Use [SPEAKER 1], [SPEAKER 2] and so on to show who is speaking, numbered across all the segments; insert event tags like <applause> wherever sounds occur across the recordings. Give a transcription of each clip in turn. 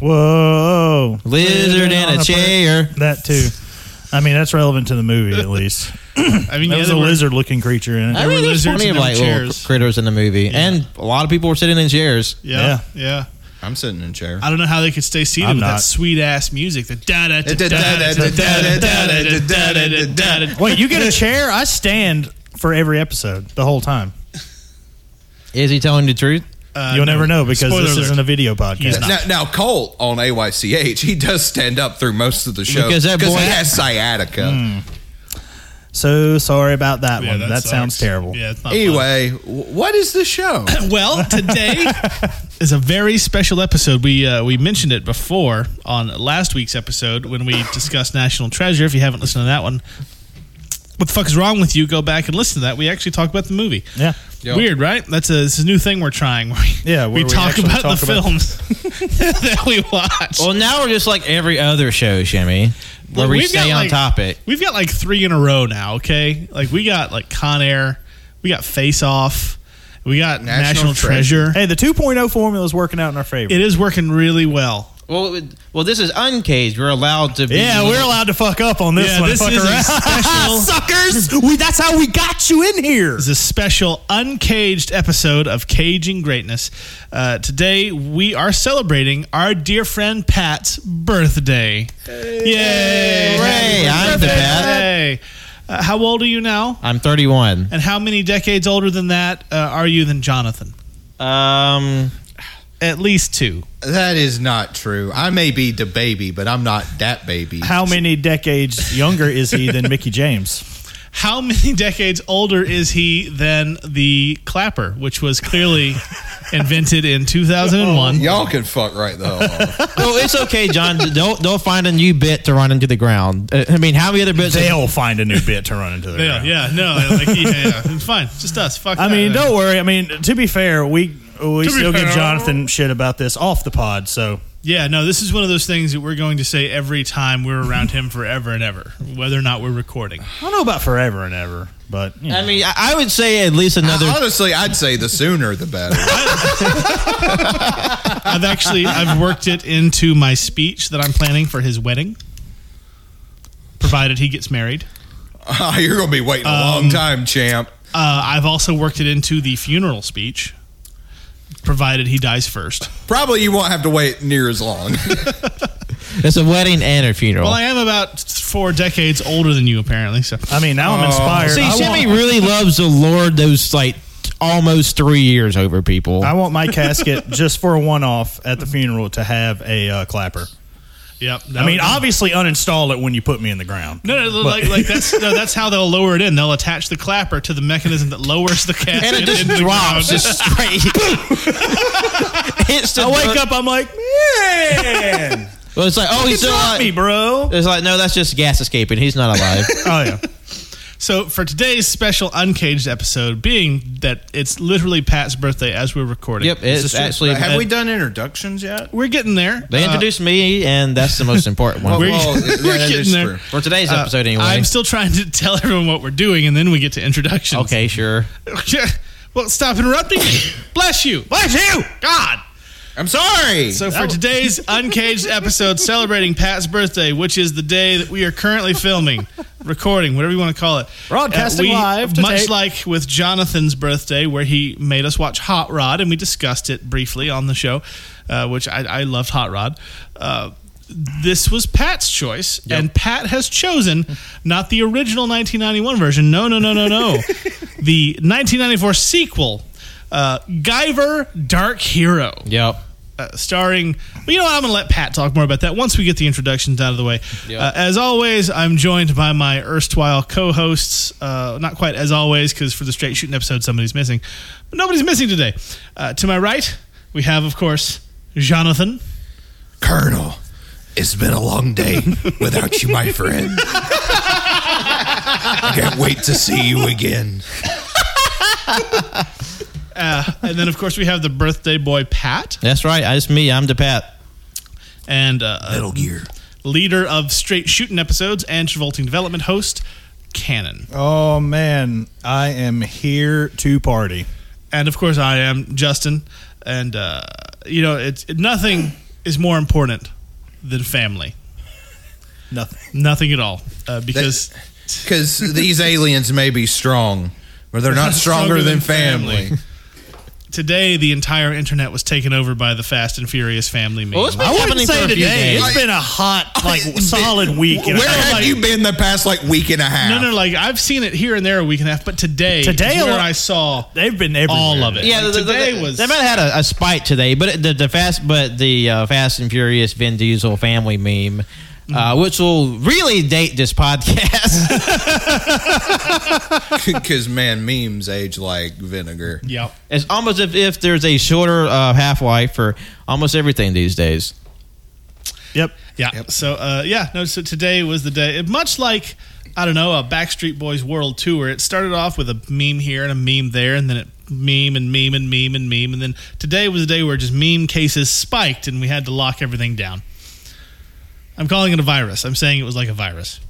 [SPEAKER 1] Whoa.
[SPEAKER 2] Lizard and a chair.
[SPEAKER 1] That too. I mean, that's relevant to the movie
[SPEAKER 3] <laughs>
[SPEAKER 1] at least.
[SPEAKER 3] I mean,
[SPEAKER 1] There was
[SPEAKER 3] yeah, there
[SPEAKER 1] a
[SPEAKER 3] were-
[SPEAKER 1] lizard looking creature in it.
[SPEAKER 2] I
[SPEAKER 3] were
[SPEAKER 2] mean, there's
[SPEAKER 3] lizards
[SPEAKER 2] plenty
[SPEAKER 3] and
[SPEAKER 2] of
[SPEAKER 3] there
[SPEAKER 2] like
[SPEAKER 3] were
[SPEAKER 2] little
[SPEAKER 3] chairs.
[SPEAKER 2] critters in the movie, and a lot of people were sitting in chairs.
[SPEAKER 3] Yeah, yeah.
[SPEAKER 4] I'm sitting in a chair.
[SPEAKER 3] I don't know how they could stay seated
[SPEAKER 1] I'm
[SPEAKER 3] with that
[SPEAKER 1] not.
[SPEAKER 3] sweet ass music. The da da da da da da da da da
[SPEAKER 1] Wait, you get a chair? I stand for every episode the whole time.
[SPEAKER 2] Is he telling the truth?
[SPEAKER 3] da.
[SPEAKER 1] You'll never know because
[SPEAKER 3] Spoiler
[SPEAKER 1] this
[SPEAKER 3] alert.
[SPEAKER 1] isn't a video podcast.
[SPEAKER 3] He's not.
[SPEAKER 4] Now, now Colt on AYCH, he does stand up through most of the show
[SPEAKER 2] Because that boy-
[SPEAKER 4] he has sciatica.
[SPEAKER 1] So sorry about that
[SPEAKER 3] Yeah,
[SPEAKER 1] one. That,
[SPEAKER 3] sucks.
[SPEAKER 1] sounds terrible.
[SPEAKER 3] Yeah, it's not fun.
[SPEAKER 4] Anyway, w- what is the show?
[SPEAKER 3] Well, today <laughs> is a very special episode. We uh, we mentioned it before on last week's episode when we discussed National Treasure. If you haven't listened to that one, what the fuck is wrong with you? Go back and listen to that. We actually talked about the movie.
[SPEAKER 1] Yeah.
[SPEAKER 4] Yep.
[SPEAKER 3] Weird, right? That's a, this is a new thing we're trying. <laughs> Where we,
[SPEAKER 1] Yeah,
[SPEAKER 3] we,
[SPEAKER 1] where we
[SPEAKER 3] talk
[SPEAKER 1] actually
[SPEAKER 3] about
[SPEAKER 1] talk
[SPEAKER 3] the
[SPEAKER 1] about-
[SPEAKER 3] films <laughs> that we watch.
[SPEAKER 2] Well, now we're just like every other show, Jimmy, where we
[SPEAKER 3] We've
[SPEAKER 2] stay
[SPEAKER 3] got,
[SPEAKER 2] on
[SPEAKER 3] like-
[SPEAKER 2] topic.
[SPEAKER 3] We've got like three in a row now. Okay, like we got like Con Air, we got Face Off, we got National,
[SPEAKER 4] National
[SPEAKER 3] Treasure.
[SPEAKER 1] Hey, the 2.0 formula is working out in our favor.
[SPEAKER 3] It is working really well.
[SPEAKER 2] Well, it- well, this is uncaged. We're allowed to. Be
[SPEAKER 1] yeah, we're allowed to fuck up on this
[SPEAKER 3] Yeah,
[SPEAKER 1] one.
[SPEAKER 3] this
[SPEAKER 1] fuck
[SPEAKER 3] is a
[SPEAKER 1] <laughs> around.
[SPEAKER 3] special-
[SPEAKER 1] Suckers! We, that's how we got you in here.
[SPEAKER 3] This is a special uncaged episode of Caging Greatness. Uh, today we are celebrating our dear friend Pat's birthday. Yay!
[SPEAKER 2] Hooray, I'm the Pat.
[SPEAKER 3] Hey. Uh, how old are you now?
[SPEAKER 2] I'm 31.
[SPEAKER 3] And how many decades older than that uh, are you than Jonathan?
[SPEAKER 2] Um,
[SPEAKER 3] At least two.
[SPEAKER 4] <coughs> That is not true. I may be the baby, but I'm not that baby.
[SPEAKER 1] How many decades younger is he than Mickey James?
[SPEAKER 3] How many <laughs> decades older is he than the clapper, which was
[SPEAKER 2] <laughs>
[SPEAKER 3] clearly invented in
[SPEAKER 2] Oh,
[SPEAKER 3] 2001?
[SPEAKER 4] Y'all can fuck right the hell off.
[SPEAKER 2] well, it's okay, John. <laughs> Don't don't find a new bit to run into the ground. Uh, I mean, how many other bits?
[SPEAKER 1] They'll find a new bit to run into the
[SPEAKER 3] Yeah,
[SPEAKER 1] ground.
[SPEAKER 3] yeah, no, like, yeah, yeah, it's fine. Just us. Fuck.
[SPEAKER 1] I
[SPEAKER 3] that.
[SPEAKER 1] mean, don't worry. I mean, to be fair, we we
[SPEAKER 3] be
[SPEAKER 1] still give
[SPEAKER 3] fair.
[SPEAKER 1] Jonathan shit about this off the pod. So
[SPEAKER 3] Yeah, no, this is one of those things that we're going to say every time we're around him forever and ever, whether or not we're recording.
[SPEAKER 1] I don't know about forever and ever, but you know.
[SPEAKER 2] I mean, I, I would say at least another.
[SPEAKER 4] Honestly, I'd say the sooner the better. <laughs>
[SPEAKER 3] I've actually I've worked it into my speech that I'm planning for his wedding, provided he gets married.
[SPEAKER 4] Oh, you're going to be waiting a long time, champ.
[SPEAKER 3] Uh, I've also worked it into the funeral speech, provided he dies first.
[SPEAKER 4] Probably you won't have to wait near as long.
[SPEAKER 2] <sighs> it's a wedding and a funeral.
[SPEAKER 3] Well, I am about four decades older than you, apparently. So
[SPEAKER 1] I mean,
[SPEAKER 3] Uh,
[SPEAKER 1] now I'm inspired.
[SPEAKER 2] See,
[SPEAKER 1] I,
[SPEAKER 2] Jimmy
[SPEAKER 1] want,
[SPEAKER 2] really loves the Lord. Those like almost three years over people.
[SPEAKER 1] I want my casket <laughs> just for a one-off at the funeral to have a uh, clapper.
[SPEAKER 3] yep.
[SPEAKER 1] I mean, obviously, uninstall it when you put me in the ground.
[SPEAKER 3] No, no, like, like that's <laughs> no, that's how they'll lower it in. They'll attach the clapper to the mechanism that lowers the casket.
[SPEAKER 2] and it just
[SPEAKER 3] into the ground.
[SPEAKER 2] drops just straight. <laughs> Hits the
[SPEAKER 1] I wake
[SPEAKER 2] dirt.
[SPEAKER 1] up, I'm like, man,
[SPEAKER 2] Well, it's like, oh,
[SPEAKER 1] you
[SPEAKER 2] he's still
[SPEAKER 1] dropped
[SPEAKER 2] alive.
[SPEAKER 1] me, bro.
[SPEAKER 2] It's like, no, that's just gas escaping. He's not alive.
[SPEAKER 1] Oh yeah.
[SPEAKER 3] So for today's special uncaged episode, being that it's literally Pat's birthday as we're recording.
[SPEAKER 2] yep, it's actually.
[SPEAKER 4] have we done introductions yet?
[SPEAKER 3] we're getting there.
[SPEAKER 2] They
[SPEAKER 3] Uh,
[SPEAKER 2] introduced me, and that's the most important one.
[SPEAKER 4] <laughs> Well,
[SPEAKER 3] we're,
[SPEAKER 4] well, yeah,
[SPEAKER 3] we're
[SPEAKER 4] that
[SPEAKER 3] getting
[SPEAKER 4] is
[SPEAKER 3] there.
[SPEAKER 4] true.
[SPEAKER 2] For today's episode, anyway.
[SPEAKER 3] uh, I'm still trying to tell everyone what we're doing, and then we get to introductions. <laughs>
[SPEAKER 2] <laughs> okay, sure.
[SPEAKER 3] well, stop interrupting. me. Bless you. Bless you. God.
[SPEAKER 4] I'm sorry.
[SPEAKER 3] So for today's uncaged episode celebrating Pat's birthday, which is the day that we are currently filming, recording, whatever you want to call it, uh,
[SPEAKER 1] Broadcasting
[SPEAKER 3] we-
[SPEAKER 1] live to
[SPEAKER 3] much
[SPEAKER 1] tape.
[SPEAKER 3] like with Jonathan's birthday, where he made us watch Hot Rod, and we discussed it briefly on the show, uh, which I, I loved Hot Rod. Uh, this was Pat's choice, and Pat has chosen not the original 1991 version. No, no, no, no,
[SPEAKER 1] <laughs>
[SPEAKER 3] no. the 1994 sequel, uh, Guyver Dark Hero
[SPEAKER 2] Yep.
[SPEAKER 3] uh, starring. Well, you know what? I'm going to let Pat talk more about that once we get the introductions out of the way.
[SPEAKER 2] Yeah.
[SPEAKER 3] Uh, as always, I'm joined by my erstwhile co-hosts. Uh, not quite as always, because for the straight shooting episode, somebody's missing, but nobody's missing today. Uh, to my right, we have, of course, Jonathan.
[SPEAKER 4] Colonel, it's been a long day without you, my friend. I can't wait to see you again.
[SPEAKER 3] And then, of course, we have the birthday boy, Pat,
[SPEAKER 2] That's right. It's me. I'm the Pat.
[SPEAKER 3] and uh,
[SPEAKER 4] Gear.
[SPEAKER 3] leader of straight shooting episodes and Travolting Development host, Cannon.
[SPEAKER 1] Oh man, I am here to party.
[SPEAKER 3] and of course I am Justin. And uh, you know, it's nothing is more important than family.
[SPEAKER 1] Nothing.
[SPEAKER 3] Nothing at all, uh, because
[SPEAKER 4] Because these aliens may be strong, but
[SPEAKER 3] <laughs>
[SPEAKER 4] they're <laughs> not stronger, than, family.
[SPEAKER 3] today the entire internet was taken over by the Fast and Furious family meme.
[SPEAKER 2] it's been
[SPEAKER 1] I wouldn't
[SPEAKER 2] happening
[SPEAKER 1] say
[SPEAKER 2] for a few
[SPEAKER 1] today.
[SPEAKER 2] days.
[SPEAKER 1] It's been a hot, like solid week. and
[SPEAKER 4] Where
[SPEAKER 1] I feel
[SPEAKER 4] have
[SPEAKER 1] like-
[SPEAKER 4] you been the past like week and a half?
[SPEAKER 3] no,
[SPEAKER 4] <laughs>
[SPEAKER 3] no, like I've seen it here and there a week and a half, but today,
[SPEAKER 1] Today
[SPEAKER 3] today is where
[SPEAKER 1] al-
[SPEAKER 3] I <laughs> saw
[SPEAKER 1] They've been everywhere.
[SPEAKER 3] all of it.
[SPEAKER 2] Yeah,
[SPEAKER 3] Like,
[SPEAKER 2] the, the-
[SPEAKER 3] today
[SPEAKER 2] the-
[SPEAKER 3] was
[SPEAKER 2] they might have had a, a spike today, but it- the, the fast, but the uh, Fast and Furious Vin Diesel family meme, uh, which will really date this podcast.
[SPEAKER 4] because man, memes age like vinegar.
[SPEAKER 3] Yep.
[SPEAKER 2] it's almost if, if there's a shorter uh, half life for almost everything these days.
[SPEAKER 1] Yep.
[SPEAKER 3] Yeah.
[SPEAKER 4] Yep.
[SPEAKER 3] So uh, yeah, no. So today was the day. it- Much like I don't know a Backstreet Boys world tour. It started off with a meme here and a meme there, and then it meme and meme and meme and meme, and then today was the day where just meme cases spiked, and we had to lock everything down. I'm calling it a virus. I'm saying it was like a virus.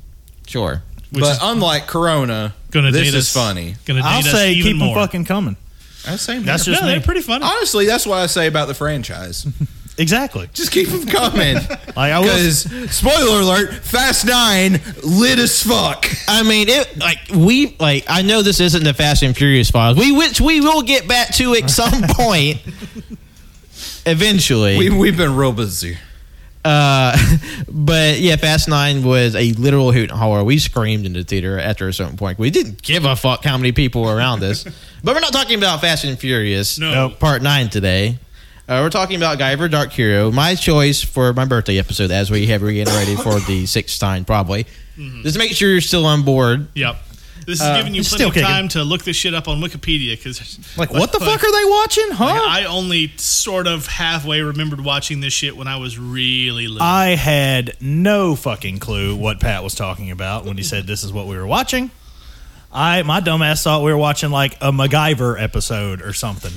[SPEAKER 2] Sure.
[SPEAKER 3] Which
[SPEAKER 4] but
[SPEAKER 3] is
[SPEAKER 4] unlike Corona,
[SPEAKER 3] gonna
[SPEAKER 4] this
[SPEAKER 3] date
[SPEAKER 4] is
[SPEAKER 3] us-
[SPEAKER 4] funny.
[SPEAKER 3] Gonna date
[SPEAKER 1] I'll
[SPEAKER 3] us
[SPEAKER 1] say
[SPEAKER 3] even
[SPEAKER 1] keep
[SPEAKER 3] more.
[SPEAKER 1] them fucking coming.
[SPEAKER 4] I say
[SPEAKER 1] That's
[SPEAKER 4] man.
[SPEAKER 1] just
[SPEAKER 3] no,
[SPEAKER 1] me.
[SPEAKER 3] they're pretty funny.
[SPEAKER 4] honestly that's what I say about the franchise.
[SPEAKER 1] Exactly.
[SPEAKER 4] just keep them
[SPEAKER 2] <laughs>
[SPEAKER 4] coming.
[SPEAKER 1] I will-
[SPEAKER 4] because spoiler alert, Fast Nine lit as fuck.
[SPEAKER 2] I mean, it like we like. I know this isn't the Fast and Furious files. We which we will get back to at some <laughs> point, eventually.
[SPEAKER 4] We we've been real busy.
[SPEAKER 2] Uh, <laughs> but yeah, Fast Nine was a literal hoot and holler. We screamed in the theater after a certain point. We didn't give a fuck how many people were around <laughs> us. but we're not talking about Fast and Furious
[SPEAKER 3] No. No.
[SPEAKER 2] Part Nine today. Uh, we're talking about Guyver Dark Hero, my choice for my birthday episode, as we have reiterated for <laughs> the sixth time, probably. Just make sure you're still on board.
[SPEAKER 3] Yep. This is giving you
[SPEAKER 1] Uh, it's
[SPEAKER 3] plenty
[SPEAKER 1] still
[SPEAKER 3] of
[SPEAKER 1] kicking.
[SPEAKER 3] time to look this shit up on Wikipedia because
[SPEAKER 1] Like, what the fuck are they watching, huh?
[SPEAKER 3] I only sort of halfway remembered watching this shit when I was really little.
[SPEAKER 1] I had no fucking clue what Pat was talking about when he said this is what we were watching. I my dumbass thought we were watching like a MacGyver episode or something.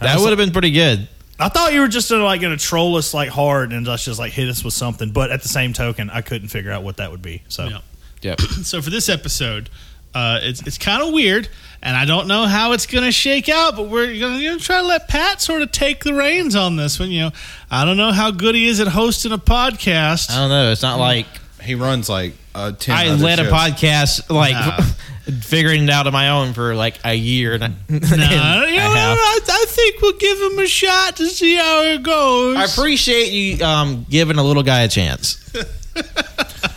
[SPEAKER 2] That would have been pretty good.
[SPEAKER 1] I thought you were just gonna, like going to troll us like hard and just just like hit us with something. But at the same token, I couldn't figure out what that would be. So
[SPEAKER 3] Yep.
[SPEAKER 2] Yep.
[SPEAKER 3] <laughs> So for this episode, uh, it's it's kind of weird, and I don't know how it's going to shake out. But we're going to try to let Pat sort of take the reins on this one. You know, I don't know how good he is at hosting a podcast.
[SPEAKER 2] I don't know. It's not like
[SPEAKER 4] He runs like uh, ten.
[SPEAKER 2] I
[SPEAKER 4] other
[SPEAKER 2] led a
[SPEAKER 4] shows.
[SPEAKER 2] podcast like
[SPEAKER 3] Nah.
[SPEAKER 2] <laughs> figuring it out on my own for like a year. And, no,
[SPEAKER 3] Uh,
[SPEAKER 2] <laughs>
[SPEAKER 3] you know, I, I think we'll give him a shot to see how it goes.
[SPEAKER 2] I appreciate you um, giving a little guy a chance.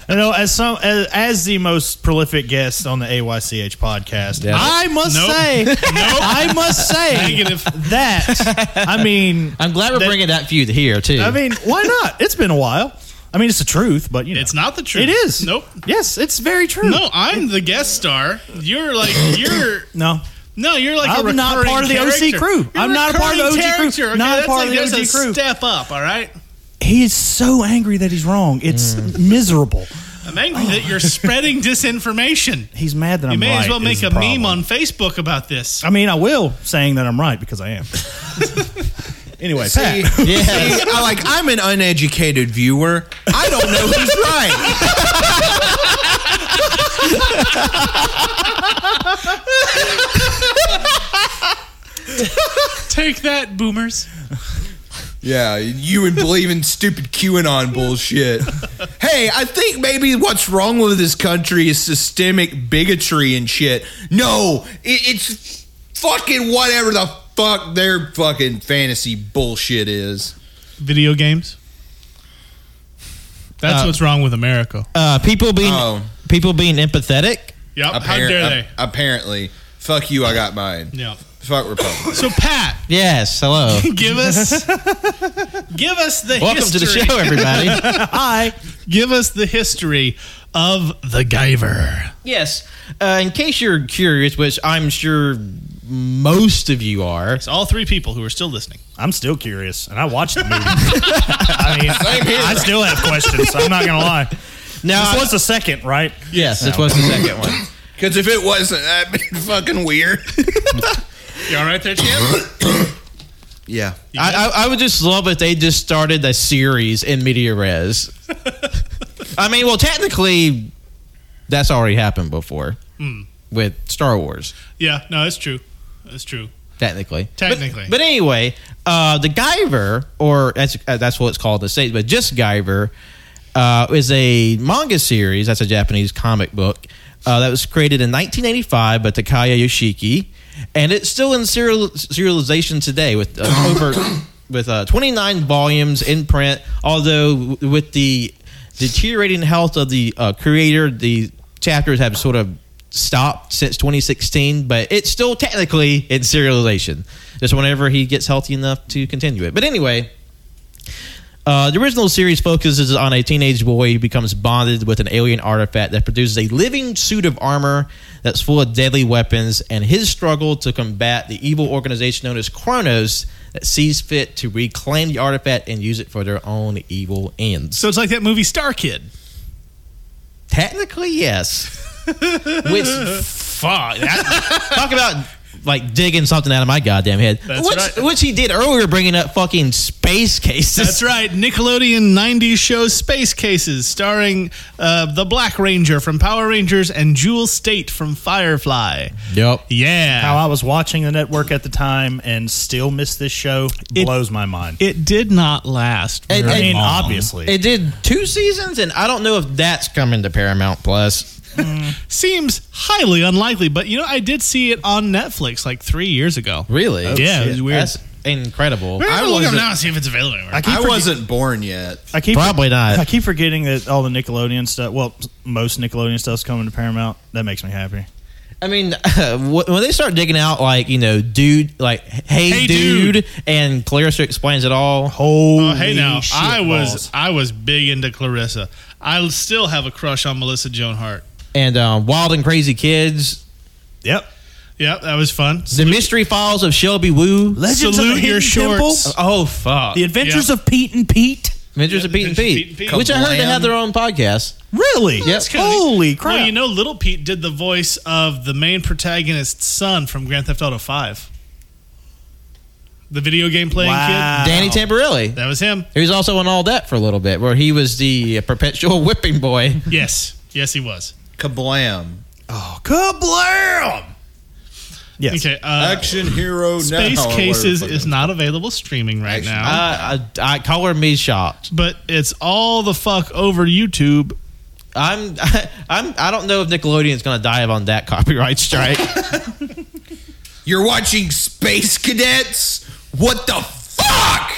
[SPEAKER 1] you know, as some as, as the most prolific guest on the AYCH podcast,
[SPEAKER 2] Yeah.
[SPEAKER 1] I
[SPEAKER 3] <laughs>
[SPEAKER 1] must
[SPEAKER 3] Nope.
[SPEAKER 1] say, I must say
[SPEAKER 3] Negative.
[SPEAKER 1] that I mean,
[SPEAKER 2] I'm glad we're
[SPEAKER 1] That-
[SPEAKER 2] bringing that feud here too.
[SPEAKER 1] I mean, why not? It's been a while. I mean, it's the truth, but you know,
[SPEAKER 3] it's not the truth.
[SPEAKER 1] It is.
[SPEAKER 3] Nope.
[SPEAKER 1] Yes, it's very true.
[SPEAKER 3] No, I'm the guest star. You're like you're.
[SPEAKER 1] No.
[SPEAKER 3] No, you're like a
[SPEAKER 1] I'm not
[SPEAKER 3] recurring
[SPEAKER 1] part of the OC
[SPEAKER 3] character.
[SPEAKER 1] crew.
[SPEAKER 3] You're
[SPEAKER 1] I'm not a part of the
[SPEAKER 3] recurring
[SPEAKER 1] OG crew.
[SPEAKER 3] character, Okay?
[SPEAKER 1] Not a
[SPEAKER 3] That's
[SPEAKER 1] part of
[SPEAKER 3] like-
[SPEAKER 1] the
[SPEAKER 3] that's a
[SPEAKER 1] OG crew.
[SPEAKER 3] Step up, all right.
[SPEAKER 1] He is so angry that he's wrong. It's miserable.
[SPEAKER 3] I'm angry that
[SPEAKER 1] <sighs>
[SPEAKER 3] you're spreading disinformation.
[SPEAKER 1] He's mad that
[SPEAKER 3] You
[SPEAKER 1] I'm
[SPEAKER 3] may
[SPEAKER 1] right
[SPEAKER 3] as well
[SPEAKER 1] is
[SPEAKER 3] make
[SPEAKER 1] the
[SPEAKER 3] a
[SPEAKER 1] problem.
[SPEAKER 3] meme on Facebook about this.
[SPEAKER 1] I mean, I will saying that I'm right because I
[SPEAKER 3] <laughs>
[SPEAKER 1] am. anyway,
[SPEAKER 4] See, <laughs>
[SPEAKER 1] Pat.
[SPEAKER 2] <laughs>
[SPEAKER 4] see, I, like I'm an uneducated viewer. I don't know who's right.
[SPEAKER 3] Take that, boomers.
[SPEAKER 4] Yeah, you and believe in stupid QAnon bullshit. Hey, I think maybe what's wrong with this country is systemic bigotry and shit. No, it, it's fucking whatever the fuck their fucking fantasy bullshit is.
[SPEAKER 3] Video games. That's
[SPEAKER 2] Uh,
[SPEAKER 3] what's wrong with America.
[SPEAKER 2] uh, people being
[SPEAKER 4] Oh.
[SPEAKER 2] people being empathetic.
[SPEAKER 3] Yep. How
[SPEAKER 4] Appar-
[SPEAKER 2] uh,
[SPEAKER 3] dare
[SPEAKER 4] ap-
[SPEAKER 3] they?
[SPEAKER 4] Apparently, fuck you. I got mine.
[SPEAKER 3] Yeah.
[SPEAKER 4] Fuck Republicans.
[SPEAKER 3] So <laughs> Pat,
[SPEAKER 2] Yes. <laughs> Hello.
[SPEAKER 3] give us give us the
[SPEAKER 2] Welcome
[SPEAKER 3] history.
[SPEAKER 2] to the show, <laughs> everybody. Ah,
[SPEAKER 1] Hi.
[SPEAKER 3] Give us the history of the Guyver.
[SPEAKER 2] yes. Uh, in case you're curious, which I'm sure most of you are.
[SPEAKER 3] It's all three people who are still listening.
[SPEAKER 1] I'm still curious, and I
[SPEAKER 3] <laughs>
[SPEAKER 1] watched the movie. I mean, I still have questions. I'm not gonna lie.
[SPEAKER 2] Now,
[SPEAKER 1] This was the second, right?
[SPEAKER 2] yes, this was the second one.
[SPEAKER 4] Because if it wasn't, that'd be <laughs> fucking weird.
[SPEAKER 3] You all right there, champ?
[SPEAKER 4] yeah.
[SPEAKER 2] <laughs> I, I, I would just love if they just started a series in media res. I mean, well, technically, that's already happened before with Star Wars.
[SPEAKER 3] yeah. No, it's true. It's true.
[SPEAKER 2] Technically, But-
[SPEAKER 3] Technically.
[SPEAKER 2] But, anyway, Uh, the Guyver, or that's, uh, that's what it's called in the States, but just Guyver, uh, is a manga series. That's a Japanese comic book uh, that was created in 1985 by Takaya Yoshiki. And it's still in serial, serialization today with uh, over with uh, 29 volumes in print. Although w- with the deteriorating health of the uh, creator, the chapters have sort of stopped since 2016, but it's still technically in serialization. Just whenever he gets healthy enough to continue it. But anyway, uh, the original series focuses on a teenage boy who becomes bonded with an alien artifact that produces a living suit of armor that's full of deadly weapons and his struggle to combat the evil organization known as Kronos that sees fit to reclaim the artifact and use it for their own evil ends.
[SPEAKER 3] So it's like that movie Star Kid.
[SPEAKER 2] Technically, yes. Which
[SPEAKER 3] <laughs>
[SPEAKER 2] fuck that- talk about like digging something out of my goddamn head.
[SPEAKER 3] That's
[SPEAKER 2] which,
[SPEAKER 3] right.
[SPEAKER 2] which he did earlier, bringing up fucking space cases.
[SPEAKER 3] That's right. Nickelodeon 90s show Space Cases, starring uh, the Black Ranger from Power Rangers and Jewel State from Firefly.
[SPEAKER 2] Yep.
[SPEAKER 3] Yeah.
[SPEAKER 1] How I was watching the network at the time and still missed this show
[SPEAKER 3] It-
[SPEAKER 1] blows my mind.
[SPEAKER 3] it did not last.
[SPEAKER 2] It-
[SPEAKER 3] very
[SPEAKER 1] I mean,
[SPEAKER 3] long.
[SPEAKER 1] obviously.
[SPEAKER 2] It did two seasons, and I don't know if that's coming to Paramount Plus.
[SPEAKER 3] Seems highly unlikely, but you know, I did see it on Netflix like three years ago.
[SPEAKER 2] Really?
[SPEAKER 3] Yeah, it was Oh, weird.
[SPEAKER 2] That's incredible.
[SPEAKER 3] We're
[SPEAKER 4] I
[SPEAKER 3] gonna look up
[SPEAKER 4] wasn't-
[SPEAKER 3] now and see if it's available. Anywhere.
[SPEAKER 1] I keep
[SPEAKER 4] I
[SPEAKER 1] forget-
[SPEAKER 4] wasn't born yet.
[SPEAKER 1] I keep
[SPEAKER 2] Probably not.
[SPEAKER 1] I keep forgetting that all the Nickelodeon stuff. Well, most Nickelodeon stuff's coming to Paramount. That makes me happy.
[SPEAKER 2] I mean, <laughs> wh- when they start digging out, like you know, dude, like hey,
[SPEAKER 3] Hey,
[SPEAKER 2] dude,
[SPEAKER 3] dude.
[SPEAKER 2] and Clarissa explains it all.
[SPEAKER 1] Holy
[SPEAKER 3] Oh, hey now,
[SPEAKER 1] shit
[SPEAKER 3] I was
[SPEAKER 1] balls.
[SPEAKER 3] I was big into Clarissa. I still have a crush on Melissa Joan Hart.
[SPEAKER 2] And um, Wild and Crazy Kids,
[SPEAKER 1] Yep.
[SPEAKER 3] Yep, that was fun.
[SPEAKER 2] The Mystery Files of Shelby Woo.
[SPEAKER 1] Legends of
[SPEAKER 3] Salute
[SPEAKER 1] the
[SPEAKER 3] your
[SPEAKER 1] Hidden
[SPEAKER 3] shorts. Uh,
[SPEAKER 1] Temple.
[SPEAKER 2] Oh fuck!
[SPEAKER 1] The Adventures
[SPEAKER 3] Yeah.
[SPEAKER 1] of Pete and Pete.
[SPEAKER 2] Adventures of Pete and
[SPEAKER 3] Adventures of Pete
[SPEAKER 2] Pete,
[SPEAKER 3] and Pete.
[SPEAKER 2] which I heard they have their own podcast.
[SPEAKER 1] Really?
[SPEAKER 2] That's
[SPEAKER 3] kinda neat.
[SPEAKER 1] Holy crap!
[SPEAKER 3] Well, you know, Little Pete did the voice of the main protagonist's son from Grand Theft Auto Five, the video game playing
[SPEAKER 1] Wow.
[SPEAKER 2] Danny Tamborelli.
[SPEAKER 3] kid. That was
[SPEAKER 1] <laughs>
[SPEAKER 3] him.
[SPEAKER 2] He was also on All That for a little bit, where he was the uh, perpetual <laughs> whipping boy.
[SPEAKER 3] Yes, yes, he was.
[SPEAKER 4] Kablam.
[SPEAKER 1] oh, kablam! Yes.
[SPEAKER 3] Okay, uh,
[SPEAKER 4] Action hero
[SPEAKER 3] Space
[SPEAKER 4] now, or
[SPEAKER 3] Cases
[SPEAKER 4] whatever.
[SPEAKER 3] is not available streaming right
[SPEAKER 4] Action.
[SPEAKER 3] now.
[SPEAKER 2] Uh, I, I color me shocked.
[SPEAKER 3] but it's all the fuck over YouTube.
[SPEAKER 2] I'm <laughs> I'm I don't know if Nickelodeon's gonna dive on that copyright
[SPEAKER 3] <laughs>
[SPEAKER 2] strike.
[SPEAKER 4] You're watching Space Cadets? What the fuck?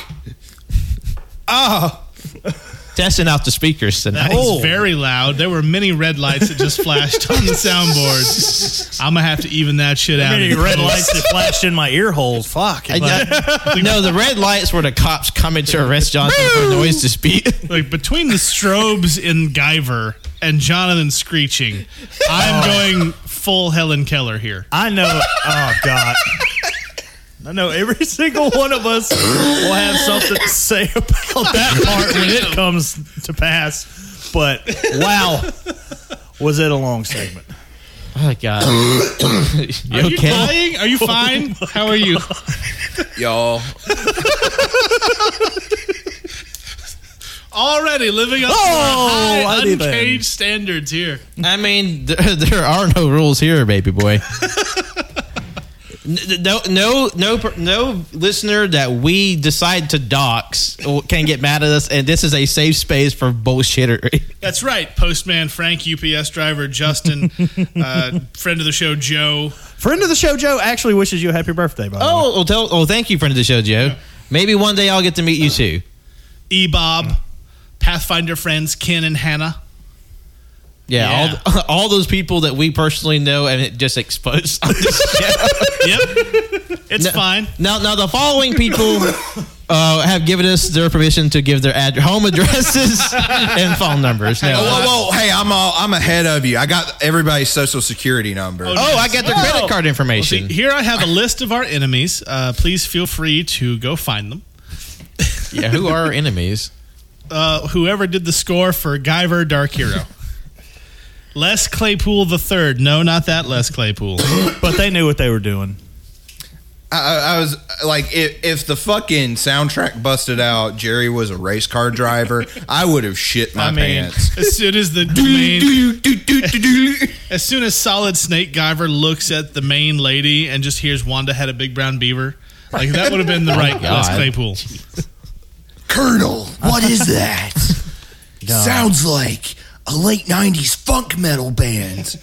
[SPEAKER 2] Testing out the speakers tonight.
[SPEAKER 3] That is
[SPEAKER 1] Oh.
[SPEAKER 3] very loud. There were many red lights that just flashed on the
[SPEAKER 1] <laughs>
[SPEAKER 3] soundboard. I'm gonna have to even that shit out.
[SPEAKER 1] Many
[SPEAKER 3] in
[SPEAKER 1] red
[SPEAKER 3] post.
[SPEAKER 1] lights that flashed in my ear holes. Fuck.
[SPEAKER 2] I- I- <laughs> no, the red lights were the cops coming to arrest Johnson for noise dispute. <laughs>
[SPEAKER 3] Like between the strobes in Guyver and Jonathan screeching,
[SPEAKER 2] Oh.
[SPEAKER 3] I'm going full Helen Keller here.
[SPEAKER 1] I know. Oh God. I know every <laughs> single one of us will have something to say about that part when it comes to pass. But wow, was it a long segment?
[SPEAKER 2] Oh
[SPEAKER 3] <laughs>
[SPEAKER 2] god. you
[SPEAKER 3] Are you
[SPEAKER 2] okay? Oh
[SPEAKER 3] dying? Are you fine? How are you?
[SPEAKER 4] Y'all.
[SPEAKER 3] Already living up
[SPEAKER 1] Oh,
[SPEAKER 3] to our high,
[SPEAKER 1] I did that.
[SPEAKER 3] uncaged standards here.
[SPEAKER 2] I mean, <laughs> there, there are no rules here, baby boy. N- No, no, no, per- no listener that we decide to dox can get mad at us, and this is a safe space for bullshittery.
[SPEAKER 3] That's right. Postman Frank, UPS driver
[SPEAKER 2] <laughs>
[SPEAKER 3] Justin, uh, friend of the show Joe.
[SPEAKER 1] Friend of the show, Joe, actually wishes you a happy birthday. By the way.
[SPEAKER 2] Oh, well, tell, oh, thank you, friend of the show, Joe. Maybe one day I'll get to meet you too.
[SPEAKER 3] E Bob, Pathfinder friends Ken and Hannah.
[SPEAKER 2] Yeah,
[SPEAKER 3] Yeah.
[SPEAKER 2] All, th- <laughs> all those people that we personally know and it just exposed. <laughs> on this show.
[SPEAKER 3] Yep, it's fine.
[SPEAKER 2] now, now the following people uh, have given us their permission to give their ad- home addresses and phone numbers. Now,
[SPEAKER 4] Oh, whoa, whoa. Hey, I'm all, I'm ahead of you. I got everybody's social security number.
[SPEAKER 2] oh, I got their credit card information.
[SPEAKER 3] Here I have a list of our enemies. Uh, please feel free to go find them.
[SPEAKER 2] yeah, who are our enemies?
[SPEAKER 3] Uh, whoever did the score for Guyver Dark Hero.
[SPEAKER 4] <laughs>
[SPEAKER 3] Les Claypool the third. No, not that Les
[SPEAKER 4] <coughs>
[SPEAKER 3] Claypool.
[SPEAKER 1] But they knew what they were doing.
[SPEAKER 4] I, I- I was like, if, if the fucking soundtrack busted out, Jerry was a race car driver, I would have shit my
[SPEAKER 1] I mean-
[SPEAKER 4] pants.
[SPEAKER 3] As soon as
[SPEAKER 4] <laughs>
[SPEAKER 3] the main,
[SPEAKER 4] Do, do, do, do, do.
[SPEAKER 3] as soon as Solid Snake Guyver looks at the main lady and just hears Wanda had a big brown beaver, Like that would have been
[SPEAKER 4] <laughs>
[SPEAKER 3] the
[SPEAKER 4] Oh
[SPEAKER 3] right Les
[SPEAKER 2] God.
[SPEAKER 3] Claypool.
[SPEAKER 4] Colonel, what
[SPEAKER 3] <laughs>
[SPEAKER 4] is that? Sounds like a late '90s funk metal band,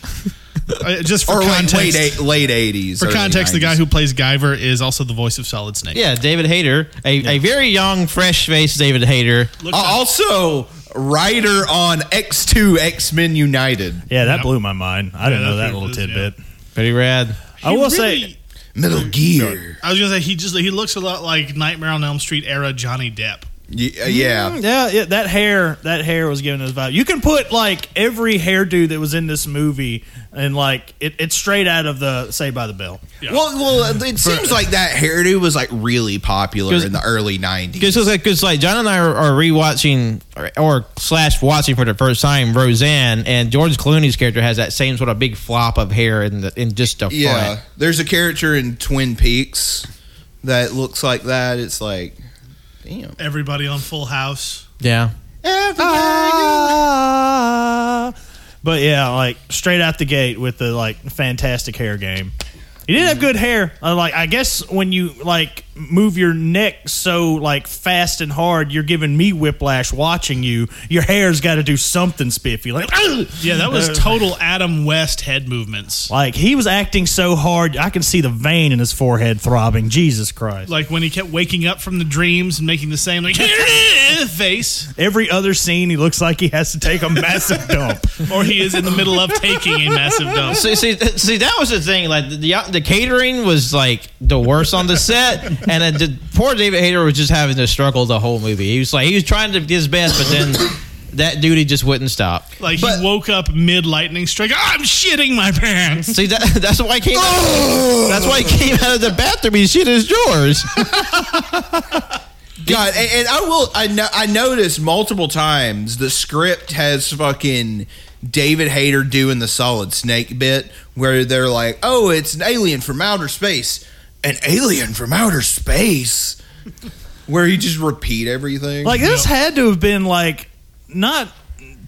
[SPEAKER 3] Uh, just for
[SPEAKER 4] or like
[SPEAKER 3] context,
[SPEAKER 4] late eight- late '80s.
[SPEAKER 3] for context, the guy who plays Guyver is also the voice of Solid Snake.
[SPEAKER 2] Yeah, David Hayter, a, a very young, fresh-faced David Hayter.
[SPEAKER 3] Look up-
[SPEAKER 4] Uh, also writer on X2 X Men United.
[SPEAKER 1] Yeah, that blew my mind. I didn't
[SPEAKER 3] Yeah,
[SPEAKER 1] know
[SPEAKER 3] that
[SPEAKER 1] that little
[SPEAKER 3] was- yeah.
[SPEAKER 1] tidbit.
[SPEAKER 2] Pretty rad.
[SPEAKER 1] I will
[SPEAKER 3] really-
[SPEAKER 1] say,
[SPEAKER 4] Metal Gear.
[SPEAKER 3] I was gonna say he just he looks a lot like Nightmare on Elm Street era Johnny
[SPEAKER 1] <coughs>
[SPEAKER 3] Depp.
[SPEAKER 4] Y- uh, yeah.
[SPEAKER 1] Mm, yeah, yeah, that hair, that hair was giving us vibe. You can put like every hairdo that was in this movie, and like it, it's straight out of the Say by the Bell.
[SPEAKER 4] Well, well, it seems like that hairdo was like really popular in the early '90s.
[SPEAKER 2] Because like, 'cause, like John and I are, are rewatching or, or slash watching for the first time Roseanne, and George Clooney's character has that same sort of big flop of hair in the in just the
[SPEAKER 4] Yeah,
[SPEAKER 2] front.
[SPEAKER 4] there's a character in Twin Peaks that looks like that. It's like, damn.
[SPEAKER 3] Everybody on Full House.
[SPEAKER 2] Yeah.
[SPEAKER 1] Ah. But yeah, like straight out the gate with the like fantastic hair game. He did have good hair. Uh, like I guess when you like move your neck so like fast and hard, you're giving me whiplash watching you. Your hair's got to do something spiffy. Like "Ugh!"
[SPEAKER 3] Yeah, that was
[SPEAKER 1] Uh,
[SPEAKER 3] total Adam West head movements.
[SPEAKER 1] like he was acting so hard, I can see the vein in his forehead throbbing. Jesus Christ!
[SPEAKER 3] Like when he kept waking up from the dreams and making the same like <laughs> face,
[SPEAKER 1] Every other scene, he looks like he has to <laughs> take a massive dump.
[SPEAKER 3] or he is in the middle of taking a massive dump.
[SPEAKER 2] See, see, th- see, that was the thing. Like the the catering was like the worst on the set, and then the, poor David Hayter was just having to struggle the whole movie. He was like he was trying to do his best, but then that duty just wouldn't stop.
[SPEAKER 3] Like he
[SPEAKER 4] But-
[SPEAKER 3] woke up mid lightning strike. I'm shitting my pants.
[SPEAKER 2] See that <laughs> that's why he came. Out, that's why he came out of the bathroom. He shit his drawers.
[SPEAKER 4] God, and, and I will. I know. I noticed multiple times the script has fucking David Hayter doing the solid snake bit, where they're like, "Oh, it's an alien from outer space, an alien from outer space," where you just repeat everything.
[SPEAKER 1] Like this had to have been like not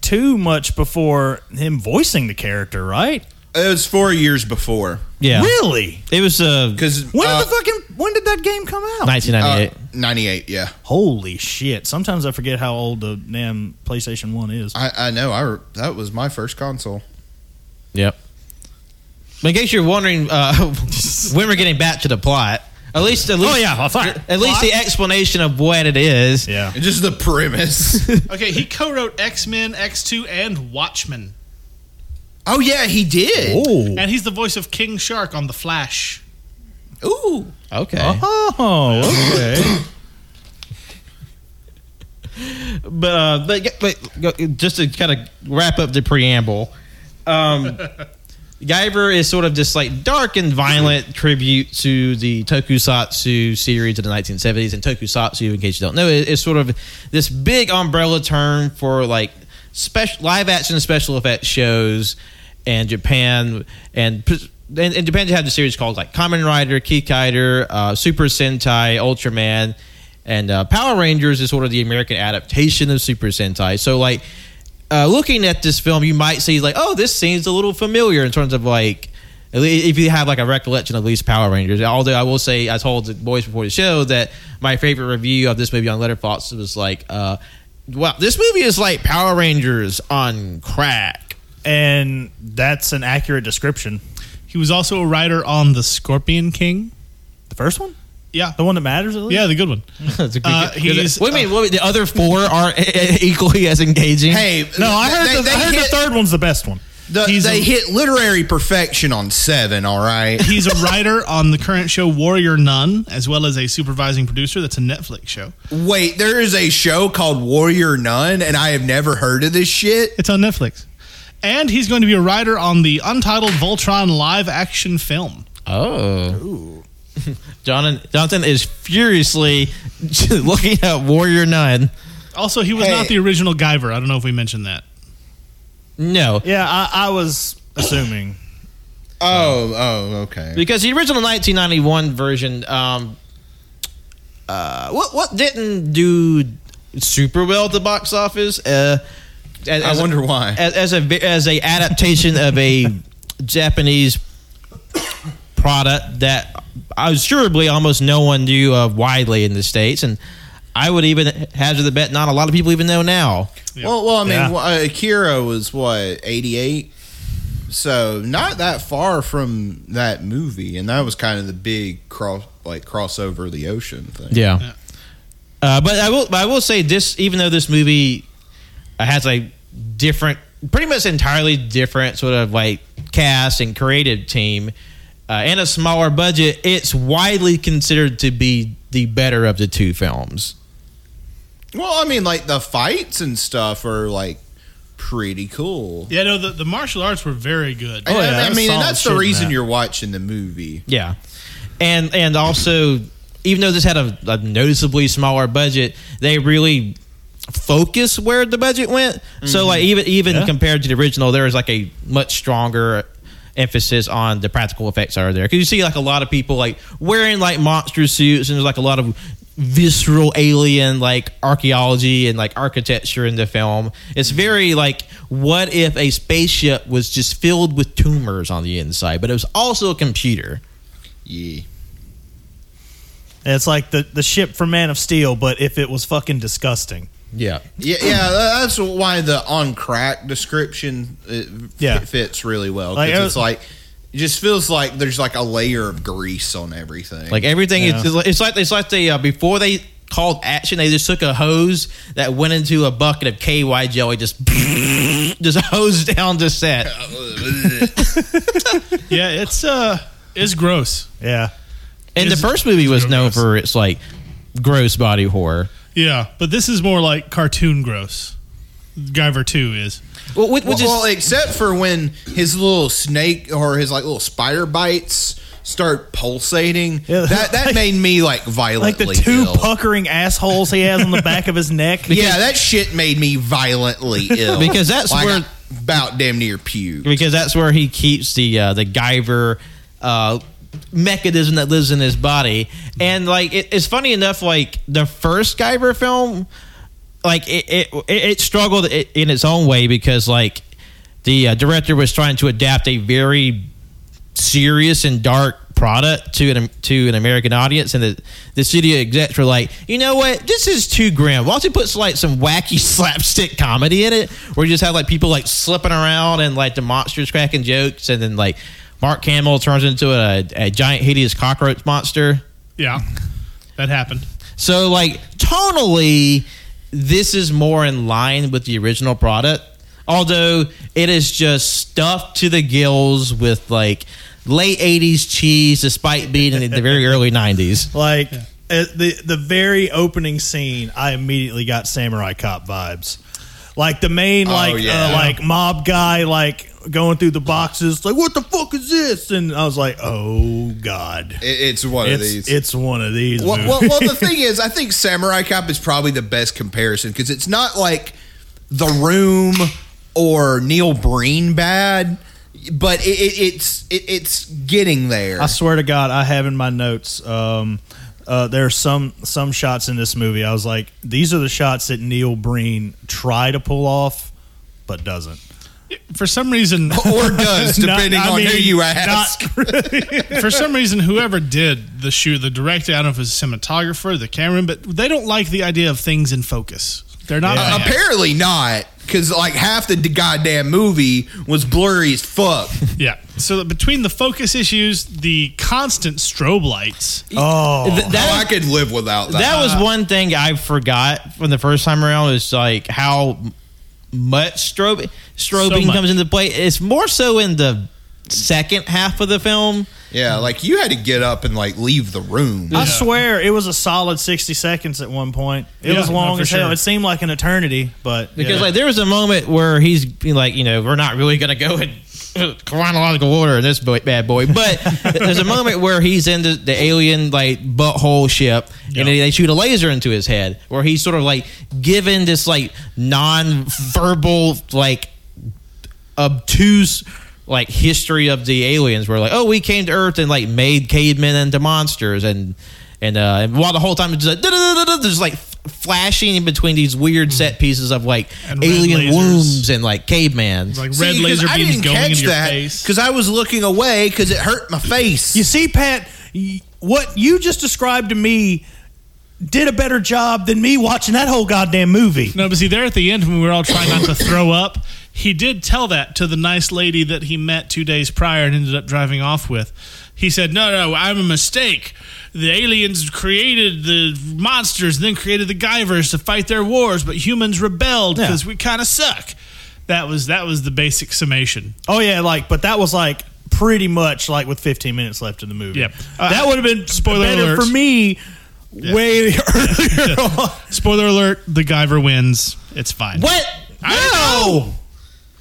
[SPEAKER 1] too much before him voicing the character, right?
[SPEAKER 4] it was four years before,
[SPEAKER 2] Yeah,
[SPEAKER 1] Really?
[SPEAKER 2] it was uh,
[SPEAKER 4] because
[SPEAKER 1] When did the fucking when did that game come out?
[SPEAKER 2] 1998.
[SPEAKER 4] Uh, ninety-eight? Yeah,
[SPEAKER 1] Holy shit! Sometimes I forget how old the damn PlayStation One is.
[SPEAKER 4] I, I know. I re- that was my first console.
[SPEAKER 2] Yep. But in case you're wondering uh, <laughs> when we're getting back to the plot, at least, at least,
[SPEAKER 1] Oh, yeah, I'll fire.
[SPEAKER 2] at least the explanation of what it is.
[SPEAKER 1] yeah.
[SPEAKER 4] Just
[SPEAKER 1] <laughs>
[SPEAKER 4] the premise.
[SPEAKER 3] Okay, he co-wrote X Men, X Two, and Watchmen,
[SPEAKER 4] oh yeah, he did.
[SPEAKER 1] Oh.
[SPEAKER 3] and he's the voice of King Shark on The Flash.
[SPEAKER 4] Ooh.
[SPEAKER 2] Okay.
[SPEAKER 1] Uh-huh. Oh. Okay.
[SPEAKER 2] But, uh, but but just to kind of wrap up the preamble, um, Guyver is sort of this like dark and violent tribute to the Tokusatsu series of the 1970s. And Tokusatsu, in case you don't know, is, is sort of this big umbrella term for like special live action special effects shows in Japan and. pres- And in Japan, they have the series called like Kamen Rider, Kikider, uh, Super Sentai, Ultraman, and uh, Power Rangers is sort of the American adaptation of Super Sentai. So like uh, looking at this film, you might see like, oh, this seems a little familiar in terms of like, at le- if you have like a recollection of these Power Rangers. Although I will say, I told the boys before the show that my favorite review of this movie on Letterboxd was like, uh, "Wow, this movie is like Power Rangers on crack."
[SPEAKER 1] and that's an accurate description.
[SPEAKER 3] He was also a writer on The Scorpion King.
[SPEAKER 1] The first one,
[SPEAKER 3] Yeah,
[SPEAKER 1] the one that matters at least.
[SPEAKER 3] yeah, the good one.
[SPEAKER 2] <laughs> That's a good-
[SPEAKER 3] Uh, he's-
[SPEAKER 2] what do you mean? What, do you mean? the other four are e-, equally as engaging?
[SPEAKER 4] Hey,
[SPEAKER 1] No, I heard,
[SPEAKER 4] they-
[SPEAKER 1] the,
[SPEAKER 4] they
[SPEAKER 1] I heard
[SPEAKER 4] hit-
[SPEAKER 1] the third one's the best one.
[SPEAKER 4] The,
[SPEAKER 3] He's
[SPEAKER 4] they
[SPEAKER 3] a-
[SPEAKER 4] hit literary perfection on seven. All right.
[SPEAKER 3] He's a writer on the current show Warrior Nun, as well as a supervising producer. That's a Netflix show.
[SPEAKER 4] <laughs> Wait, there is a show called Warrior Nun, and I have never heard of this shit.
[SPEAKER 3] It's on Netflix. And he's going to be a writer on the untitled Voltron live action film.
[SPEAKER 2] Oh. <laughs> Jonathan, Jonathan is furiously <laughs> looking at Warrior Nine.
[SPEAKER 3] Also, he was
[SPEAKER 4] Hey.
[SPEAKER 3] not the original Guyver. I don't know if we mentioned that.
[SPEAKER 2] No,
[SPEAKER 1] Yeah, I, I was assuming.
[SPEAKER 4] Oh, oh, okay.
[SPEAKER 2] because the original 1991 version, um, uh, what what didn't do super well at the box office? Uh, as,
[SPEAKER 4] I
[SPEAKER 2] as a-
[SPEAKER 4] wonder why.
[SPEAKER 2] As, as a as a adaptation of a Japanese product that assuredly almost no one knew of widely in the states, and I would even hazard the bet not a lot of people even know now.
[SPEAKER 4] Well, well, I mean,
[SPEAKER 5] Yeah.
[SPEAKER 4] wh- uh, Akira was what eighty eight, so not that far from that movie, and that was kind of the big cross, like crossover the ocean thing.
[SPEAKER 2] Yeah.
[SPEAKER 3] Yeah.
[SPEAKER 2] Uh, but I will. But I will say this: even though this movie uh, has a different, pretty much entirely different sort of like cast and creative team, uh, and a smaller budget, it's widely considered to be the better of the two films.
[SPEAKER 4] Well, I mean, like the fights and stuff are like pretty cool.
[SPEAKER 3] Yeah, no, the, the martial arts were very good.
[SPEAKER 4] And I-
[SPEAKER 5] Oh, yeah,
[SPEAKER 4] Oh, I,
[SPEAKER 5] that's
[SPEAKER 4] mean, and
[SPEAKER 5] solid
[SPEAKER 4] that's
[SPEAKER 5] shit
[SPEAKER 4] the
[SPEAKER 5] in
[SPEAKER 4] reason
[SPEAKER 5] that.
[SPEAKER 4] you're watching the movie.
[SPEAKER 2] Yeah, and and also, even though this had a, a noticeably smaller budget, they really focus where the budget went. So like even even
[SPEAKER 5] Yeah.
[SPEAKER 2] compared to the original, there is like a much stronger emphasis on the practical effects are there because you see like a lot of people like wearing like monster suits and there's like a lot of visceral alien like archaeology and like architecture in the film it's very like what if a spaceship was just filled with tumors on the inside but it was also a computer
[SPEAKER 4] Yeah.
[SPEAKER 5] And It's like the, the ship from Man of Steel, but if it was fucking disgusting.
[SPEAKER 2] yeah
[SPEAKER 4] Yeah, yeah, tha- that's why the on crack description it f-
[SPEAKER 5] Yeah.
[SPEAKER 4] fits really well.
[SPEAKER 5] Like, uh,
[SPEAKER 4] 'cause
[SPEAKER 5] it was-
[SPEAKER 4] it's like it just feels like there's like a layer of grease on everything.
[SPEAKER 2] Like everything,
[SPEAKER 5] Yeah.
[SPEAKER 2] it's, it's like it's like they uh, before they called action, they just took a hose that went into a bucket of KY jelly, just <laughs> just hosed down the set.
[SPEAKER 3] Yeah, it's uh, it's gross.
[SPEAKER 5] Yeah.
[SPEAKER 2] And the
[SPEAKER 3] Is-
[SPEAKER 2] first movie was
[SPEAKER 3] real
[SPEAKER 2] known
[SPEAKER 3] gross.
[SPEAKER 2] for its like gross body horror.
[SPEAKER 3] Yeah, but this is more like cartoon gross. Guyver Two is.
[SPEAKER 2] Well, which, which
[SPEAKER 4] well,
[SPEAKER 2] is
[SPEAKER 4] well, except for when his little snake or his like little spider bites start pulsating.
[SPEAKER 5] Yeah,
[SPEAKER 4] that that
[SPEAKER 5] like-
[SPEAKER 4] made me like
[SPEAKER 5] Like
[SPEAKER 4] violently
[SPEAKER 5] the two
[SPEAKER 4] ill.
[SPEAKER 5] puckering assholes he has on the back of his neck.
[SPEAKER 4] <laughs> yeah, that shit made me
[SPEAKER 2] <laughs>
[SPEAKER 4] violently ill
[SPEAKER 2] Because that's
[SPEAKER 4] Like,
[SPEAKER 2] where-
[SPEAKER 4] I about damn near puke.
[SPEAKER 2] because that's where he keeps the uh, the Guyver uh, mechanism that lives in his body. And like it, it's funny enough, like the first Guyver film, like it it, it, it struggled i- in its own way because like the uh, director was trying to adapt a very serious and dark product to an to an American audience, and the the studio execs were like, you know what, this is too grim. Why don't you put like some wacky <laughs> slapstick comedy in it, where you just have like people like slipping around and like the monsters cracking jokes, and then like Mark Hamill turns into a, a giant hideous cockroach monster.
[SPEAKER 3] Yeah, that happened.
[SPEAKER 2] So like tonally, this is more in line with the original product. Although it is just stuffed to the gills with like late '80s cheese, despite being in the very early '90s.
[SPEAKER 5] Like at the the very opening scene, I immediately got samurai cop vibes. Like the main like
[SPEAKER 4] Oh, yeah.
[SPEAKER 5] uh, like mob guy like going through the boxes like what the fuck is this? And I was like, "Oh god.
[SPEAKER 4] It- it's one of
[SPEAKER 5] It's
[SPEAKER 4] these.
[SPEAKER 5] it's one of these
[SPEAKER 4] Well,
[SPEAKER 5] movies.
[SPEAKER 4] well, well, the thing is, I think Samurai Cop is probably the best comparison because it's not like The Room or Neil Breen bad, but it, it, it's it, it's getting there.
[SPEAKER 5] I swear to God, I have in my notes. Um, uh, there are some some shots in this movie. I was like, these are the shots that Neil Breen try to pull off, but doesn't.
[SPEAKER 3] For some reason,
[SPEAKER 4] or
[SPEAKER 3] <laughs>
[SPEAKER 4] does,
[SPEAKER 5] <laughs> Not-
[SPEAKER 4] depending
[SPEAKER 5] I
[SPEAKER 4] on who
[SPEAKER 5] mean,
[SPEAKER 4] you ask.
[SPEAKER 5] <laughs>
[SPEAKER 3] for some reason, whoever did the shoot, the director, I don't know if it's a cinematographer, the cameraman, but they don't like the idea of things in focus. They're not.
[SPEAKER 5] Yeah.
[SPEAKER 3] fans.
[SPEAKER 4] Apparently not, because like half the d- goddamn movie was blurry as fuck. Oh,
[SPEAKER 3] Yeah. So that between the focus issues, the constant strobe lights.
[SPEAKER 5] Oh,
[SPEAKER 2] Th-
[SPEAKER 4] <laughs> Oh,
[SPEAKER 2] that,
[SPEAKER 4] I could live without that. Uh,
[SPEAKER 2] that was one thing I forgot from the first time around is like how much strobe strobing
[SPEAKER 3] much.
[SPEAKER 2] comes into play. It's more so in the second half of the film.
[SPEAKER 4] yeah, like you had to get up and like leave the room.
[SPEAKER 5] I swear it was a solid sixty seconds at one point. It
[SPEAKER 3] Yeah,
[SPEAKER 5] was long
[SPEAKER 3] no, for
[SPEAKER 5] as hell.
[SPEAKER 3] sure.
[SPEAKER 5] It seemed like an eternity, but
[SPEAKER 2] Because
[SPEAKER 5] yeah.
[SPEAKER 2] like there was a moment where he's being like, you know, we're not really gonna go in <laughs> chronological order in this boy, bad boy, but there's a moment where he's in the, the alien like butthole ship,
[SPEAKER 3] Yeah.
[SPEAKER 2] and they shoot a laser into his head, where he's sort of like given this like non-verbal like obtuse like history of the aliens where like oh we came to earth and like made cavemen into monsters and and uh and while the whole time it's just like "Da-da-da-da-da," there's like f- flashing in between these weird set pieces of like
[SPEAKER 3] And red
[SPEAKER 2] alien
[SPEAKER 3] lasers.
[SPEAKER 2] wombs and like caveman
[SPEAKER 3] Like
[SPEAKER 4] See,
[SPEAKER 3] red
[SPEAKER 4] 'cause
[SPEAKER 3] laser
[SPEAKER 4] I
[SPEAKER 3] beams
[SPEAKER 4] didn't
[SPEAKER 3] going
[SPEAKER 4] catch
[SPEAKER 3] into your
[SPEAKER 4] that
[SPEAKER 3] face.
[SPEAKER 4] because I was looking away because it hurt my face.
[SPEAKER 5] you see, Pat, y-
[SPEAKER 1] what you just described to me did a better job than me watching that whole goddamn movie.
[SPEAKER 3] No, but see, there at the end when we were all trying not to throw up, he did tell that to the nice lady that he met two days prior and ended up driving off with. He said, "No, no, I'm a mistake. The aliens created the monsters, then created the Guyvers to fight their wars, but humans rebelled
[SPEAKER 1] Yeah.
[SPEAKER 3] because we kind of suck." That was that was the basic summation.
[SPEAKER 1] Oh yeah, like but that was like pretty much like with 15 minutes left in the movie.
[SPEAKER 3] Yep.
[SPEAKER 1] that
[SPEAKER 3] Uh,
[SPEAKER 1] would have been
[SPEAKER 3] spoiler
[SPEAKER 1] better
[SPEAKER 3] alert.
[SPEAKER 1] for me. Way earlier on.
[SPEAKER 3] <laughs> Spoiler alert: the Guyver wins. It's fine.
[SPEAKER 1] What? No.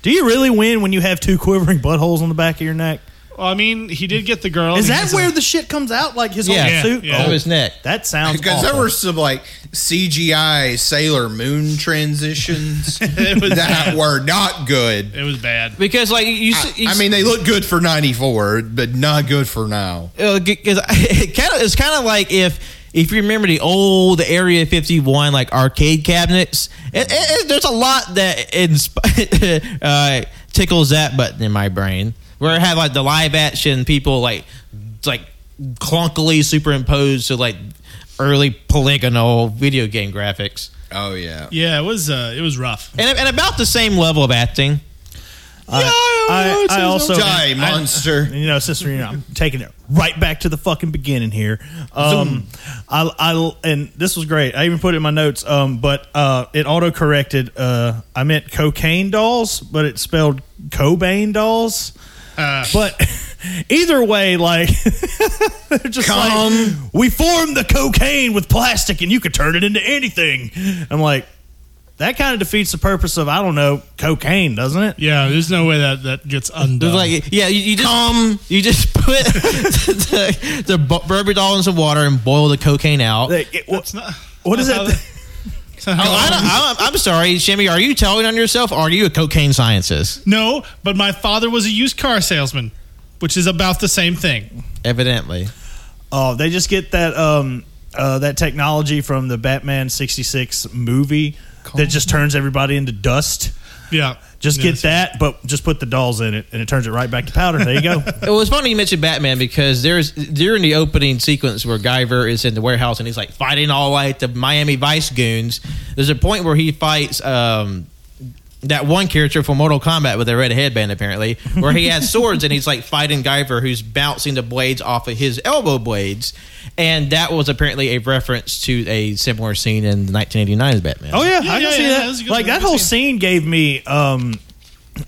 [SPEAKER 1] Do you really win when you have two quivering buttholes on the back of your neck?
[SPEAKER 3] Well, I mean, he did get the girl.
[SPEAKER 1] Is
[SPEAKER 3] He
[SPEAKER 1] that
[SPEAKER 3] has
[SPEAKER 1] where
[SPEAKER 3] a-
[SPEAKER 1] the shit comes out? Like his
[SPEAKER 2] Yeah.
[SPEAKER 1] whole
[SPEAKER 2] Yeah,
[SPEAKER 1] suit?
[SPEAKER 3] yeah.
[SPEAKER 2] Out
[SPEAKER 1] Oh,
[SPEAKER 2] of his neck.
[SPEAKER 1] that sounds
[SPEAKER 6] Because there
[SPEAKER 1] awful.
[SPEAKER 6] were some like CGI Sailor Moon
[SPEAKER 1] <laughs>
[SPEAKER 6] transitions that were not good.
[SPEAKER 3] it was bad?
[SPEAKER 2] Because like you, s- you
[SPEAKER 6] I
[SPEAKER 2] s-
[SPEAKER 6] mean, they look good for '94, but not good for now.
[SPEAKER 2] Uh, 'cause <laughs> it kind of it's kind of like if if you remember the old Area 51 like arcade cabinets, it, it, it- there's a lot that insp- <laughs> uh, tickles that button in my brain. Where it had like the live action people like like clunkily superimposed to like early polygonal video game graphics,
[SPEAKER 6] Oh yeah.
[SPEAKER 3] Yeah, it was. Uh, it was rough.
[SPEAKER 2] and and about the same level of acting.
[SPEAKER 1] I, I also
[SPEAKER 6] Die, monster.
[SPEAKER 1] <laughs> you know, sister, you know, I'm taking it right back to the fucking beginning here. Um, I, I, and this was great. I even put it in my notes. Um, but uh, it auto corrected. Uh, I meant cocaine dolls, but it spelled Cobain dolls.
[SPEAKER 3] Uh.
[SPEAKER 1] but <laughs> either way, like <laughs> they're just like we formed the cocaine with plastic, and you could turn it into anything. I'm like. That kind of defeats the purpose of I don't know cocaine, doesn't it?
[SPEAKER 3] Yeah, there's no way that that gets undone.
[SPEAKER 2] It's like yeah, you, you just you just <laughs> put the, the bu- Barbie doll in some water and boil the cocaine out.
[SPEAKER 1] Like, it- what-
[SPEAKER 3] It's not-
[SPEAKER 1] what is
[SPEAKER 3] that's
[SPEAKER 1] that?
[SPEAKER 3] how that-
[SPEAKER 2] Oh, I don't, I'm, I'm sorry, Shimmy. Are you telling on yourself? Or are you a cocaine scientist?
[SPEAKER 3] No, but my father was a used car salesman, which is about the same thing.
[SPEAKER 2] Evidently.
[SPEAKER 1] Oh, they just get that um uh, that technology from the Batman '66 movie that just turns everybody into dust.
[SPEAKER 3] Yeah.
[SPEAKER 1] Just
[SPEAKER 3] Yeah,
[SPEAKER 1] get that, but just put the dolls in it, and it turns it right back to powder. There you go.
[SPEAKER 2] It was funny you mentioned Batman because there's during the opening sequence where Guyver is in the warehouse and he's like fighting all like the Miami Vice goons. There's a point where he fights um, that one character from Mortal Kombat with a red headband, apparently, where he has swords and he's like fighting Guyver, who's bouncing the blades off of his elbow blades. And that was apparently a reference to a similar scene in 1989's Batman.
[SPEAKER 1] Oh
[SPEAKER 3] Yeah,
[SPEAKER 1] yeah, I can
[SPEAKER 3] yeah,
[SPEAKER 1] see
[SPEAKER 3] yeah, that
[SPEAKER 1] that.
[SPEAKER 3] was a good-
[SPEAKER 1] like that
[SPEAKER 3] good
[SPEAKER 1] whole
[SPEAKER 3] scene.
[SPEAKER 1] scene gave me um,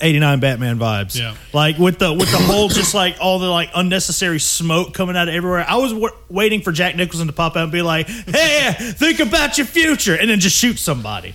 [SPEAKER 1] eighty nine Batman vibes.
[SPEAKER 3] Yeah.
[SPEAKER 1] like with the with the whole just like all the like unnecessary smoke coming out of everywhere. I was wa waiting for Jack Nicholson to pop out and be like, "Hey, think about your future," and then just shoot somebody.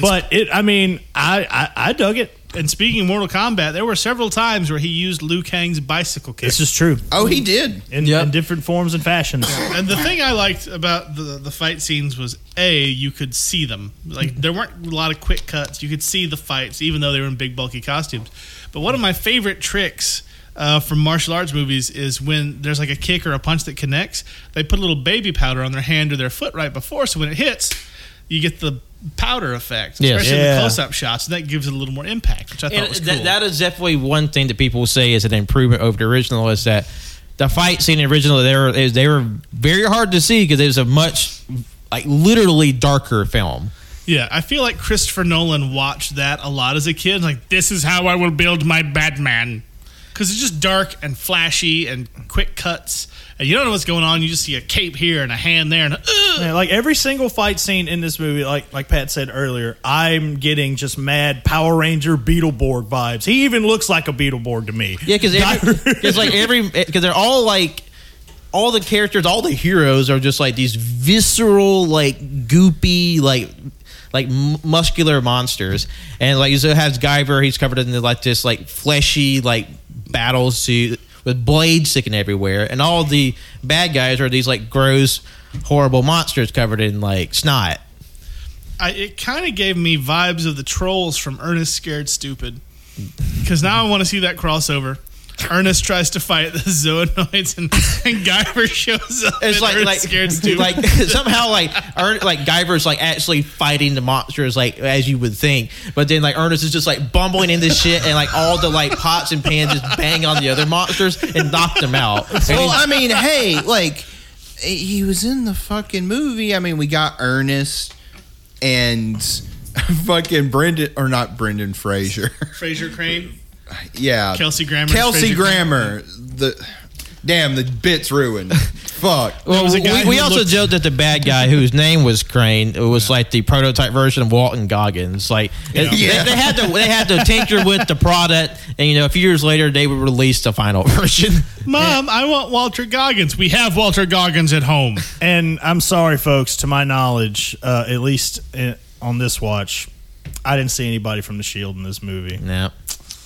[SPEAKER 1] but it, I mean, I I, I dug it.
[SPEAKER 3] And speaking of Mortal Kombat, there were several times where he used Liu Kang's bicycle kick.
[SPEAKER 1] This is true
[SPEAKER 6] Oh, he did.
[SPEAKER 1] in,
[SPEAKER 2] Yep.
[SPEAKER 1] in different forms and fashions.
[SPEAKER 3] and the thing I liked about the the fight scenes was a you could see them. Like there weren't a lot of quick cuts. You could see the fights, even though they were in big bulky costumes. But one of my favorite tricks. Uh, from martial arts movies is when there's like a kick or a punch that connects they put a little baby powder on their hand or their foot right before so when it hits you get the powder effect
[SPEAKER 2] Yes.
[SPEAKER 3] especially in
[SPEAKER 1] Yeah.
[SPEAKER 3] the close-up shots and that gives it a little more impact which i thought
[SPEAKER 2] And
[SPEAKER 3] was cool
[SPEAKER 2] that, that is definitely one thing that people say is an improvement over the original is that the fight scene in the original they were they were very hard to see because it was a much like literally darker film.
[SPEAKER 3] Yeah, I feel like Christopher Nolan watched that a lot as a kid. Like, this is how I will build my Batman. Because it's just dark and flashy and quick cuts. And you don't know what's going on. You just see a cape here and a hand there. And "Ugh."
[SPEAKER 1] Yeah, like every single fight scene in this movie, like like Pat said earlier, I'm getting just mad Power Ranger Beetleborg vibes. He even looks like a Beetleborg to me.
[SPEAKER 2] Yeah, because because like every because they're all like all the characters, all the heroes are just like these visceral, like goopy, like like m- muscular monsters, and like you still have Guyver, he's covered in like this like fleshy like battle suit with blades sticking everywhere, and all the bad guys are these like gross, horrible monsters covered in like snot.
[SPEAKER 3] I, it kind of gave me vibes of the trolls from Ernest Scared Stupid. Because now I want to see that crossover. Ernest tries to fight the <laughs> zoonoids, and, and Guyver shows up.
[SPEAKER 2] It's
[SPEAKER 3] and
[SPEAKER 2] like
[SPEAKER 3] Ernest
[SPEAKER 2] like <laughs>
[SPEAKER 3] scared stupid.
[SPEAKER 2] like somehow like Ern, like Guyver's like actually fighting the monsters like as you would think, but then like Ernest is just like bumbling in this shit and like all the like pots and pans just bang on the other monsters and knock
[SPEAKER 3] <laughs>
[SPEAKER 2] them out. And
[SPEAKER 4] Well,
[SPEAKER 2] he's-
[SPEAKER 4] I mean, hey, like he was in the fucking movie. I mean, we got Ernest
[SPEAKER 6] <laughs>
[SPEAKER 4] and fucking Brendan or not Brendan Fraser.
[SPEAKER 3] Fraser Crane.
[SPEAKER 4] yeah.
[SPEAKER 3] Kelsey Grammer, Fraser
[SPEAKER 4] Kelsey Grammer. The damn, the bit's ruined.
[SPEAKER 1] <laughs>
[SPEAKER 4] Fuck.
[SPEAKER 2] well,
[SPEAKER 3] was a guy
[SPEAKER 2] we, we
[SPEAKER 3] who
[SPEAKER 2] also
[SPEAKER 3] looked-
[SPEAKER 2] joked that the bad guy whose name was Crane was like the prototype version of Walton Goggins. Like they-
[SPEAKER 4] Yeah.
[SPEAKER 2] they, had to they had to tinker with the product, and you know a few years later they would release the final <laughs> version.
[SPEAKER 3] Mom, I want Walter Goggins. We have Walter Goggins at home.
[SPEAKER 1] <laughs> And I'm sorry, folks. To my knowledge, uh, at least uh on this watch, I didn't see anybody from the Shield in this movie.
[SPEAKER 2] Yeah.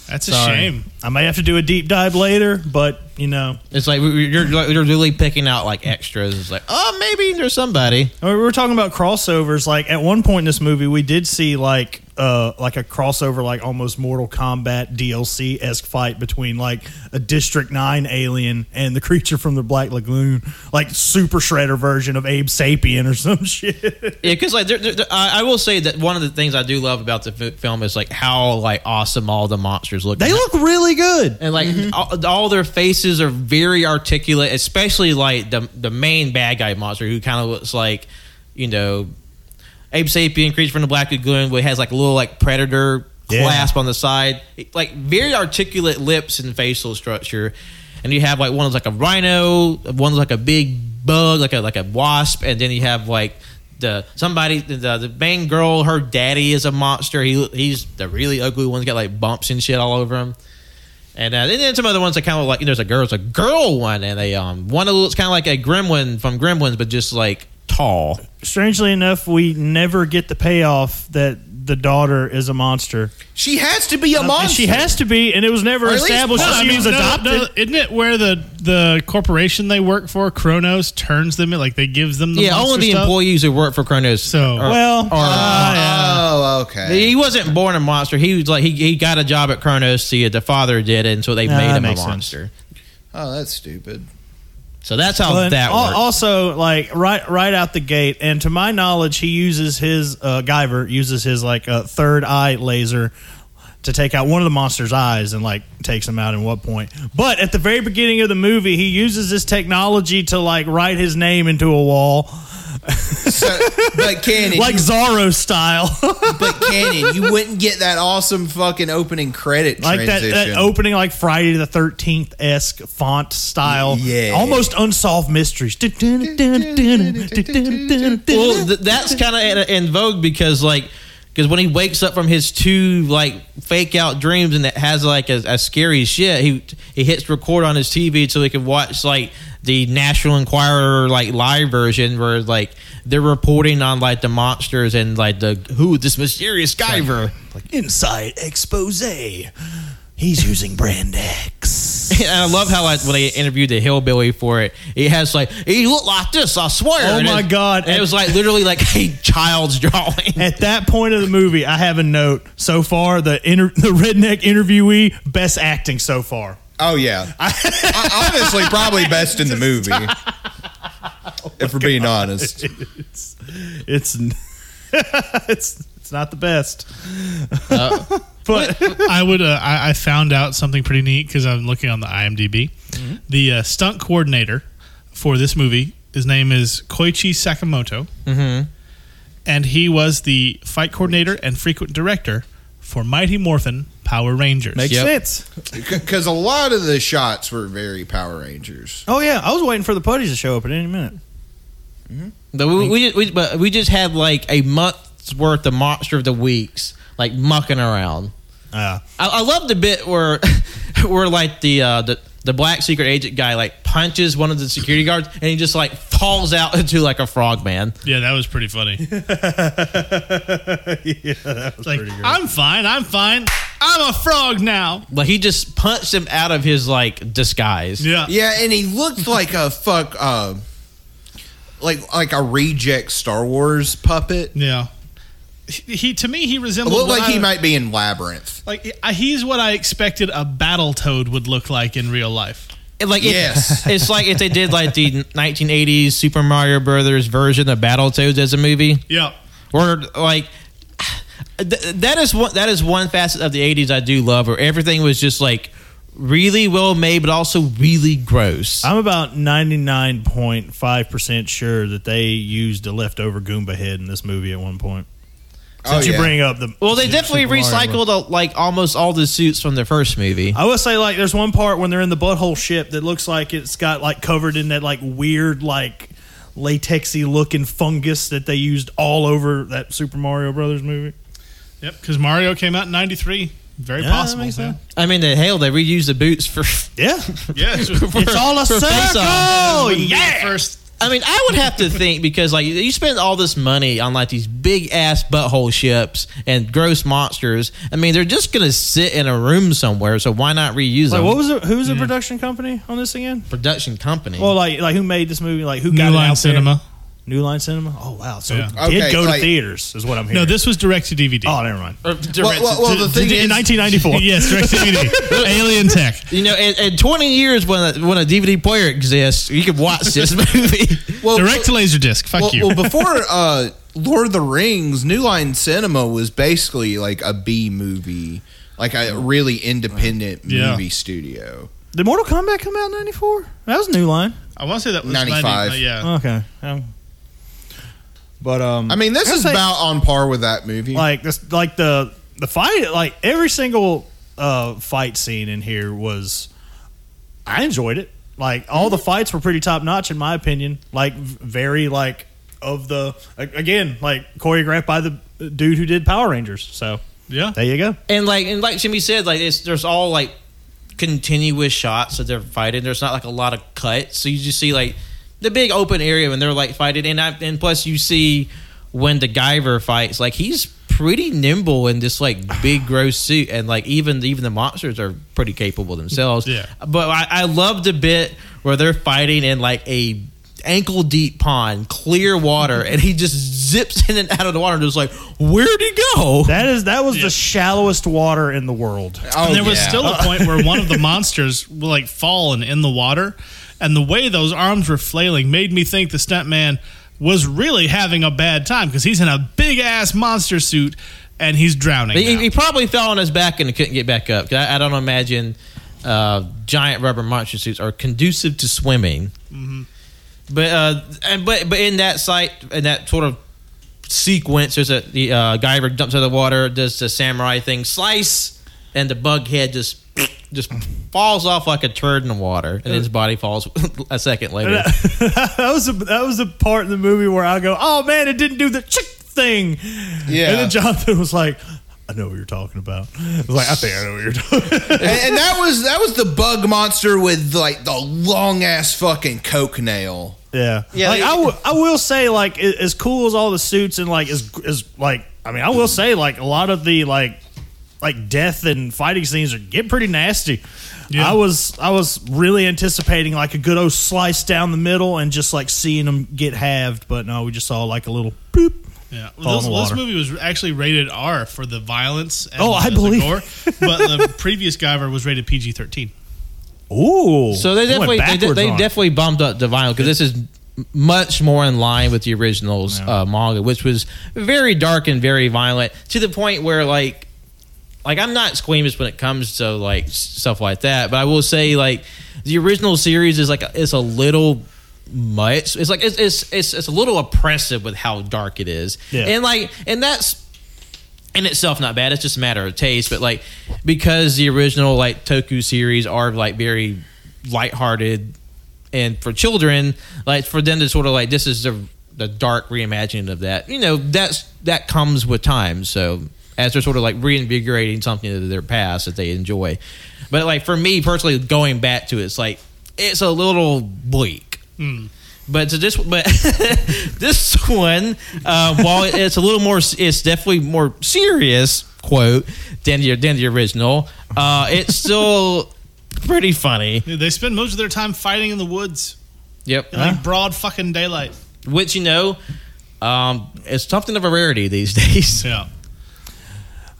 [SPEAKER 3] That's a
[SPEAKER 1] Sorry.
[SPEAKER 3] shame.
[SPEAKER 1] I may have to do a deep dive later, but you know,
[SPEAKER 2] It's like we- we- you're like, you're really picking out like extras. It's like, oh, maybe there's somebody.
[SPEAKER 1] I mean, we were talking about crossovers. Like at one point in this movie, we did see like uh like a crossover, like almost Mortal Kombat DLC esque fight between like a District Nine alien and the creature from the Black Lagoon, like Super Shredder version of Abe Sapien or some <laughs> shit.
[SPEAKER 2] Yeah, because like there, there, there- I, I will say that one of the things I do love about the f- film is like how like awesome all the monsters look.
[SPEAKER 1] They look really good. Mm-hmm.
[SPEAKER 2] and like all, all their faces are very articulate, especially like the the main bad guy monster who kind of looks like you know Ape Sapien creature from the Black Lagoon, where it has like a little like predator
[SPEAKER 1] Yeah.
[SPEAKER 2] clasp on the side, like very articulate lips and facial structure, and you have like one's like a rhino, one's like a big bug, like a like a wasp, and then you have like. The somebody the, the main girl her daddy is a monster he he's the really ugly one he's got like bumps and shit all over him and, uh, and then some other ones that kind of like there's a girl, it's a girl one, and a um one that looks kind of like a gremlin from Gremlins, but just like tall.
[SPEAKER 1] Strangely enough, we never get the payoff that the daughter is a monster.
[SPEAKER 4] She has to be a
[SPEAKER 1] And
[SPEAKER 4] monster.
[SPEAKER 1] Uh, she has to be, and it was never
[SPEAKER 4] Or at least-
[SPEAKER 1] established
[SPEAKER 3] No,
[SPEAKER 1] that
[SPEAKER 3] I
[SPEAKER 1] she
[SPEAKER 3] mean,
[SPEAKER 1] was
[SPEAKER 3] no,
[SPEAKER 1] adopted.
[SPEAKER 3] no, isn't it where the, the corporation they work for, Kronos, turns them like they gives them the
[SPEAKER 2] yeah,
[SPEAKER 3] monster
[SPEAKER 2] only the
[SPEAKER 3] stuff?
[SPEAKER 2] employees who work for Kronos.
[SPEAKER 3] So-
[SPEAKER 2] are-
[SPEAKER 1] Well, <laughs>
[SPEAKER 2] are- uh,
[SPEAKER 4] Oh, okay.
[SPEAKER 2] he wasn't born a monster. He was like he, he got a job at Kronos. See, the father did, and so they
[SPEAKER 1] Nah,
[SPEAKER 2] made
[SPEAKER 1] that
[SPEAKER 2] him a
[SPEAKER 1] makes sense.
[SPEAKER 2] monster.
[SPEAKER 4] Oh, that's stupid.
[SPEAKER 2] So that's how
[SPEAKER 1] But
[SPEAKER 2] that
[SPEAKER 1] al-
[SPEAKER 2] works.
[SPEAKER 1] also like right right out the gate and to my knowledge he uses his uh Guyver uses his like uh, third eye laser to take out one of the monster's eyes and like takes him out in what point but at the very beginning of the movie he uses this technology to like write his name into a wall
[SPEAKER 4] So, but Cannon,
[SPEAKER 1] like Zorro style <laughs>
[SPEAKER 4] but Cannon, you wouldn't get that awesome fucking opening credit
[SPEAKER 1] like that,
[SPEAKER 4] transition.
[SPEAKER 1] that opening like Friday the 13th esque font style
[SPEAKER 4] Yeah.
[SPEAKER 1] almost unsolved mysteries
[SPEAKER 2] well, th- that's kind of in, in vogue because like because when he wakes up from his two like fake out dreams and it has like a, a scary shit, he he hits record on his TV so he can watch like the National Enquirer like live version where like they're reporting on like the monsters and like the who this mysterious Skyver.
[SPEAKER 1] Inside expose. He's using brand <laughs> X.
[SPEAKER 2] <laughs> And I love how like when they interviewed the hillbilly for it, he has like he looked like this. I swear.
[SPEAKER 1] Oh
[SPEAKER 2] And it-
[SPEAKER 1] my God.
[SPEAKER 2] And it was like literally like <laughs> a child's drawing.
[SPEAKER 1] At that point of the movie, I have a note. So far, the inter- <laughs> the redneck interviewee best acting so far.
[SPEAKER 4] oh yeah, I, honestly, probably
[SPEAKER 1] <laughs>
[SPEAKER 4] best in the movie. if we're being
[SPEAKER 1] Oh,
[SPEAKER 4] honest,
[SPEAKER 1] It's <laughs> it's it's not the best, but
[SPEAKER 3] <laughs> I would. Uh, I, I found out something pretty neat because I'm looking on the IMDb. The uh, stunt coordinator for this movie, his name is Koichi Sakamoto, and he was the fight coordinator and frequent director for Mighty Morphin Power Rangers.
[SPEAKER 1] makes
[SPEAKER 2] Yep.
[SPEAKER 1] sense.
[SPEAKER 4] because a lot of the shots were very Power Rangers.
[SPEAKER 1] Oh yeah, I was waiting for the putties to show up at any minute.
[SPEAKER 2] But we, we, just- we, but we just had like a month's worth of monster of the weeks, like mucking around.
[SPEAKER 1] Uh,
[SPEAKER 2] I, I love the bit where <laughs> where like the uh, the the black secret agent guy like punches one of the security guards and he just like falls out <laughs> into like a frog man.
[SPEAKER 3] <laughs> Yeah, that was pretty funny. It's like I'm fine. I'm fine. I'm a frog now.
[SPEAKER 2] Like he just punched him out of his like disguise.
[SPEAKER 3] Yeah.
[SPEAKER 4] Yeah, and he looked like a fuck, uh, like like a reject Star Wars puppet.
[SPEAKER 3] Yeah. he, he- to me he resembled
[SPEAKER 6] Looked
[SPEAKER 3] what
[SPEAKER 6] like he
[SPEAKER 3] I-
[SPEAKER 6] might be in labyrinth.
[SPEAKER 3] like I- he's what I expected a battle toad would look like in real life.
[SPEAKER 2] It- like it-
[SPEAKER 6] Yes.
[SPEAKER 2] <laughs> it's like if they did like the 1980s Super Mario Brothers version of Battletoads as a movie,
[SPEAKER 3] Yeah.
[SPEAKER 2] or like th- that is one that is one facet of the 80s I do love, where everything was just like really well made, but also really gross.
[SPEAKER 1] I'm about 99.5% sure that they used a leftover Goomba head in this movie at one point.
[SPEAKER 4] Oh,
[SPEAKER 1] Since you
[SPEAKER 6] Oh, yeah.
[SPEAKER 1] bring up the
[SPEAKER 2] well, they
[SPEAKER 1] the
[SPEAKER 2] definitely
[SPEAKER 1] Super Mario
[SPEAKER 2] recycled uh, like almost all the suits from the first movie.
[SPEAKER 1] I will say, like, there's one part when they're in the butthole ship that looks like it's got like covered in that like weird like latexy looking fungus that they used all over that Super Mario Brothers movie.
[SPEAKER 3] Yep. Because Mario came out in '93. Very
[SPEAKER 1] Yeah, that
[SPEAKER 3] possible.
[SPEAKER 1] makes
[SPEAKER 3] man.
[SPEAKER 2] I mean, the hell, they reused the boots for.
[SPEAKER 1] Yeah,
[SPEAKER 3] Yeah.
[SPEAKER 6] <laughs>
[SPEAKER 3] It's,
[SPEAKER 1] <laughs> it's all a
[SPEAKER 2] For
[SPEAKER 1] circle.
[SPEAKER 2] face-off. That
[SPEAKER 3] wouldn't be the
[SPEAKER 1] yeah.
[SPEAKER 3] First.
[SPEAKER 2] I mean, I would
[SPEAKER 1] <laughs>
[SPEAKER 2] have to think because like you spend all this money on like these big ass butthole ships and gross monsters. I mean, they're just gonna sit in a room somewhere. So why not reuse
[SPEAKER 1] Like,
[SPEAKER 2] them?
[SPEAKER 1] what was it? Who's the production company on this again?
[SPEAKER 2] production company?
[SPEAKER 1] Well, like, like who made this movie? Like, who got
[SPEAKER 3] New
[SPEAKER 1] it
[SPEAKER 3] Line
[SPEAKER 1] out there?
[SPEAKER 3] Cinema.
[SPEAKER 1] New Line Cinema. Oh wow, so it
[SPEAKER 3] Yeah.
[SPEAKER 1] did
[SPEAKER 6] Okay,
[SPEAKER 1] go to
[SPEAKER 6] like- Uh,
[SPEAKER 1] theaters, is what I'm hearing.
[SPEAKER 3] No, this was direct to DVD.
[SPEAKER 1] Oh, never mind.
[SPEAKER 6] Well, well, well, the thing is,
[SPEAKER 1] in
[SPEAKER 3] <laughs>
[SPEAKER 1] 1994.
[SPEAKER 3] yes, direct to DVD. Alien Tech.
[SPEAKER 2] you know, in, in twenty years when a, when a DVD player exists, you can
[SPEAKER 1] <laughs>
[SPEAKER 2] watch this movie.
[SPEAKER 6] well,
[SPEAKER 3] Direct to Laserdisc. Fuck
[SPEAKER 6] well,
[SPEAKER 3] you.
[SPEAKER 6] well,
[SPEAKER 3] <laughs>
[SPEAKER 6] before uh, Lord of the Rings, New Line Cinema was basically like a B movie, like a really independent
[SPEAKER 3] Yeah.
[SPEAKER 6] movie studio.
[SPEAKER 1] Did Mortal Kombat come out in '94? That was New Line.
[SPEAKER 3] I want to say that was
[SPEAKER 6] 95.
[SPEAKER 3] 90, but yeah.
[SPEAKER 1] Okay. Um, but um,
[SPEAKER 6] I mean, this
[SPEAKER 1] I'd
[SPEAKER 6] is
[SPEAKER 1] say-
[SPEAKER 6] about on par with that movie.
[SPEAKER 1] like this, like the the fight, like every single uh, fight scene in here was. I enjoyed it. Like all the fights were pretty top notch in my opinion. Like v- very like of the a- again like choreographed by the uh, dude who did Power Rangers. So
[SPEAKER 3] Yeah.
[SPEAKER 1] there you go.
[SPEAKER 2] and like and like Jimmy said, like it's there's all like continuous shots that they're fighting. There's not like a lot of cuts, so you just see like the big open area when they're like fighting, and I, and plus you see when the Guyver fights, like he's pretty nimble in this like big gross suit, and like even even the monsters are pretty capable themselves.
[SPEAKER 3] Yeah.
[SPEAKER 2] but I, I love the bit where they're fighting in like a ankle deep pond, clear water, and he just zips in and out of the water, and just like where'd he go?
[SPEAKER 1] That is that was
[SPEAKER 3] Yeah.
[SPEAKER 1] the shallowest water in the world.
[SPEAKER 6] oh,
[SPEAKER 3] and there was
[SPEAKER 6] yeah.
[SPEAKER 3] still a point where one of the monsters will like fall and in the water, and the way those arms were flailing made me think the stuntman was really having a bad time because he's in a big ass monster suit and he's drowning.
[SPEAKER 2] He,
[SPEAKER 3] now.
[SPEAKER 2] he probably fell on his back and couldn't get back up. 'Cause I, I don't imagine uh, giant rubber monster suits are conducive to swimming. But uh, and but but in that site in that sort of sequence, there's a the uh, guy jumps out of the water, does the samurai thing, slice, and the bug head just just falls off like a turd in the water, and his body falls <laughs> a second later.
[SPEAKER 1] <laughs> that was a, that was a part in the movie where I go, "Oh man, it didn't do the chick thing."
[SPEAKER 6] Yeah.
[SPEAKER 1] and then Jonathan was like, "I know what you're talking about." I was like, "I think I know what you're talking." <laughs> about.
[SPEAKER 6] and, and that was that was the bug monster with like the long ass fucking coke nail.
[SPEAKER 1] yeah, yeah. Like I, w- I will say, like a- as cool as all the suits and like as as like I mean, I will say like a lot of the like like death and fighting scenes are get pretty nasty. I was I was really anticipating like a good old slice down the middle and just like seeing them get halved, but no, we just saw like a little boop.
[SPEAKER 3] Yeah,
[SPEAKER 1] Fall
[SPEAKER 3] well,
[SPEAKER 1] in
[SPEAKER 3] this,
[SPEAKER 1] the
[SPEAKER 3] this
[SPEAKER 1] water.
[SPEAKER 3] movie was actually rated R for the violence. And
[SPEAKER 1] Oh, I
[SPEAKER 3] the,
[SPEAKER 1] believe-
[SPEAKER 3] the gore,
[SPEAKER 1] <laughs>
[SPEAKER 3] but the previous Guyver was rated PG thirteen.
[SPEAKER 1] Ooh.
[SPEAKER 2] So they
[SPEAKER 1] Oh, went
[SPEAKER 2] definitely they, de-
[SPEAKER 1] backwards
[SPEAKER 2] they
[SPEAKER 1] on it.
[SPEAKER 2] definitely bumped up the vinyl because this is m- much more in line with the originals uh, manga, which was very dark and very violent to the point where like like I'm not squeamish when it comes to like s- stuff like that, but I will say like the original series is like it's a little much. It's like it's it's it's, it's a little oppressive with how dark it is,
[SPEAKER 1] Yeah.
[SPEAKER 2] and like and that's in itself not bad. It's just a matter of taste, but like because the original like Toku series are like very lighthearted and for children, like for them to sort of like this is the the dark reimagining of that. You know, that's that comes with time. So as they're sort of like reinvigorating something of their past that they enjoy. But like for me personally, going back to it, it's like it's a little bleak. But to this, but <laughs> this one, uh, while it's a little more, it's definitely more serious quote than the than the original. Uh, it's still pretty funny.
[SPEAKER 3] They spend most of their time fighting in the woods
[SPEAKER 2] Yep.
[SPEAKER 3] in like broad fucking daylight.
[SPEAKER 2] Which you know, Um, it's something of a rarity these <laughs> days.
[SPEAKER 3] Yeah.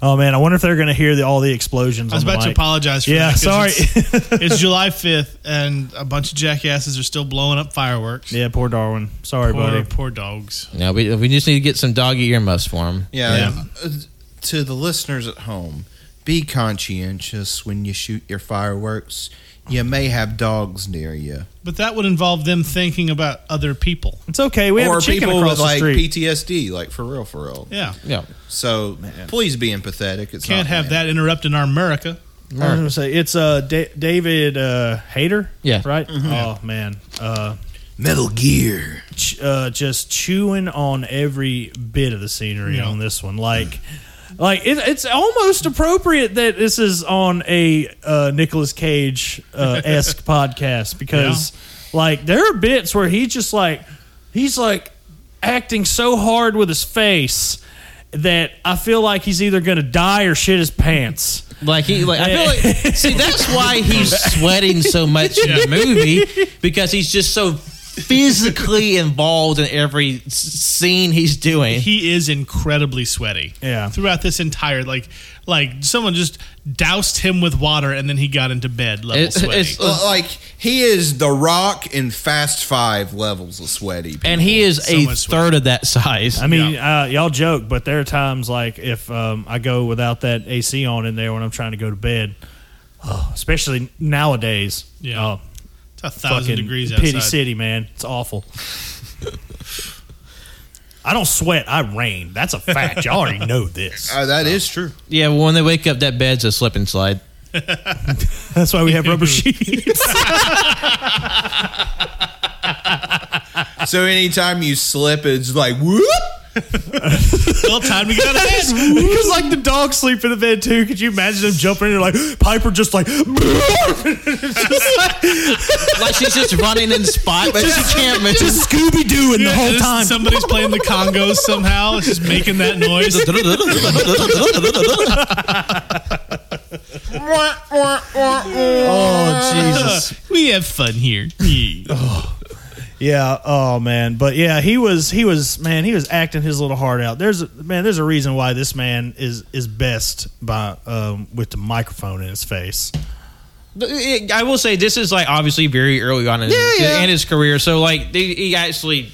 [SPEAKER 1] Oh man, I wonder if they're going to hear the, all the explosions.
[SPEAKER 3] I was
[SPEAKER 1] on the
[SPEAKER 3] about to
[SPEAKER 1] mic.
[SPEAKER 3] apologize for that
[SPEAKER 1] Yeah,
[SPEAKER 3] 'cause
[SPEAKER 1] sorry.
[SPEAKER 3] It's, <laughs>
[SPEAKER 1] <laughs>
[SPEAKER 3] it's July 5th, and a bunch of jackasses are still blowing up fireworks.
[SPEAKER 1] Yeah, poor Darwin. Sorry,
[SPEAKER 3] Poor,
[SPEAKER 1] buddy.
[SPEAKER 3] poor dogs.
[SPEAKER 2] Now we, we just need to get some doggy earmuffs for them.
[SPEAKER 4] Yeah. uh, To the listeners at home, be conscientious when you shoot your fireworks. You may have dogs near you,
[SPEAKER 3] But that would involve them thinking about other people.
[SPEAKER 1] It's okay. We have
[SPEAKER 4] or
[SPEAKER 1] a chicken
[SPEAKER 4] people
[SPEAKER 1] across
[SPEAKER 4] with
[SPEAKER 1] the
[SPEAKER 4] like
[SPEAKER 1] street.
[SPEAKER 4] PTSD, like for real, for real.
[SPEAKER 3] Yeah.
[SPEAKER 2] Yeah.
[SPEAKER 4] So please be empathetic. It's
[SPEAKER 3] Can't
[SPEAKER 1] Oh,
[SPEAKER 4] not
[SPEAKER 3] have
[SPEAKER 4] bad.
[SPEAKER 3] that interrupting our America.
[SPEAKER 1] I was going to say it's uh, da- David uh, Hayter.
[SPEAKER 2] Yeah.
[SPEAKER 1] Right.
[SPEAKER 3] Mm-hmm.
[SPEAKER 1] Oh man. Uh,
[SPEAKER 4] Metal Gear.
[SPEAKER 1] ch- uh, just chewing on every bit of the scenery
[SPEAKER 3] Yeah.
[SPEAKER 1] on this one. Like, like it, it's almost appropriate that this is on a uh, Nicolas Cage uh, esque podcast because, like, there are bits where he just like he's like acting so hard with his face that I feel like he's either gonna die or shit his pants.
[SPEAKER 2] Like he, like I feel <laughs> like. see, that's why he's sweating so much in the movie because he's just so physically involved in every s- scene he's doing.
[SPEAKER 3] He is incredibly sweaty.
[SPEAKER 1] Yeah.
[SPEAKER 3] Throughout this entire like like someone just doused him with water and then he got into bed level
[SPEAKER 2] It's-
[SPEAKER 3] sweaty.
[SPEAKER 2] it's-
[SPEAKER 4] Well, like he is the Rock in Fast Five levels of sweaty. people.
[SPEAKER 2] and he is
[SPEAKER 3] So
[SPEAKER 2] a
[SPEAKER 3] much sweat.
[SPEAKER 2] third of that size.
[SPEAKER 1] I mean, uh, y'all joke, but there are times like if um, I go without that AC on in there when I'm trying to go to bed, oh, especially nowadays.
[SPEAKER 3] Yeah.
[SPEAKER 1] Oh,
[SPEAKER 3] it's a thousand
[SPEAKER 1] fucking
[SPEAKER 3] degrees outside.
[SPEAKER 1] pity city, man. It's awful. I don't sweat. I rain. That's a fact. Y'all already know
[SPEAKER 4] <laughs>
[SPEAKER 1] this.
[SPEAKER 4] Uh, that is true.
[SPEAKER 2] yeah, well, when they wake up, that bed's a slip and slide.
[SPEAKER 1] That's why we have
[SPEAKER 3] <laughs>
[SPEAKER 1] rubber sheets. <laughs>
[SPEAKER 4] So anytime you slip, it's like whoop.
[SPEAKER 3] Well, time to get out of bed.
[SPEAKER 1] Because like the dogs sleep in the bed too. Could you imagine them jumping in? Like Piper, just like
[SPEAKER 2] Like she's just running in spot, but she can't move. <laughs>
[SPEAKER 1] Scooby Doo in <laughs> the whole
[SPEAKER 3] Just <laughs>
[SPEAKER 1] time.
[SPEAKER 3] Somebody's playing the
[SPEAKER 1] <laughs>
[SPEAKER 3] congos somehow. It's just making that noise.
[SPEAKER 2] oh Jesus!
[SPEAKER 3] we have fun here.
[SPEAKER 1] <laughs> Yeah. Oh man. But yeah, he was he was man he was acting his little heart out. There's a, man. There's a reason why this man is is best by um, with the microphone in his face.
[SPEAKER 2] I will say this is like obviously very early on in, his, in his career, so like he, he actually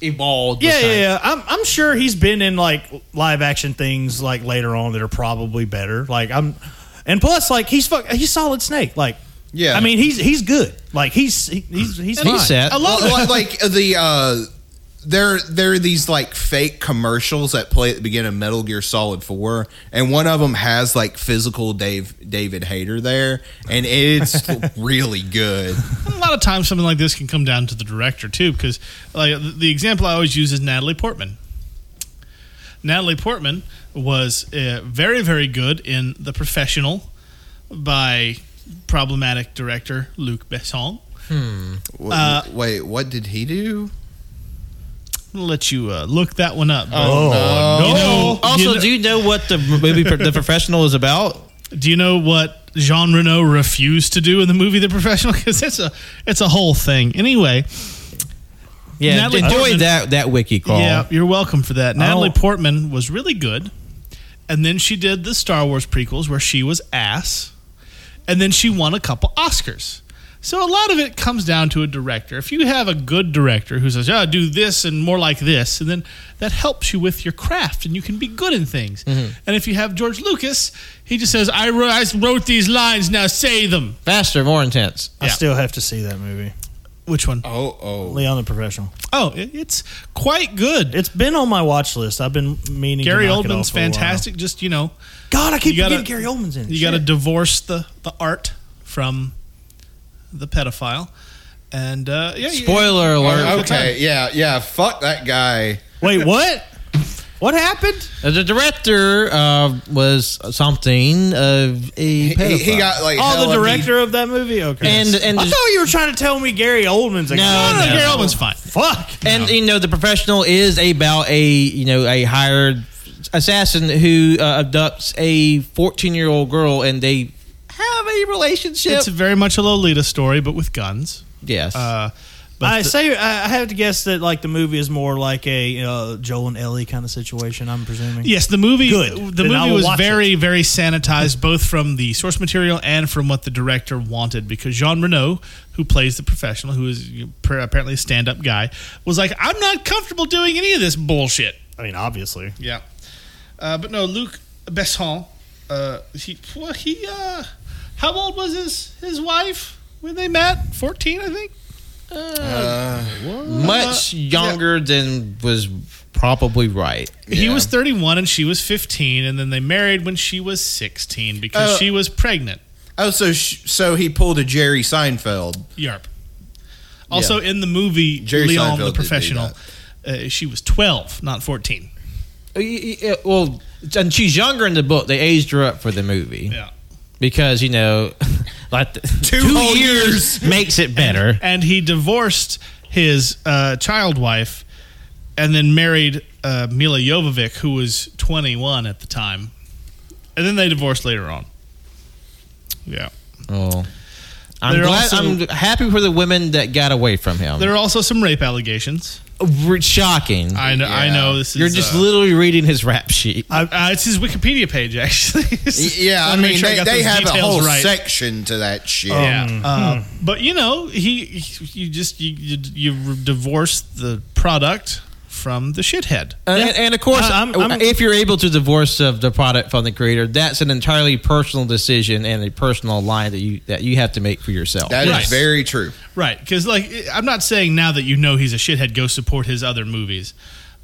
[SPEAKER 2] evolved. with
[SPEAKER 1] Yeah, yeah,
[SPEAKER 2] time.
[SPEAKER 1] yeah. I'm I'm sure he's been in like live action things like later on that are probably better. Like I'm, and plus like he's fuck he's Solid Snake. Like
[SPEAKER 4] Yeah.
[SPEAKER 1] I mean he's he's good. Like he's he- he's he's fine.
[SPEAKER 2] He's set.
[SPEAKER 4] I love like the uh, there there are these like fake commercials that play at the beginning of Metal Gear Solid Four, and one of them has like physical Dave David Hayter there, and it's really good.
[SPEAKER 3] a lot of times something like this can come down to the director too because like the- the example i always use is natalie portman natalie portman was uh, very very good in the professional by problematic director luc besson
[SPEAKER 4] Wait, wait, what did he do?
[SPEAKER 3] i'm gonna let you uh, look that one up but
[SPEAKER 2] Oh. You know-
[SPEAKER 3] no.
[SPEAKER 2] also,
[SPEAKER 3] You know-
[SPEAKER 2] do you know what the movie Pro- The Professional is about?
[SPEAKER 3] do you know what jean reno refused to do in the movie the professional <laughs> because it's a it's a whole thing anyway
[SPEAKER 2] Yeah,
[SPEAKER 3] Natalie
[SPEAKER 2] enjoy
[SPEAKER 3] Portman-
[SPEAKER 2] that that wiki call.
[SPEAKER 3] Yeah, you're welcome for that. Natalie
[SPEAKER 1] don't-
[SPEAKER 3] Portman was really good, and then she did the Star Wars prequels where she was ass, and then she won a couple Oscars. So a lot of it comes down to a director. If you have a good director who says, "Oh, do this and more like this," and then that helps you with your craft, and you can be good in things.
[SPEAKER 1] Mm-hmm.
[SPEAKER 3] And if you have George Lucas, he just says, "I wrote, I wrote these lines. Now say them."
[SPEAKER 2] faster, more intense.
[SPEAKER 1] I
[SPEAKER 3] Yeah.
[SPEAKER 1] still have to see that movie.
[SPEAKER 3] Which one? Oh,
[SPEAKER 4] Oh, oh,
[SPEAKER 1] Leon the Professional.
[SPEAKER 3] it, it's quite good.
[SPEAKER 1] It's been on my watch list. I've been meaning.
[SPEAKER 3] Gary
[SPEAKER 1] to knock it off
[SPEAKER 3] Oldman's
[SPEAKER 1] for a while.
[SPEAKER 3] fantastic. Just you know,
[SPEAKER 1] God, I keep
[SPEAKER 3] You gotta-
[SPEAKER 1] forgetting Gary Oldman's in it.
[SPEAKER 3] You got to divorce the, the art from the pedophile, and uh, yeah, you-
[SPEAKER 2] Spoiler alert.
[SPEAKER 4] okay, yeah, yeah. Fuck that guy.
[SPEAKER 1] Wait, what? What happened?
[SPEAKER 2] Uh, The director uh, was something of a
[SPEAKER 4] He, he- he
[SPEAKER 2] pedophile.
[SPEAKER 4] got like
[SPEAKER 1] Oh, the
[SPEAKER 4] hella deep-
[SPEAKER 1] director of that movie. Okay,
[SPEAKER 2] And- and
[SPEAKER 1] I
[SPEAKER 2] the-
[SPEAKER 1] thought you were trying to tell me Gary Oldman's. A
[SPEAKER 2] No,
[SPEAKER 3] No, no,
[SPEAKER 2] No.
[SPEAKER 3] Gary Oldman's fine.
[SPEAKER 1] <laughs> Fuck.
[SPEAKER 2] and you know the professional is about a you know a hired assassin who uh, abducts a 14 year old girl and they have a relationship
[SPEAKER 3] It's very much a Lolita story, but with guns.
[SPEAKER 2] yes
[SPEAKER 3] Uh, But
[SPEAKER 1] I
[SPEAKER 3] the-
[SPEAKER 1] say I I have to guess that like the movie is more like a uh, Joel and Ellie kind of situation. I'm presuming.
[SPEAKER 3] Yes, the movie.
[SPEAKER 1] Good.
[SPEAKER 3] The
[SPEAKER 1] Then I
[SPEAKER 3] movie
[SPEAKER 1] will
[SPEAKER 3] was
[SPEAKER 1] watch
[SPEAKER 3] very, very sanitized, both from the source material and from what the director wanted. Because Jean Renault, who plays the professional, who is pr- apparently a stand-up guy, was like, "I'm not comfortable doing any of this bullshit."
[SPEAKER 1] I mean, obviously.
[SPEAKER 3] Yeah, uh, but no, Luc Besson. Uh, he well, he. Uh, how old was his his wife when they met? Fourteen, I think.
[SPEAKER 2] Much younger than was probably right.
[SPEAKER 3] He was 31 and she was 15, and then they married when she was 16 because
[SPEAKER 4] Uh,
[SPEAKER 3] she was pregnant.
[SPEAKER 4] Oh, so sh- so he pulled a Jerry Seinfeld.
[SPEAKER 3] Yarp. Also, in the movie
[SPEAKER 4] Jerry
[SPEAKER 3] Leon
[SPEAKER 4] Seinfeld did
[SPEAKER 3] the
[SPEAKER 4] do
[SPEAKER 3] Professional, uh, she was 12, not 14.
[SPEAKER 2] Uh, y- y- uh, Well, and she's younger in the book. They aged her up for the movie
[SPEAKER 3] Yeah.
[SPEAKER 2] because you know, <laughs> like the, two,
[SPEAKER 4] whole
[SPEAKER 2] years makes it better.
[SPEAKER 3] And he divorced his uh, child wife and then married uh, Mila Jovovich, who was 21 at the time. And then they divorced later on. Yeah.
[SPEAKER 2] Oh. I'm
[SPEAKER 3] They're
[SPEAKER 2] glad.
[SPEAKER 3] also-
[SPEAKER 2] I'm happy for the women that got away from him.
[SPEAKER 3] There are also some rape allegations.
[SPEAKER 2] Re- shocking.
[SPEAKER 3] I know, I know this is.
[SPEAKER 2] You're just
[SPEAKER 3] uh,
[SPEAKER 2] literally reading his rap sheet.
[SPEAKER 3] uh, it's his Wikipedia page, actually. <laughs>
[SPEAKER 4] Yeah, I
[SPEAKER 3] Wanna make
[SPEAKER 4] mean
[SPEAKER 3] sure
[SPEAKER 4] they,
[SPEAKER 3] got
[SPEAKER 4] they
[SPEAKER 3] those
[SPEAKER 4] have a
[SPEAKER 3] details
[SPEAKER 4] whole
[SPEAKER 3] right.
[SPEAKER 4] section to that shit.
[SPEAKER 3] Yeah. Uh, but you know, he, he you just you, you you divorce the product from the shithead.
[SPEAKER 2] And, and of course,
[SPEAKER 1] I- I'm- I'm-
[SPEAKER 2] if you're able to divorce of the product from the creator, that's an entirely personal decision and a personal line that you that you have to make for yourself.
[SPEAKER 4] That is
[SPEAKER 3] Right.
[SPEAKER 4] very true.
[SPEAKER 3] Right, because like I'm not saying now that you know he's a shithead, go support his other movies.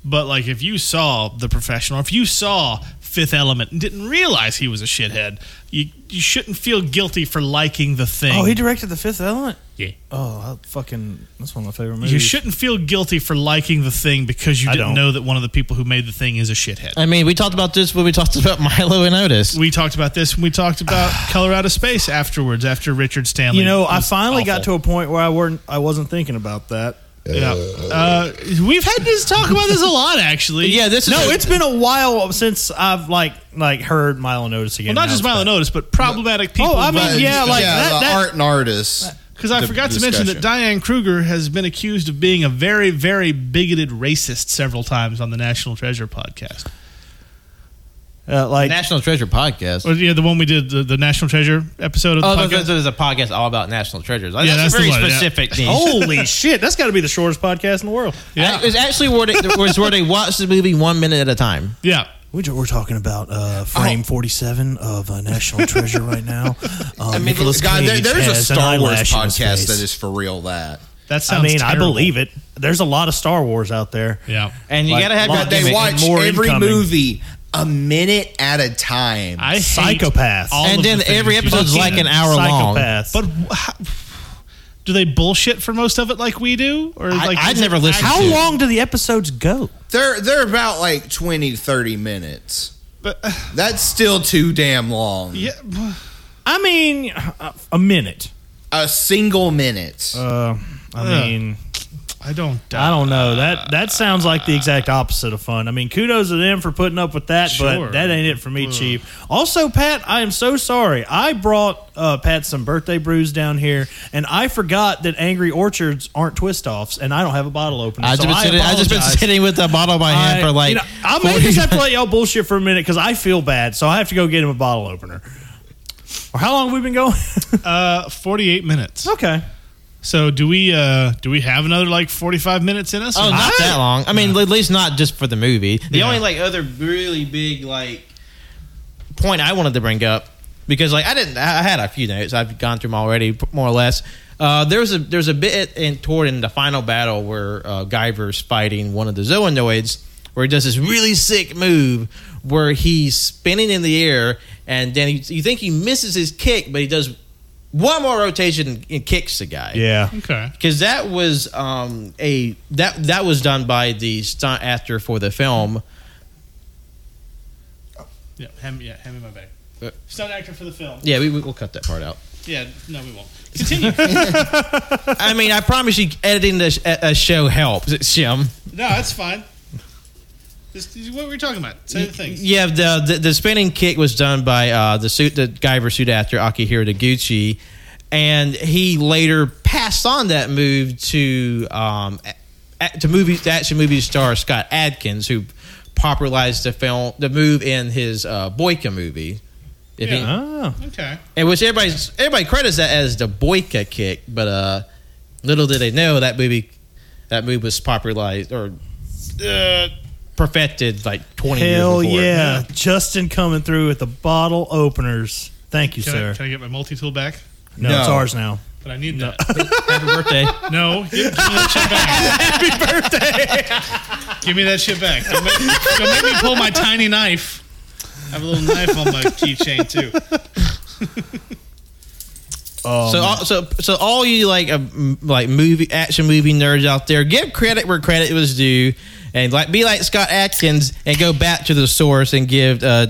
[SPEAKER 3] But like if you saw The Professional, if you saw Fifth Element and didn't realize he was a shithead, you you shouldn't feel guilty for liking the thing.
[SPEAKER 1] Oh, he directed The Fifth Element.
[SPEAKER 3] Yeah.
[SPEAKER 1] Oh, I fucking that's one of my favorite movies.
[SPEAKER 3] You shouldn't feel guilty for liking the thing because you didn't
[SPEAKER 1] don't.
[SPEAKER 3] know that one of the people who made the thing is a shithead.
[SPEAKER 2] I mean, we talked about this when we talked <laughs> about Milo and Otis.
[SPEAKER 3] we talked about this when we talked <sighs> about Colorado Space afterwards after Richard Stanley.
[SPEAKER 1] You know, I
[SPEAKER 3] was
[SPEAKER 1] finally got to
[SPEAKER 3] awful.
[SPEAKER 1] a point where I weren't. I wasn't thinking about that.
[SPEAKER 3] Yeah. Uh, we've had this talk about this a lot, actually.
[SPEAKER 2] yeah, this is
[SPEAKER 1] No, it's been a while since I've like like heard Milo Notice again.
[SPEAKER 3] Well, not just
[SPEAKER 1] Now it's
[SPEAKER 3] Milo Notice, but problematic people.
[SPEAKER 1] I mean,
[SPEAKER 4] But,
[SPEAKER 1] yeah, like that-
[SPEAKER 4] the
[SPEAKER 1] that-
[SPEAKER 4] art and artists.
[SPEAKER 3] because I
[SPEAKER 4] the
[SPEAKER 3] forgot to mention that
[SPEAKER 4] discussion.
[SPEAKER 3] Diane Kruger has been accused of being a very, very bigoted racist several times on the National Treasure podcast.
[SPEAKER 1] back. Uh, like
[SPEAKER 2] National Treasure podcast.
[SPEAKER 3] Or yeah, the one we did the, the National Treasure episode of the
[SPEAKER 2] Oh,
[SPEAKER 3] podcast.
[SPEAKER 2] no, there's a podcast all about national treasures. Like,
[SPEAKER 3] Yeah,
[SPEAKER 2] that's, a
[SPEAKER 3] that's the
[SPEAKER 2] very
[SPEAKER 3] one, yeah. <laughs> Oh,
[SPEAKER 2] specific niche.
[SPEAKER 1] holy shit, that's got to be the shortest podcast in the world.
[SPEAKER 2] yeah. it's actually where they, was where they watched the movie one minute at a time.
[SPEAKER 3] yeah.
[SPEAKER 1] We're, ju- we're talking about uh, frame 47 of uh, National Treasure right now. Uh, I Nicholas
[SPEAKER 4] God, there-
[SPEAKER 1] Cage
[SPEAKER 4] there's a
[SPEAKER 1] has an
[SPEAKER 4] Star Wars
[SPEAKER 1] eyelash in his
[SPEAKER 4] podcast
[SPEAKER 1] face.
[SPEAKER 4] that is for real. That
[SPEAKER 3] That
[SPEAKER 1] I
[SPEAKER 3] sounds
[SPEAKER 1] mean, I
[SPEAKER 3] terrible.
[SPEAKER 1] believe it. There's a lot of Star Wars out there.
[SPEAKER 3] Yeah.
[SPEAKER 2] And you
[SPEAKER 1] Like,
[SPEAKER 2] gotta have your
[SPEAKER 1] like,
[SPEAKER 4] they
[SPEAKER 2] gimmick.
[SPEAKER 4] watch
[SPEAKER 1] more
[SPEAKER 4] every
[SPEAKER 1] incoming.
[SPEAKER 4] movie a minute at a time.
[SPEAKER 3] I hate
[SPEAKER 1] Psychopath.
[SPEAKER 3] all
[SPEAKER 2] and
[SPEAKER 3] of
[SPEAKER 2] then
[SPEAKER 3] the things
[SPEAKER 2] every
[SPEAKER 3] you
[SPEAKER 2] episode's
[SPEAKER 3] do.
[SPEAKER 2] like an hour long.
[SPEAKER 1] Psychopath.
[SPEAKER 3] But wh- how, do they bullshit for most of it like we do? Or
[SPEAKER 2] I-
[SPEAKER 3] like
[SPEAKER 2] I'd
[SPEAKER 3] is it
[SPEAKER 2] never listened
[SPEAKER 1] how
[SPEAKER 2] Dude.
[SPEAKER 1] long do the episodes go?
[SPEAKER 4] they're they're about like 20 30 minutes.
[SPEAKER 3] But <sighs> uh,
[SPEAKER 4] That's still too damn long.
[SPEAKER 3] yeah, <sighs>
[SPEAKER 1] I mean, a, a minute.
[SPEAKER 4] A single minute.
[SPEAKER 1] Uh, I
[SPEAKER 3] Ugh.
[SPEAKER 1] mean,
[SPEAKER 3] I don't.
[SPEAKER 1] I don't know. That that sounds like the exact opposite of fun. I mean, kudos to them for putting up with that,
[SPEAKER 3] Sure.
[SPEAKER 1] but that ain't it for me, Chief. Also, Pat, I am so sorry. I brought uh, Pat some birthday brews down here, and I forgot that Angry Orchards aren't twist offs, and I don't have a bottle opener.
[SPEAKER 2] I've
[SPEAKER 1] so
[SPEAKER 2] just, been
[SPEAKER 1] I
[SPEAKER 2] sitting, I've just been
[SPEAKER 1] apologize.
[SPEAKER 2] sitting with a bottle in my hand
[SPEAKER 1] I-
[SPEAKER 2] for like.
[SPEAKER 1] you know, I may
[SPEAKER 2] 40
[SPEAKER 1] just
[SPEAKER 2] <laughs>
[SPEAKER 1] have to let y'all bullshit for a minute because I feel bad, so I have to go get him a bottle opener. Or how long have we been going? <laughs>
[SPEAKER 3] Uh, Forty-eight minutes.
[SPEAKER 1] okay.
[SPEAKER 3] So do we? Uh, do we have another like forty-five minutes in us?
[SPEAKER 2] Oh, not that long. I mean, at least not just for the movie. The
[SPEAKER 3] Yeah.
[SPEAKER 2] only like other really big like point I wanted to bring up because like I didn't, I I had a few notes. I've gone through them already, p- more or less. Uh, there was a there's a bit in toward in the final battle where uh, Guyver's fighting one of the Zoonoids, where he does this really sick move where he's spinning in the air, and then he, you think he misses his kick, but he does one more rotation and, and kicks the guy
[SPEAKER 1] Yeah.
[SPEAKER 3] Okay.
[SPEAKER 2] because that was um, a that that was done by the stunt actor for the film.
[SPEAKER 3] Yeah. Hand, me- yeah. Hand me my bag.
[SPEAKER 2] Uh,
[SPEAKER 3] Stunt actor for the film.
[SPEAKER 2] Yeah, we, we- we'll cut that part out.
[SPEAKER 3] Yeah. No, we won't. Continue.
[SPEAKER 2] <laughs> I mean, I promise you, editing this a, a show helps. Shim.
[SPEAKER 3] no, that's fine. This, this is what were we talking about? Say the things.
[SPEAKER 2] Yeah, the, the the spinning kick was done by uh, the suit the Guyver suit actor Akihiro Taguchi, and he later passed on that move to um, a- a- to movie to action movie star Scott Adkins, who popularized the film the move in his uh, Boyka movie. If
[SPEAKER 3] Yeah.
[SPEAKER 2] any-
[SPEAKER 1] Oh.
[SPEAKER 3] Okay.
[SPEAKER 2] and which everybody's everybody credits that as the Boyka kick, but uh, little did they know that movie that move was popularized or uh, perfected like twenty
[SPEAKER 1] Hell
[SPEAKER 2] years before.
[SPEAKER 1] yeah. Justin coming through with the bottle openers. Thank you,
[SPEAKER 3] Can,
[SPEAKER 1] sir.
[SPEAKER 3] I, can I get my multi tool back?
[SPEAKER 1] no, it's ours now.
[SPEAKER 3] But I need that.
[SPEAKER 2] <laughs> Happy
[SPEAKER 3] <laughs>
[SPEAKER 2] birthday!
[SPEAKER 3] No, give, give me that shit
[SPEAKER 2] <laughs>
[SPEAKER 3] back. Happy birthday. give me that shit back. Don't make, don't make me pull my tiny knife. I have a little knife on my keychain too. Um,
[SPEAKER 2] so, all, so, so all you like, uh, m- like movie action movie nerds out there, give credit where credit was due, and like be like Scott Atkins and go back to the source and give uh,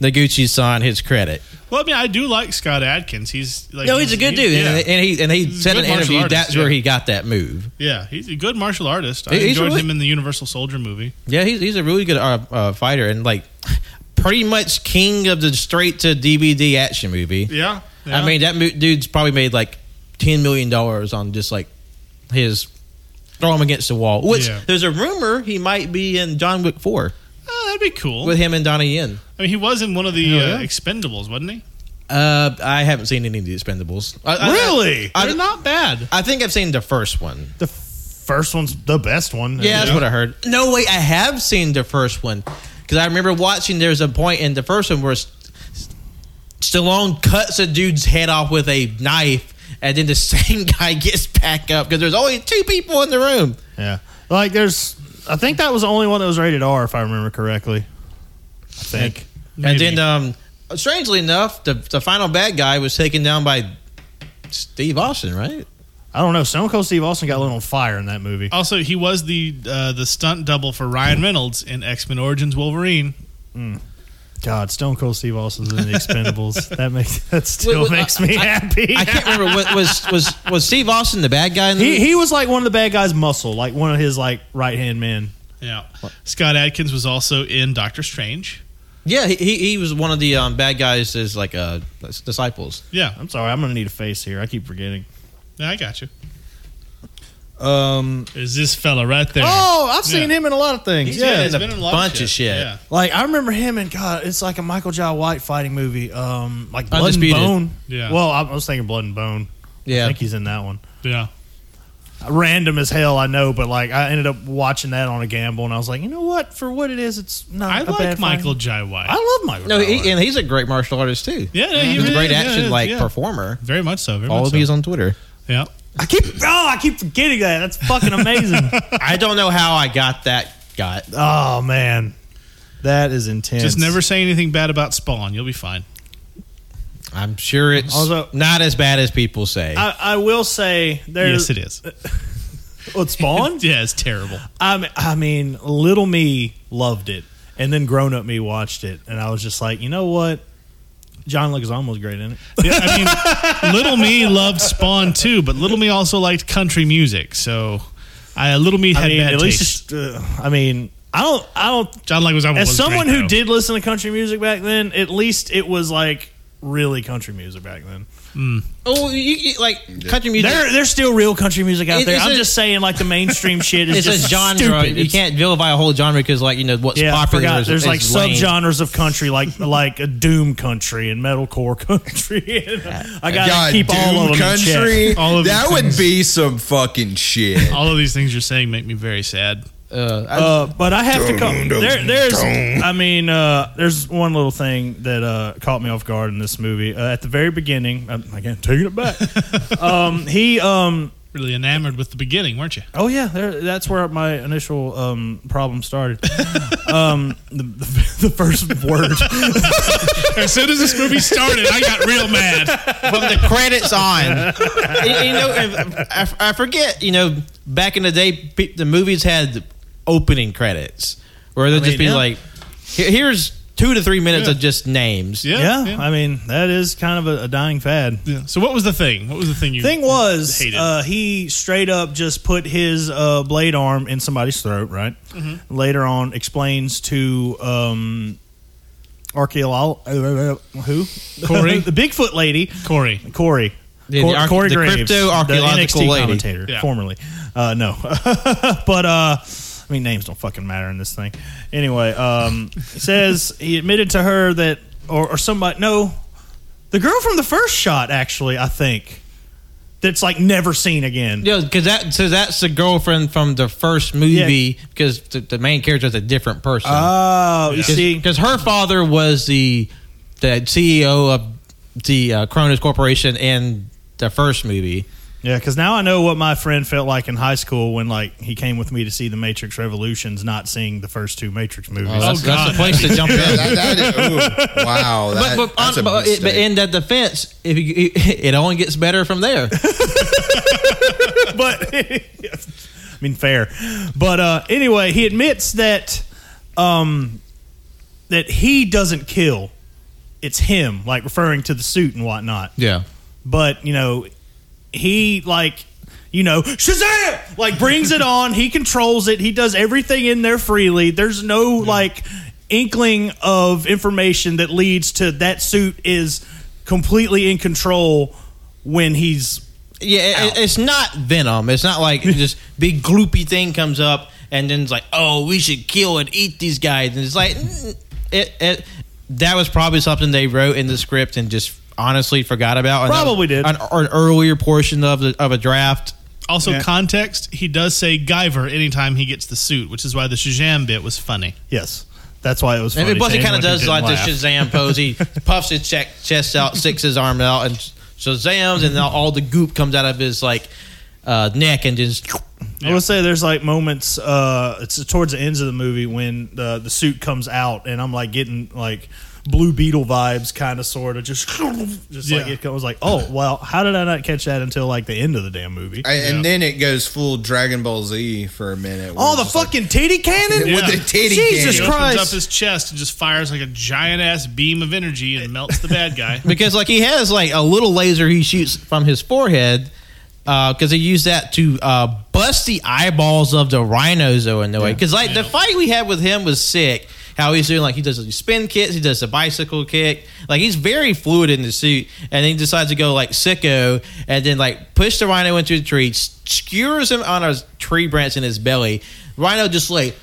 [SPEAKER 2] Noguchi-san his credit.
[SPEAKER 3] Well, I mean, I do like Scott Adkins. He's like,
[SPEAKER 2] No, he's a good dude,
[SPEAKER 3] Yeah,
[SPEAKER 2] and, and he and he
[SPEAKER 3] He's a
[SPEAKER 2] said in
[SPEAKER 3] good
[SPEAKER 2] an
[SPEAKER 3] martial
[SPEAKER 2] interview
[SPEAKER 3] artist,
[SPEAKER 2] that's
[SPEAKER 3] yeah.
[SPEAKER 2] where he got that move.
[SPEAKER 3] yeah, he's a good martial artist. I
[SPEAKER 2] He- he's
[SPEAKER 3] enjoyed
[SPEAKER 2] really-
[SPEAKER 3] him in the Universal Soldier movie.
[SPEAKER 2] Yeah, he's he's a really good uh, uh, fighter and like pretty much king of the straight to DVD action movie.
[SPEAKER 3] Yeah,
[SPEAKER 2] I mean that mo- dude's probably made like ten million dollars on just like his throw him against the wall. Which
[SPEAKER 3] Yeah.
[SPEAKER 2] there's a rumor he might be in John Wick Four
[SPEAKER 3] Oh, that'd be cool.
[SPEAKER 2] with him and Donnie Yen.
[SPEAKER 3] I mean, he was in one of the
[SPEAKER 2] Yeah.
[SPEAKER 3] uh, Expendables, wasn't he?
[SPEAKER 2] Uh, I haven't seen any of the Expendables. I, I-
[SPEAKER 1] Really?
[SPEAKER 2] I,
[SPEAKER 3] They're not bad.
[SPEAKER 2] I think I've seen the first one.
[SPEAKER 1] The first one's the best one.
[SPEAKER 2] Yeah, that's what I heard. No, wait, I have seen the first one because I remember watching. There's a point in the first one where S- Stallone cuts a dude's head off with a knife, and then the <laughs> same guy gets back up because there's only two people in the room.
[SPEAKER 1] Yeah. Like there's I think that was the only one that was rated R if I remember correctly. I think.
[SPEAKER 2] And
[SPEAKER 3] Maybe.
[SPEAKER 2] then, um, strangely enough, the the final bad guy was taken down by Steve Austin, right?
[SPEAKER 1] I don't know. Stone Cold Steve Austin got lit on fire in that movie.
[SPEAKER 3] Also, he was the uh, the stunt double for Ryan Reynolds in X Men Origins Wolverine.
[SPEAKER 1] God, Stone Cold Steve Austin's in the
[SPEAKER 2] <laughs>
[SPEAKER 1] Expendables. that makes that still
[SPEAKER 2] Wait, wait,
[SPEAKER 1] makes me happy.
[SPEAKER 2] I can't remember. what was was was Steve Austin the bad guy? In the
[SPEAKER 1] he
[SPEAKER 2] movie?
[SPEAKER 1] he was like one of the bad guys' muscle, like one of his like right hand men.
[SPEAKER 3] Yeah, Scott Adkins was also in Doctor Strange.
[SPEAKER 2] yeah, he, he he was one of the um, bad guys as like uh disciples.
[SPEAKER 3] Yeah,
[SPEAKER 1] I'm sorry, I'm gonna need a face here. I keep forgetting.
[SPEAKER 3] yeah, I got you.
[SPEAKER 6] Um,
[SPEAKER 3] Is this fella right there?
[SPEAKER 1] Oh, I've seen
[SPEAKER 3] Yeah.
[SPEAKER 1] him in a lot of things.
[SPEAKER 3] He's
[SPEAKER 1] yeah,
[SPEAKER 3] been- he's
[SPEAKER 2] a
[SPEAKER 3] been in a lot
[SPEAKER 2] bunch of shit.
[SPEAKER 3] Yeah.
[SPEAKER 1] like I remember him and God, it's like a Michael J. White fighting movie. Um, like Blood
[SPEAKER 2] Undisputed.
[SPEAKER 1] and Bone.
[SPEAKER 3] Yeah.
[SPEAKER 1] Well, I I was thinking Blood and Bone. I
[SPEAKER 2] Yeah,
[SPEAKER 1] think he's in that one.
[SPEAKER 3] Yeah.
[SPEAKER 1] Random as hell, I know, but like I ended up watching that on a gamble, and I was like, you know what? For what it is, it's not.
[SPEAKER 3] I
[SPEAKER 1] a
[SPEAKER 3] like
[SPEAKER 1] bad
[SPEAKER 3] Michael
[SPEAKER 1] Fighting.
[SPEAKER 3] J. White.
[SPEAKER 1] I love Michael.
[SPEAKER 2] No,
[SPEAKER 1] J.
[SPEAKER 2] he,
[SPEAKER 1] White.
[SPEAKER 2] and he's a great martial artist too.
[SPEAKER 3] yeah, no, he
[SPEAKER 2] he's
[SPEAKER 3] really
[SPEAKER 2] a great
[SPEAKER 3] is,
[SPEAKER 2] action
[SPEAKER 3] yeah,
[SPEAKER 2] like
[SPEAKER 3] yeah.
[SPEAKER 2] performer.
[SPEAKER 3] Very much so. Very
[SPEAKER 2] All
[SPEAKER 3] much
[SPEAKER 2] of
[SPEAKER 3] so.
[SPEAKER 2] he's on Twitter.
[SPEAKER 3] Yeah.
[SPEAKER 1] I keep oh, I keep forgetting that. That's
[SPEAKER 3] <laughs>
[SPEAKER 1] fucking amazing.
[SPEAKER 2] I don't know how I got that. Got
[SPEAKER 1] oh man, that is intense.
[SPEAKER 3] Just never say anything bad about Spawn. You'll be fine.
[SPEAKER 2] I'm sure it's
[SPEAKER 1] Also-
[SPEAKER 2] not as bad as people say.
[SPEAKER 1] I, I will say there's
[SPEAKER 3] yes, it
[SPEAKER 1] <laughs>
[SPEAKER 3] is.
[SPEAKER 1] Well, Spawn.
[SPEAKER 3] yeah, it's terrible.
[SPEAKER 1] I mean, I mean, little me loved it, and then grown up me watched it, and I was just like, you know what? John Leguizamo was great in it.
[SPEAKER 3] Yeah, I mean, Little Me loved Spawn too, but Little Me also liked country music. So, I, Little Me had
[SPEAKER 1] I mean,
[SPEAKER 3] bad
[SPEAKER 1] at least,
[SPEAKER 3] taste.
[SPEAKER 1] just, uh, I mean, I don't, I don't.
[SPEAKER 3] John Leguizamo
[SPEAKER 1] As
[SPEAKER 3] was
[SPEAKER 1] someone
[SPEAKER 3] great,
[SPEAKER 1] who
[SPEAKER 3] though.
[SPEAKER 1] did listen to country music back then, at least it was like really country music back then.
[SPEAKER 2] oh, you, you, like country music.
[SPEAKER 1] There, there's still real country music out
[SPEAKER 2] It-
[SPEAKER 1] there.
[SPEAKER 2] it's
[SPEAKER 1] I'm
[SPEAKER 2] a-
[SPEAKER 1] just saying, like the
[SPEAKER 2] <laughs>
[SPEAKER 1] mainstream shit is
[SPEAKER 2] it's
[SPEAKER 1] just
[SPEAKER 2] a genre.
[SPEAKER 1] Stupid.
[SPEAKER 2] You
[SPEAKER 1] It's-
[SPEAKER 2] can't vilify a whole genre because, like, you know what's
[SPEAKER 1] Yeah, I
[SPEAKER 2] popular.
[SPEAKER 1] forgot.
[SPEAKER 2] is,
[SPEAKER 1] There's
[SPEAKER 2] is
[SPEAKER 1] like
[SPEAKER 2] lame.
[SPEAKER 1] subgenres of country, like <laughs> like a doom country and metalcore <laughs> country. I gotta
[SPEAKER 6] God,
[SPEAKER 1] keep all of
[SPEAKER 6] Doom
[SPEAKER 1] them in
[SPEAKER 6] Country.
[SPEAKER 1] check.
[SPEAKER 3] All of
[SPEAKER 6] that
[SPEAKER 3] these
[SPEAKER 6] would
[SPEAKER 3] things.
[SPEAKER 6] be some fucking
[SPEAKER 3] <laughs>
[SPEAKER 6] shit.
[SPEAKER 3] All of these things you're saying make me very sad.
[SPEAKER 2] Uh, I-
[SPEAKER 1] Uh, but I have to come. There, there's, I mean, uh, there's one little thing that uh, caught me off guard in this movie. Uh, at the very beginning, I'm, again taking it back. um, he, um,
[SPEAKER 3] Really enamored with the beginning, weren't you?
[SPEAKER 1] oh yeah, there, that's where my initial um, problem started. um, the, the, <laughs> the first word.
[SPEAKER 3] As soon as this movie started, I got real mad.
[SPEAKER 2] from the credits on. <laughs> you, you know, and I, I forget. You know, back in the day, pe- the movies had opening credits where they'd just be
[SPEAKER 1] yeah.
[SPEAKER 2] like, "Here- "Here's two to three minutes
[SPEAKER 3] Yeah.
[SPEAKER 2] of just names."
[SPEAKER 1] yeah, I mean, that is kind of a, a dying fad.
[SPEAKER 3] Yeah. So what was the thing? What was the thing you
[SPEAKER 1] Thing was,
[SPEAKER 3] hated?
[SPEAKER 1] uh, he straight up just put his uh, blade arm in somebody's throat. Right
[SPEAKER 3] Mm-hmm.
[SPEAKER 1] later on, explains to um, archaeologist who
[SPEAKER 3] Corey?
[SPEAKER 1] <laughs> the Bigfoot lady
[SPEAKER 3] Corey.
[SPEAKER 1] Corey.
[SPEAKER 2] Yeah,
[SPEAKER 1] Cor-
[SPEAKER 2] the arch-
[SPEAKER 1] Corey
[SPEAKER 2] the
[SPEAKER 1] Graves,
[SPEAKER 2] crypto-archaeological
[SPEAKER 1] the NXT
[SPEAKER 2] lady.
[SPEAKER 1] commentator,
[SPEAKER 3] Yeah.
[SPEAKER 1] formerly. Uh, no, <laughs> but uh, I mean names don't fucking matter in this thing. Anyway, um, says he admitted to her that, or, or somebody, no, the girl from the first shot actually, I think, that's like never seen again.
[SPEAKER 2] Yeah, because that so that's the girlfriend from the first movie. Because the, the main character is a different person.
[SPEAKER 1] Oh, you see,
[SPEAKER 2] because her father was the the CEO of the uh, Cronus Corporation in the first movie.
[SPEAKER 1] Yeah, because now I know what my friend felt like in high school when like he came with me to see the Matrix Revolutions, not seeing the first two Matrix movies.
[SPEAKER 2] Oh, that's, that's the place to jump in.
[SPEAKER 4] That- that is- ooh, wow. That,
[SPEAKER 2] but, but,
[SPEAKER 4] that's a
[SPEAKER 2] but, it- but
[SPEAKER 4] mistake.
[SPEAKER 2] in the defense, if you, it <laughs> only gets better
[SPEAKER 1] <laughs>
[SPEAKER 2] from there.
[SPEAKER 1] but <laughs> I mean, fair. But uh, anyway, he admits that um, that he doesn't kill; it's him, like referring to the suit and whatnot.
[SPEAKER 2] yeah,
[SPEAKER 1] But you know, he like you know Shazam like brings it on. He controls it. He does everything in there freely. There's no like inkling of information that leads to that suit is completely in control when he's
[SPEAKER 2] yeah. It, it's not Venom. It's
[SPEAKER 1] <laughs>
[SPEAKER 2] not like just big gloopy thing comes up and then it's like, oh, we should kill and eat these guys. And it's like, mm, it, it that was probably something they wrote in the script and just honestly forgot about. And that was
[SPEAKER 1] Probably did.
[SPEAKER 2] an, or an earlier portion of the, of a draft.
[SPEAKER 3] Also,
[SPEAKER 1] Yeah.
[SPEAKER 3] context, he does say Guyver anytime he gets the suit, which is why the Shazam bit was funny.
[SPEAKER 1] Yes, that's why it was.
[SPEAKER 2] And
[SPEAKER 1] Funny
[SPEAKER 2] plus,
[SPEAKER 1] to
[SPEAKER 2] he kind
[SPEAKER 1] anyone
[SPEAKER 2] of
[SPEAKER 1] who
[SPEAKER 2] does
[SPEAKER 1] didn't laugh.
[SPEAKER 2] like the Shazam pose.
[SPEAKER 1] <laughs>
[SPEAKER 2] He puffs his check, chest out, sticks his arm out, and Shazams, and all, all the goop comes out of his like uh, neck and just.
[SPEAKER 1] I will say there's like moments. Uh, it's towards the ends of the movie when the the suit comes out, and I'm like getting like Blue Beetle vibes, kind of sort of just <laughs> just like
[SPEAKER 3] Yeah.
[SPEAKER 1] it was like, oh well, how did I not catch that until like the end of the damn movie?
[SPEAKER 4] I- and then it goes full Dragon Ball Z for a minute. where
[SPEAKER 1] All
[SPEAKER 4] it's
[SPEAKER 1] the
[SPEAKER 4] just like-
[SPEAKER 1] fucking titty cannon.
[SPEAKER 4] <laughs> with
[SPEAKER 3] Yeah.
[SPEAKER 4] the titty
[SPEAKER 1] Jesus
[SPEAKER 3] He
[SPEAKER 4] candy.
[SPEAKER 3] opens
[SPEAKER 1] Christ.
[SPEAKER 3] up his chest and just fires like a giant ass beam of energy and melts the bad
[SPEAKER 1] <laughs>
[SPEAKER 3] guy.
[SPEAKER 2] because like he has like a little laser he shoots from his forehead uh, because he used that to uh, bust the eyeballs of the rhinozo in the way because like the fight we had with him was sick how he's doing like he does the spin kicks he does the bicycle kick like he's very fluid in the suit and then he decides to go like sicko and then like push the rhino into a tree s- skewers him on a tree branch in his belly rhino just like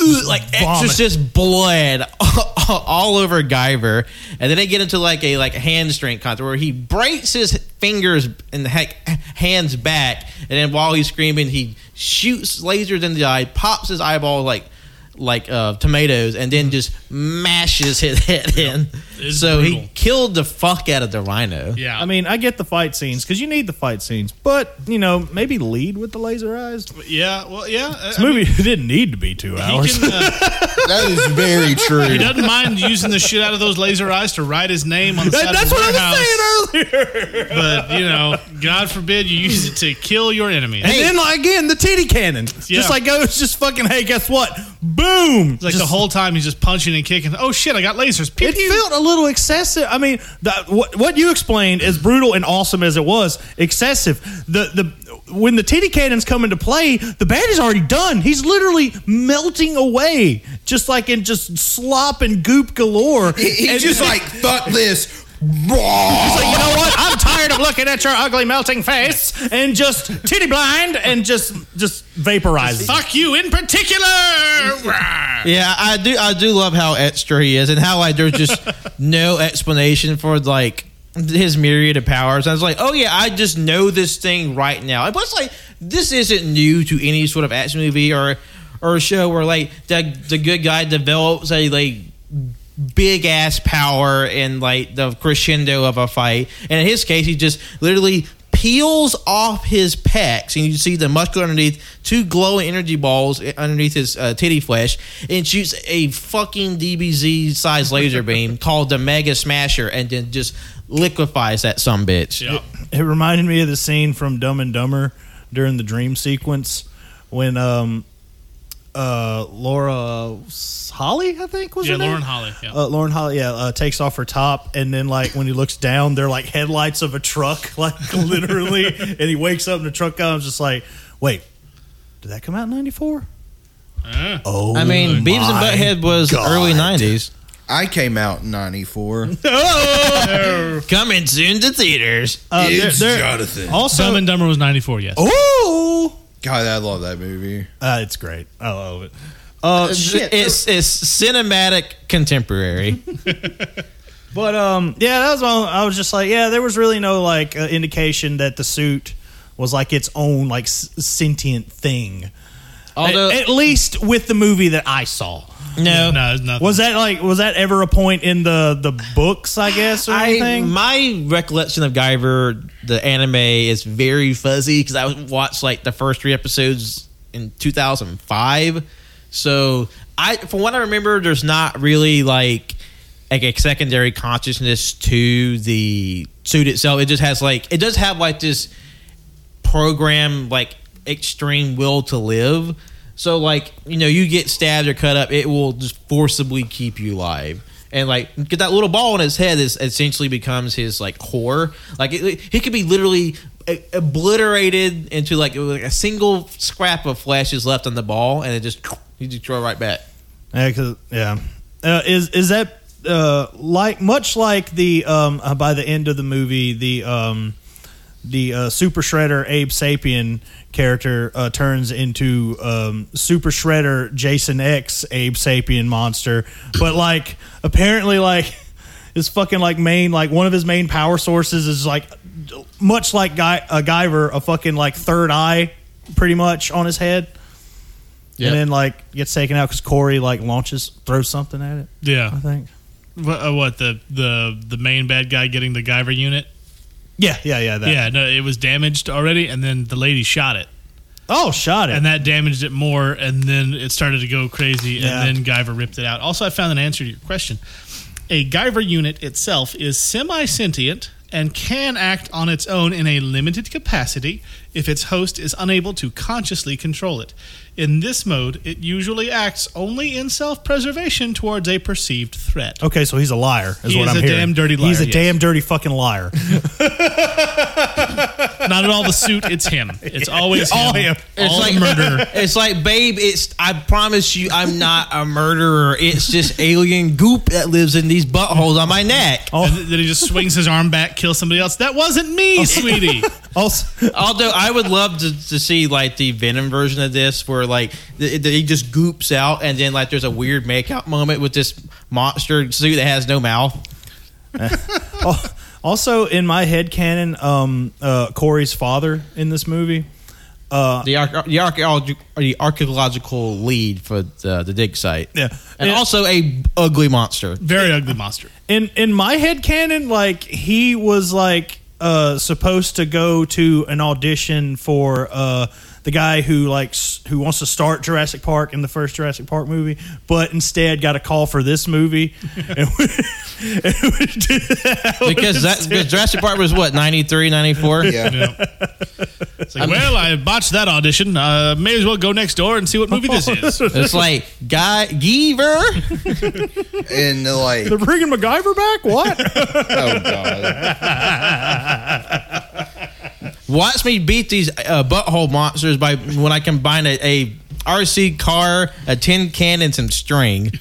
[SPEAKER 2] Ooh, like
[SPEAKER 1] Vomit.
[SPEAKER 2] exorcist blood <laughs> all over Guyver, and then they get into like a like hand strength contest where he breaks his fingers and heck hands back, and then while he's screaming, he shoots lasers in the eye, pops his eyeball like like uh, tomatoes, and then just mashes his <laughs> head in.
[SPEAKER 3] It's
[SPEAKER 2] So he
[SPEAKER 3] brutal.
[SPEAKER 2] killed the fuck out of the rhino.
[SPEAKER 3] Yeah.
[SPEAKER 1] I mean, I get the fight scenes because you need the fight scenes, but you know, maybe lead with the laser eyes. This
[SPEAKER 3] yeah, well, yeah. I- I mean,
[SPEAKER 1] movie <laughs> didn't need to be two
[SPEAKER 3] he
[SPEAKER 1] hours.
[SPEAKER 3] can, uh,
[SPEAKER 4] That is
[SPEAKER 1] <laughs>
[SPEAKER 4] very
[SPEAKER 3] He
[SPEAKER 4] true.
[SPEAKER 3] doesn't mind using the shit out of those laser eyes to write his name on the side
[SPEAKER 1] that's
[SPEAKER 3] of
[SPEAKER 1] what
[SPEAKER 3] the
[SPEAKER 1] I was
[SPEAKER 3] warehouse.
[SPEAKER 1] saying earlier.
[SPEAKER 3] But you know, God forbid you use it to kill your enemy.
[SPEAKER 1] And then like, again, the titty cannon.
[SPEAKER 3] Yeah.
[SPEAKER 1] Just like goes, just fucking. Hey, guess what? Boom!
[SPEAKER 3] It's like the whole time he's just punching and kicking. Oh shit! I got lasers. Pew,
[SPEAKER 1] It
[SPEAKER 3] pew.
[SPEAKER 1] felt a little excessive. I mean, the, what, what you explained, as brutal and awesome as it was, excessive. The the when the titty cannons come into play, the bad is already done. He's literally melting away, just like in just slop and goop galore.
[SPEAKER 4] He's just like,
[SPEAKER 1] <laughs>
[SPEAKER 4] fuck this.
[SPEAKER 1] Like, <laughs> you know what? I'm tired of looking at your ugly melting face and just titty blind and just just vaporizes.
[SPEAKER 3] Fuck you in
[SPEAKER 1] <laughs>
[SPEAKER 3] particular. Rah.
[SPEAKER 2] Yeah, I do. I do love how extra he is, and how like there's just no explanation for like his myriad of powers. I was like, oh yeah, I just know this thing right now. And plus, like this isn't new to any sort of action movie or or show where like the the good guy develops a like big ass power and like the crescendo of a fight. And in his case, he just literally peels off his pecs, and you see the muscle underneath, two glowing energy balls underneath his uh, titty flesh, and shoots a fucking DBZ sized laser <laughs> beam called the Mega Smasher, and then just liquefies that some bitch.
[SPEAKER 3] Yeah.
[SPEAKER 1] It reminded me of the scene from Dumb and Dumber during the dream sequence when um uh Laura Holly, I think was
[SPEAKER 3] Yeah,
[SPEAKER 1] her name?
[SPEAKER 3] Lauren Holly, yeah.
[SPEAKER 1] Uh, Lauren Holly, yeah, uh, takes off her top, and then like when he looks down, they're like headlights of a truck, <laughs> like literally. and he wakes up, and the truck comes, just like, wait, did that come out in '94?
[SPEAKER 3] Uh,
[SPEAKER 1] Oh,
[SPEAKER 2] I mean, Beavis
[SPEAKER 1] my
[SPEAKER 2] and Butthead was
[SPEAKER 1] God.
[SPEAKER 2] early '90s.
[SPEAKER 4] I came out in '94.
[SPEAKER 3] Oh!
[SPEAKER 2] Coming soon to theaters.
[SPEAKER 1] Uh, there- there-
[SPEAKER 4] Jonathan.
[SPEAKER 1] Also,
[SPEAKER 3] Dumb and Dumber was 94, yes.
[SPEAKER 4] Oh God, I love that movie.
[SPEAKER 1] uh, it's great. I love it. Uh, shit.
[SPEAKER 2] It's it's cinematic contemporary.
[SPEAKER 1] But um, yeah, that was all. I was just like, yeah, there was really no like uh, indication that the suit was like its own like s- sentient thing.
[SPEAKER 2] Although
[SPEAKER 1] at, at least with the movie that I saw.
[SPEAKER 2] no,
[SPEAKER 3] No, it's nothing.
[SPEAKER 1] Was that like was that ever a point in the the books? I guess or
[SPEAKER 2] I,
[SPEAKER 1] anything.
[SPEAKER 2] my recollection of Guyver, the anime, is very fuzzy because I watched like the first three episodes in 2005. So I, from what I remember, there's not really like like a secondary consciousness to the suit itself. It just has like it does have like this program like extreme will to live. So like you know you get stabbed or cut up, it will just forcibly keep you alive. And like get that little ball in his head is essentially becomes his like core. Like it, he could be literally a- obliterated into like a single scrap of flesh is left on the ball, and it just he just throw right back.
[SPEAKER 1] Yeah, 'cause- yeah. Uh, is is that uh, like much like the um, uh, by the end of the movie the um, the uh, Super Shredder Abe Sapien character uh, turns into um, Super Shredder Jason X Abe Sapien monster, but like apparently like <laughs> his fucking like main like one of his main power sources is like much like Guy a Guyver a fucking like third eye pretty much on his head and then like gets taken out because Corey like launches throws something at it. I
[SPEAKER 3] yeah.
[SPEAKER 1] think.
[SPEAKER 3] What, uh, what the, the the main bad guy getting the Guyver unit?
[SPEAKER 1] Yeah, yeah, yeah. That.
[SPEAKER 3] Yeah, no, it was damaged already, and then the lady shot it,
[SPEAKER 1] Oh, shot it.
[SPEAKER 3] and that damaged it more, and then it started to go crazy,
[SPEAKER 1] Yeah.
[SPEAKER 3] and then Guyver ripped it out. Also, I found an answer to your question. A Guyver unit itself is semi sentient and can act on its own in a limited capacity if its host is unable to consciously control it. In this mode, it usually acts only in self preservation towards a perceived threat.
[SPEAKER 1] okay, so he's a liar. Is
[SPEAKER 3] He
[SPEAKER 1] what
[SPEAKER 3] is
[SPEAKER 1] I'm
[SPEAKER 3] a
[SPEAKER 1] hearing.
[SPEAKER 3] damn dirty
[SPEAKER 1] He's
[SPEAKER 3] liar,
[SPEAKER 1] a
[SPEAKER 3] yes.
[SPEAKER 1] damn dirty
[SPEAKER 3] <laughs>
[SPEAKER 1] fucking liar.
[SPEAKER 3] Not at all the suit, it's him.
[SPEAKER 1] <laughs>
[SPEAKER 3] It's always him.
[SPEAKER 1] All him.
[SPEAKER 3] All
[SPEAKER 2] like
[SPEAKER 3] the murderer.
[SPEAKER 2] <laughs> It's like, babe, it's I promise you I'm not a murderer. It's just alien goop that lives in these buttholes on my neck.
[SPEAKER 3] And th- then he just swings his arm back, kills somebody else. That wasn't
[SPEAKER 1] Oh.
[SPEAKER 3] me,
[SPEAKER 1] <laughs>
[SPEAKER 3] sweetie.
[SPEAKER 1] Also,
[SPEAKER 2] Although I would love to, to see like the Venom version of this, where like the, the, he just goops out, and then like there's a weird makeout moment with this monster suit that has no mouth.
[SPEAKER 1] al- also in my head canon, um, uh, Corey's father in this movie.
[SPEAKER 2] Uh, The arch- the, archaeologi- the archaeological lead for the, the dig site,
[SPEAKER 1] Yeah.
[SPEAKER 2] and
[SPEAKER 1] Yeah.
[SPEAKER 2] also a
[SPEAKER 1] <laughs>
[SPEAKER 2] ugly monster.
[SPEAKER 3] Very ugly monster.
[SPEAKER 1] in in my head canon, like he was like uh supposed to go to an audition for uh the guy who likes who wants to start Jurassic Park in the first Jurassic Park movie, but instead got a call for this
[SPEAKER 2] <laughs>
[SPEAKER 1] movie. and we, and we did that one
[SPEAKER 2] Because that
[SPEAKER 1] instead.
[SPEAKER 2] because Jurassic Park was what 93, 94?
[SPEAKER 4] Yeah.
[SPEAKER 3] It's like, well, I botched that audition. Uh, may as well go next door and see what movie this <laughs> is.
[SPEAKER 2] It's like guy Geever.
[SPEAKER 4] and uh,
[SPEAKER 1] <laughs>
[SPEAKER 4] like,
[SPEAKER 1] they're bringing MacGyver back. What?
[SPEAKER 4] oh God,
[SPEAKER 2] Watch me beat these uh, butthole monsters by when I combine a, a RC car, a tin can, and some string.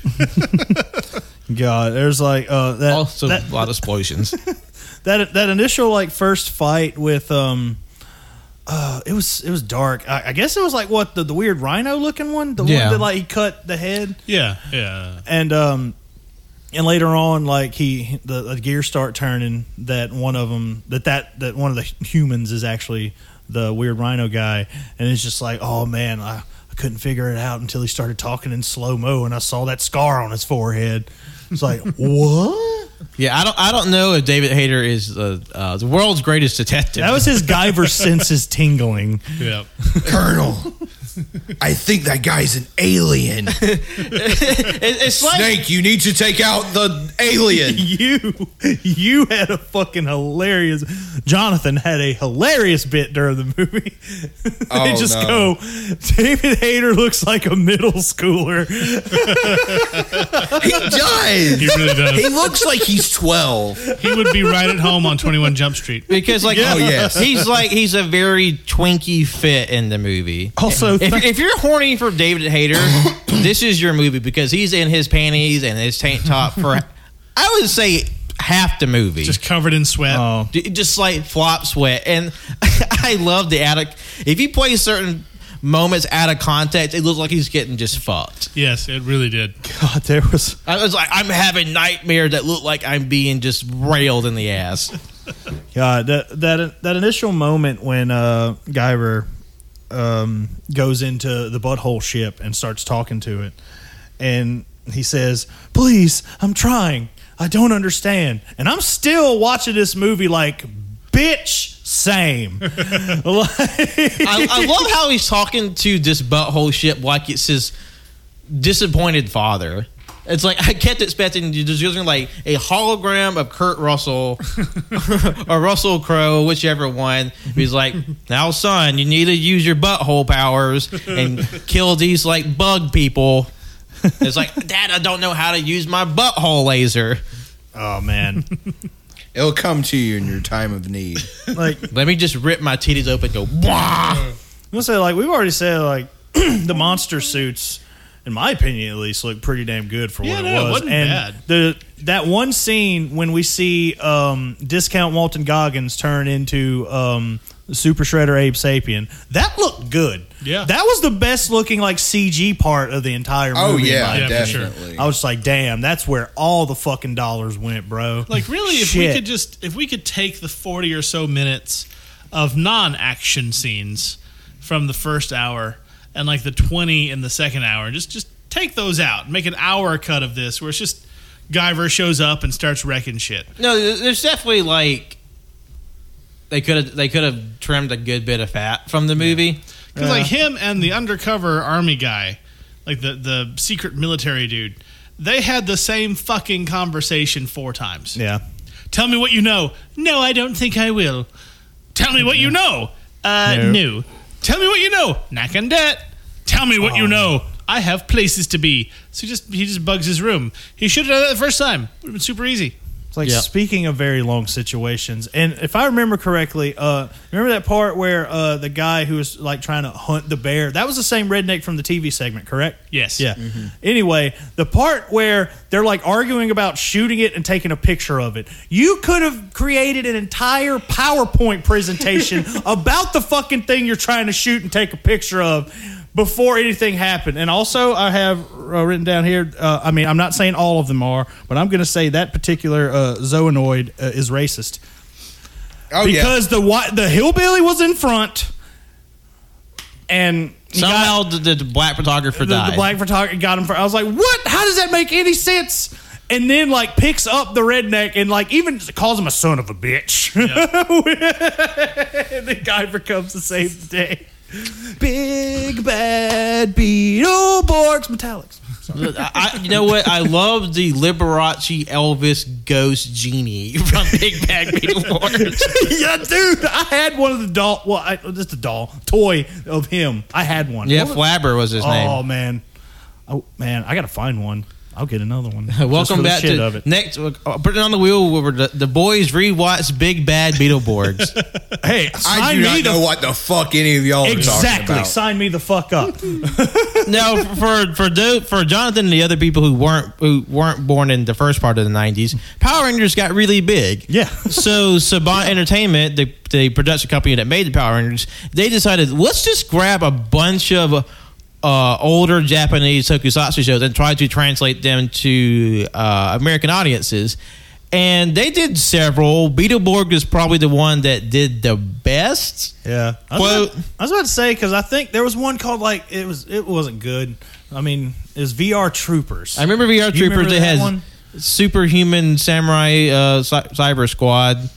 [SPEAKER 1] <laughs> God, there's like uh that
[SPEAKER 2] Also,
[SPEAKER 1] that,
[SPEAKER 2] a lot of explosions.
[SPEAKER 1] that that initial like first fight with um uh it was it was dark i, I guess it was like what the, the weird rhino looking one the
[SPEAKER 2] Yeah.
[SPEAKER 1] one that like he cut the head
[SPEAKER 3] Yeah, yeah.
[SPEAKER 1] and um and later on like he the, the gears start turning that one of them that that that one of the humans is actually the weird rhino guy and it's just like oh man i, I couldn't figure it out until he started talking in slow mo and i saw that scar on his forehead it's like <laughs> <laughs> what
[SPEAKER 2] yeah, I don't. I don't know if David Hayter is the uh, the world's greatest detective.
[SPEAKER 1] that was his Guyver senses tingling
[SPEAKER 3] yeah.
[SPEAKER 4] Colonel. I think that guy's an
[SPEAKER 1] <laughs>
[SPEAKER 4] alien.
[SPEAKER 2] It- it's like
[SPEAKER 4] Snake, you need to take out the
[SPEAKER 1] <laughs>
[SPEAKER 4] alien.
[SPEAKER 1] you you had a fucking hilarious jonathan had a hilarious bit during the movie <laughs> they
[SPEAKER 4] Oh,
[SPEAKER 1] just go
[SPEAKER 4] no.
[SPEAKER 1] david hayter looks like a middle
[SPEAKER 4] <laughs>
[SPEAKER 1] schooler
[SPEAKER 4] He does.
[SPEAKER 3] <laughs> He really does.
[SPEAKER 4] He looks like he's twelve.
[SPEAKER 3] He would be right at home on 21 Jump Street.
[SPEAKER 1] <laughs>
[SPEAKER 2] because like
[SPEAKER 4] Oh, yes.
[SPEAKER 2] he's like he's a very twinky fit in the movie.
[SPEAKER 1] also
[SPEAKER 2] if, if you're horny for David Hayter,
[SPEAKER 1] <coughs>
[SPEAKER 2] this is your movie because he's in his panties and his tank top for, I would say, half the movie.
[SPEAKER 3] Just covered in sweat.
[SPEAKER 1] Um,
[SPEAKER 2] D- just like flop sweat. And <laughs> I love the attic. If you play certain moments out of context, it looks like he's getting just fucked.
[SPEAKER 3] yes, it really did.
[SPEAKER 1] God, there was
[SPEAKER 2] I was like, I'm having nightmares that look like I'm being just railed in the ass.
[SPEAKER 1] God, that that that initial moment when uh, Guyver um, goes into the butthole ship and starts talking to it, and he says, "Please, I'm trying. I don't understand." And I'm still watching this movie like, "Bitch, same." <laughs> Like-
[SPEAKER 2] I, I love how he's talking to this butthole ship like it's his disappointed father. It's like I kept expecting you just using like a hologram of Kurt Russell <laughs> or Russell Crowe, whichever one. He's like, now son, you need to use your butthole powers and kill these like bug people. It's like, Dad, I don't know how to use my butthole laser.
[SPEAKER 1] oh man,
[SPEAKER 4] It'll come to you in your time of need.
[SPEAKER 1] like
[SPEAKER 2] Let me just rip my titties open and go, Wah!
[SPEAKER 1] I'm gonna say like we've already said like <clears throat> the monster suits, in my opinion at least, look pretty damn good for
[SPEAKER 3] Yeah,
[SPEAKER 1] what
[SPEAKER 3] no,
[SPEAKER 1] it
[SPEAKER 3] it
[SPEAKER 1] was.
[SPEAKER 3] wasn't
[SPEAKER 1] and
[SPEAKER 3] bad.
[SPEAKER 1] the that one scene when we see um, discount Walton Goggins turn into um, Super Shredder Abe Sapien, that looked good.
[SPEAKER 3] Yeah.
[SPEAKER 1] that was the best looking like CG part of the entire movie.
[SPEAKER 4] Oh
[SPEAKER 1] in
[SPEAKER 4] yeah,
[SPEAKER 1] my
[SPEAKER 3] Yeah,
[SPEAKER 1] opinion.
[SPEAKER 3] for sure.
[SPEAKER 4] definitely.
[SPEAKER 1] I was just like, damn, that's where all the fucking dollars went, bro.
[SPEAKER 3] Like really, if we
[SPEAKER 1] Shit.
[SPEAKER 3] could just if we could take the forty or so minutes of non-action scenes from the first hour and like the twenty in the second hour, just just take those out, make an hour cut of this where it's just Guyver shows up and starts wrecking shit.
[SPEAKER 2] No, there- there's definitely like they could have they could have trimmed a good bit of fat from the movie.
[SPEAKER 3] Because like him and the undercover army guy, like the the secret military dude, they had the same fucking conversation four times.
[SPEAKER 1] yeah,
[SPEAKER 3] Tell me what you know. No, I don't think I will. Tell me what you know. Uh,
[SPEAKER 1] No.
[SPEAKER 3] no. Tell me what you know. Knack and that. Tell me
[SPEAKER 1] Oh.
[SPEAKER 3] what you know. I have places to be. So he just he just bugs his room. He should have done that the first time. Would have been super easy.
[SPEAKER 1] It's like
[SPEAKER 2] Yeah.
[SPEAKER 1] speaking of very long situations, and if I remember correctly, uh, remember that part where uh, the guy who was like trying to hunt the bear? That was the same redneck from the TV segment, correct?
[SPEAKER 3] Yes.
[SPEAKER 1] Yeah. Mm-hmm. Anyway, the part where they're like arguing about shooting it and taking a picture of it, you could have created an entire PowerPoint
[SPEAKER 4] <laughs>
[SPEAKER 1] presentation about the fucking thing you're trying to shoot and take a picture of before anything happened. And also, I have uh, written down here. Uh, I mean, I'm not saying all of them are, but I'm going to say that particular uh, zoonoid uh, is racist
[SPEAKER 4] Oh yeah.
[SPEAKER 1] because the wi- the hillbilly was in front and. he got-
[SPEAKER 2] Somehow the, the black photographer
[SPEAKER 1] the,
[SPEAKER 2] died.
[SPEAKER 1] the black photographer got him for. I was like, what? How does that make any sense? And then like picks up the redneck and like even calls him a son of a bitch. <laughs> and the guy becomes the same day. Big bad Beetleborgs Metallics.
[SPEAKER 2] I, you know what? I love the Liberace Elvis ghost genie from Big Bad Beetleborgs.
[SPEAKER 1] <laughs> yeah, dude, I had one of the doll. Well, I, just a doll toy of him. I had one.
[SPEAKER 2] yeah,
[SPEAKER 1] What was-
[SPEAKER 2] Flabber was his
[SPEAKER 1] oh
[SPEAKER 2] name.
[SPEAKER 1] man, oh man, I gotta find one. I'll get another one. Just for
[SPEAKER 2] Welcome
[SPEAKER 1] the
[SPEAKER 2] back
[SPEAKER 1] shit
[SPEAKER 2] to
[SPEAKER 1] of it.
[SPEAKER 2] next. Uh, put it on the wheel. Where the, the boys rewatch Big Bad Beetleborgs.
[SPEAKER 1] Hey,
[SPEAKER 4] I
[SPEAKER 1] sign
[SPEAKER 4] do
[SPEAKER 1] me
[SPEAKER 4] not
[SPEAKER 1] the
[SPEAKER 4] know what the fuck any of y'all are talking
[SPEAKER 1] Exactly.
[SPEAKER 4] about.
[SPEAKER 1] Sign me the fuck
[SPEAKER 4] <laughs>
[SPEAKER 1] up.
[SPEAKER 2] no, for for do, for Jonathan and the other people who weren't who weren't born in the first part of the '90s, Power Rangers got really big.
[SPEAKER 1] Yeah.
[SPEAKER 2] <laughs> So Saban Entertainment, the the production company that made the Power Rangers, they decided let's just grab a bunch of uh, older Japanese tokusatsu shows and try to translate them to uh, American audiences. And they did several. Beetleborg is probably the one that did the best.
[SPEAKER 1] Yeah. I was,
[SPEAKER 2] Quote-
[SPEAKER 1] about, I was about to say because I think there was one called like it was it wasn't good. I mean, it was VR Troopers.
[SPEAKER 2] I remember VR
[SPEAKER 1] You
[SPEAKER 2] Troopers.
[SPEAKER 1] remember
[SPEAKER 2] they
[SPEAKER 1] that
[SPEAKER 2] had
[SPEAKER 1] one?
[SPEAKER 2] Superhuman Samurai uh, Cy- Cyber Squad. Uh,
[SPEAKER 1] Oh,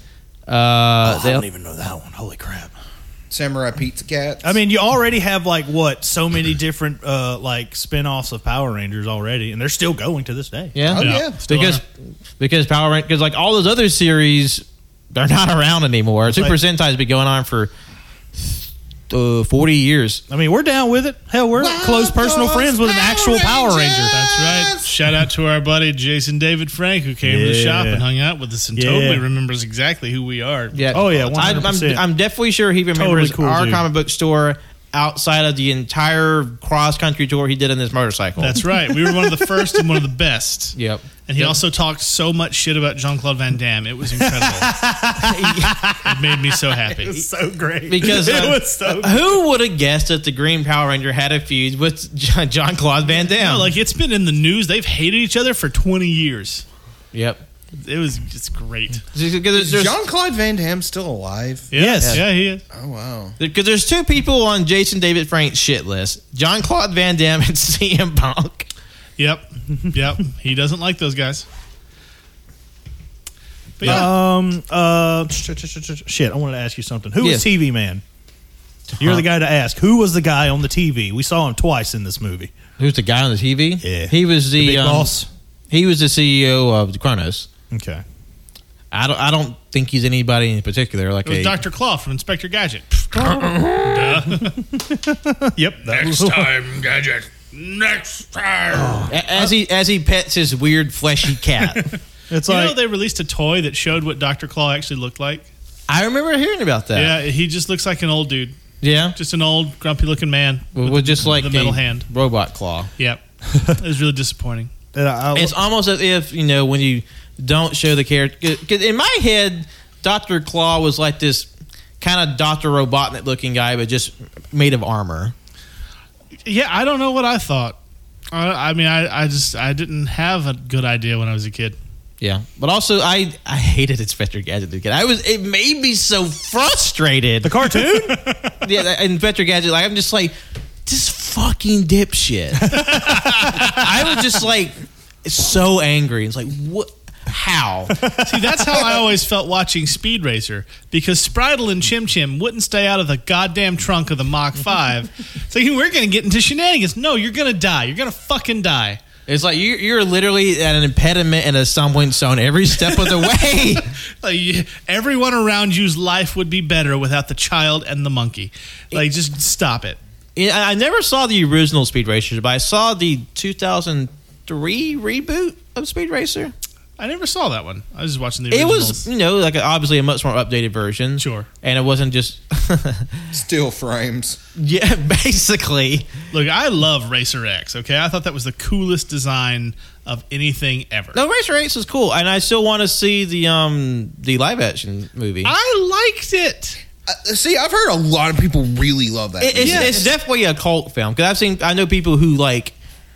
[SPEAKER 1] I
[SPEAKER 2] they-
[SPEAKER 1] don't even know that one. Holy crap!
[SPEAKER 4] Samurai Pizza Cat.
[SPEAKER 1] I mean, you already have like what so many different uh like spin-offs of Power Rangers already, and they're still going to this day.
[SPEAKER 2] yeah,
[SPEAKER 4] Oh, yeah.
[SPEAKER 3] Yeah. Still
[SPEAKER 2] because because Power Rangers, because like all those other series, they're <laughs> not around anymore. Super
[SPEAKER 1] like-
[SPEAKER 2] Sentai's been going on for uh, forty years.
[SPEAKER 1] I mean, we're down with it. Hell, we're close personal friends with an actual Power Ranger.
[SPEAKER 3] That's right. Shout out to our buddy Jason David Frank who came to the
[SPEAKER 1] Yeah.
[SPEAKER 3] shop and hung out with us and
[SPEAKER 1] Yeah.
[SPEAKER 3] totally remembers exactly who we are.
[SPEAKER 2] Yeah.
[SPEAKER 1] Oh, yeah,
[SPEAKER 2] I, am
[SPEAKER 1] 100%.
[SPEAKER 2] I'm definitely sure he
[SPEAKER 1] Totally
[SPEAKER 2] remembers
[SPEAKER 1] cool
[SPEAKER 2] our
[SPEAKER 1] dude.
[SPEAKER 2] comic book store. outside of the entire cross country tour he did on his motorcycle.
[SPEAKER 3] That's right. We were one of the first and one of the
[SPEAKER 2] <laughs>
[SPEAKER 3] best.
[SPEAKER 2] Yep.
[SPEAKER 3] And he also talked so much shit about Jean Claude Van Damme. It was
[SPEAKER 2] <laughs>
[SPEAKER 3] incredible. it made me so happy.
[SPEAKER 5] so great
[SPEAKER 3] <laughs>
[SPEAKER 2] because
[SPEAKER 5] it
[SPEAKER 2] uh,
[SPEAKER 5] was so.
[SPEAKER 2] who would have guessed that the Green Power Ranger had a feud with <laughs> John Claude Van Damme?
[SPEAKER 3] No, like it's been in the news. They've hated each other for 20 years.
[SPEAKER 2] yep.
[SPEAKER 3] It was just great.
[SPEAKER 2] Because there's, there's-
[SPEAKER 4] John Claude Van Damme's still alive.
[SPEAKER 3] Yeah.
[SPEAKER 1] Yes.
[SPEAKER 3] Yeah, he is.
[SPEAKER 4] Oh wow.
[SPEAKER 2] 'cause there's two people on Jason David Frank's shit list: John Claude Van Damme and <laughs> CM Punk.
[SPEAKER 3] Yep. Yep. he doesn't like those guys. But yeah,
[SPEAKER 1] Um. Uh. sh- sh- sh- sh- Shit. I wanted to ask you something. Who was
[SPEAKER 2] Yes.
[SPEAKER 1] TV man? You're the guy to ask. Who was the guy on the TV? We saw him twice in this movie.
[SPEAKER 2] Who's the guy on the TV?
[SPEAKER 1] Yeah.
[SPEAKER 2] he was the,
[SPEAKER 1] big
[SPEAKER 2] um,
[SPEAKER 1] boss.
[SPEAKER 2] He was the CEO of Kronos.
[SPEAKER 1] Okay.
[SPEAKER 2] I don't. I don't think he's anybody in particular. Like
[SPEAKER 3] it was
[SPEAKER 2] a
[SPEAKER 3] Dr. Claw from Inspector Gadget.
[SPEAKER 1] Yep. That was
[SPEAKER 3] time, Gadget. Next time.
[SPEAKER 2] a- as he as he pets his weird fleshy cat.
[SPEAKER 1] it's
[SPEAKER 3] you
[SPEAKER 1] like
[SPEAKER 3] know, they released a toy that showed what Dr. Claw actually looked like?
[SPEAKER 2] I remember hearing about that.
[SPEAKER 3] Yeah, he just looks like an old dude.
[SPEAKER 2] yeah.
[SPEAKER 3] Just an old, grumpy looking man.
[SPEAKER 2] Well, with just like
[SPEAKER 3] the
[SPEAKER 2] a
[SPEAKER 3] metal hand.
[SPEAKER 2] robot claw. <laughs>
[SPEAKER 3] Yep. it was really disappointing.
[SPEAKER 1] that I-
[SPEAKER 2] It's almost as if you know when you don't show the character. Because in my head, Doctor Claw was like this kind of Doctor Robotnik looking guy, but just made of armor.
[SPEAKER 3] Yeah, I don't know what I thought. I, I mean, I, I just I didn't have a good idea when I was a kid.
[SPEAKER 2] Yeah, but also I I hated Inspector Gadget again. I was it made me so frustrated.
[SPEAKER 3] <laughs>
[SPEAKER 2] The cartoon, <laughs> yeah, that- Inspector Gadget. Like I'm just like this fucking <laughs> dipshit. I was just like so angry. It's like what? How?
[SPEAKER 3] See, that's how I always felt watching Speed Racer because Spridle and Chim Chim wouldn't stay out of the goddamn trunk of the Mach
[SPEAKER 2] <laughs>
[SPEAKER 3] 5. It's like, we're going to get into shenanigans. No, you're going to die. You're going to fucking die.
[SPEAKER 2] It's like you, you're literally at an impediment and a stumbling stone every step of the <laughs> way.
[SPEAKER 3] Like, you- everyone around you's life would be better without the child and the monkey. Like, just stop it.
[SPEAKER 2] Yeah, I I never saw the original Speed Racer, but I saw the 2003 reboot of Speed Racer.
[SPEAKER 3] I never saw that one. I was just watching the
[SPEAKER 2] It
[SPEAKER 3] originals.
[SPEAKER 2] was, you know, like obviously a much more updated version.
[SPEAKER 3] Sure.
[SPEAKER 2] And it wasn't just, <laughs>
[SPEAKER 4] Still frames.
[SPEAKER 2] yeah, basically.
[SPEAKER 3] Look, I love Racer X, okay? I thought that was the coolest design of anything ever.
[SPEAKER 2] No, Racer X is cool, and I still want to see the um the live action movie.
[SPEAKER 3] I liked it.
[SPEAKER 4] Uh, see, I've heard a lot of people really love that.
[SPEAKER 2] It- it's,
[SPEAKER 4] movie.
[SPEAKER 2] it's definitely a cult film because I've seen I know people who like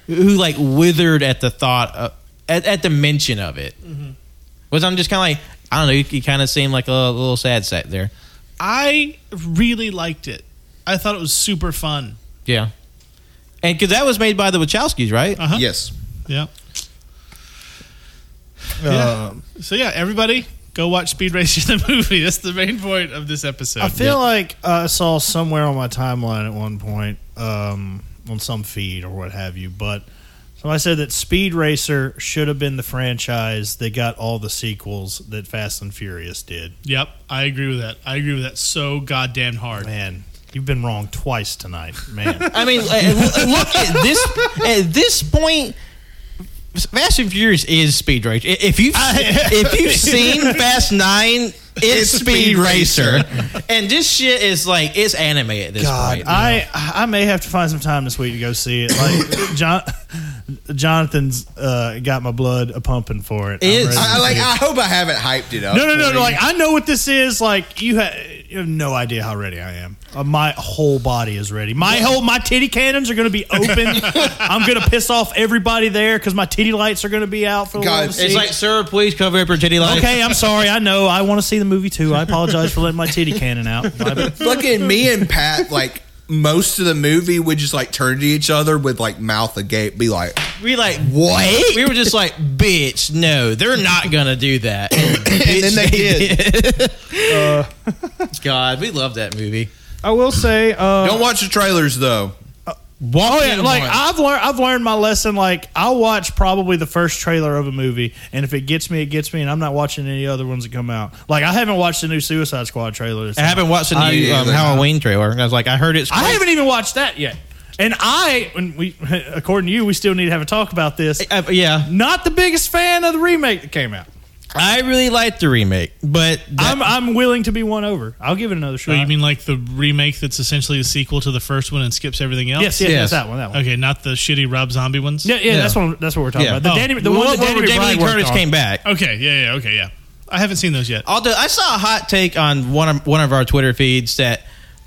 [SPEAKER 2] who like withered at the thought of, at, at the mention of it. Was I'm just kind of like I don't know. You, you kind of seem like a, little sad sack there.
[SPEAKER 3] I really liked it. I thought it was super fun.
[SPEAKER 2] Yeah, and because that was made by the Wachowskis, right?
[SPEAKER 3] Uh-huh.
[SPEAKER 4] yes.
[SPEAKER 3] Yeah. yeah. So yeah, everybody go watch Speed Racer the <laughs> movie. That's the main point of this episode.
[SPEAKER 1] I feel like I saw somewhere on my timeline at one point, um, on some feed or what have you, but somebody said that Speed Racer should have been the franchise that got all the sequels that Fast and Furious did.
[SPEAKER 3] yep, I agree with that. I agree with that so goddamn hard.
[SPEAKER 1] Man, you've been wrong twice tonight, man.
[SPEAKER 2] I mean, uh, uh, look at this at this point. Fast and Furious is Speed Racer. I- If you've if you've <laughs> seen Fast Nine, it's, Speed, Racer. and this shit is like it's anime at this
[SPEAKER 1] God,
[SPEAKER 2] point.
[SPEAKER 1] I I may have to find some time this week to go see it. <coughs> Like John, Jonathan's uh, got my blood a pumping for it. I'm
[SPEAKER 2] It's-
[SPEAKER 1] ready to
[SPEAKER 4] I, I like.
[SPEAKER 1] see it.
[SPEAKER 4] I hope I haven't hyped it up.
[SPEAKER 1] No, no, no,
[SPEAKER 4] for
[SPEAKER 1] no.
[SPEAKER 4] you.
[SPEAKER 1] Like I know what this is. Like you, ha- you have no idea how ready I am. Uh, my whole body is ready. My whole my titty cannons are going to be open. <laughs> I'm going to piss off everybody there because my titty lights are going to be out for the
[SPEAKER 4] God,
[SPEAKER 1] world to
[SPEAKER 2] It's
[SPEAKER 1] see.
[SPEAKER 2] like, sir, please cover up your titty line.
[SPEAKER 1] okay, I'm sorry. I know. I want to see the movie too. I apologize for letting my titty cannon out. My-
[SPEAKER 4] fucking me and Pat like. Most of the movie would just like turn to each other with like mouth agape, be like,
[SPEAKER 2] We like what? We were just like, bitch, no, they're not gonna do that. <coughs> And,
[SPEAKER 4] then they
[SPEAKER 2] Uh. <laughs> God, we love that movie.
[SPEAKER 1] I will say. Uh,
[SPEAKER 4] "Don't watch the trailers though."
[SPEAKER 1] Oh yeah, like I've learned I've learned my lesson. Like I'll watch probably the first trailer of a movie, and if it gets me, it gets me, and I'm not watching any other ones that come out. Like I haven't watched the new Suicide Squad trailer. this
[SPEAKER 2] I
[SPEAKER 1] time.
[SPEAKER 2] haven't watched the new um,
[SPEAKER 4] either.
[SPEAKER 2] Halloween trailer. I was like, I heard it's.
[SPEAKER 1] I haven't even watched that yet. And I, and we, <laughs> according to you, we still need to have a talk about this.
[SPEAKER 2] Uh, yeah,
[SPEAKER 1] Not the biggest fan of the remake that came out.
[SPEAKER 2] I really liked the remake, but that-
[SPEAKER 1] I'm I'm willing to be won over. I'll give it another shot.
[SPEAKER 3] Oh, you mean like the remake that's essentially the sequel to the first one and skips everything else?
[SPEAKER 1] yes, yes,
[SPEAKER 2] Yes.
[SPEAKER 1] yes, that one, that one.
[SPEAKER 3] Okay, not the shitty Rob Zombie ones.
[SPEAKER 1] Yeah, yeah, that's one. That's what we're talking
[SPEAKER 2] Yeah.
[SPEAKER 1] about. The
[SPEAKER 3] Oh.
[SPEAKER 1] Danny, the
[SPEAKER 2] Well,
[SPEAKER 1] one that
[SPEAKER 2] well,
[SPEAKER 1] Danny
[SPEAKER 2] Jamie
[SPEAKER 1] McBride
[SPEAKER 2] Lee Curtis
[SPEAKER 1] worked on.
[SPEAKER 2] came back.
[SPEAKER 3] Okay. Yeah. Yeah. Okay. Yeah. I haven't seen those yet.
[SPEAKER 1] Oh,
[SPEAKER 2] Although I saw a hot take on one of one of our Twitter feeds that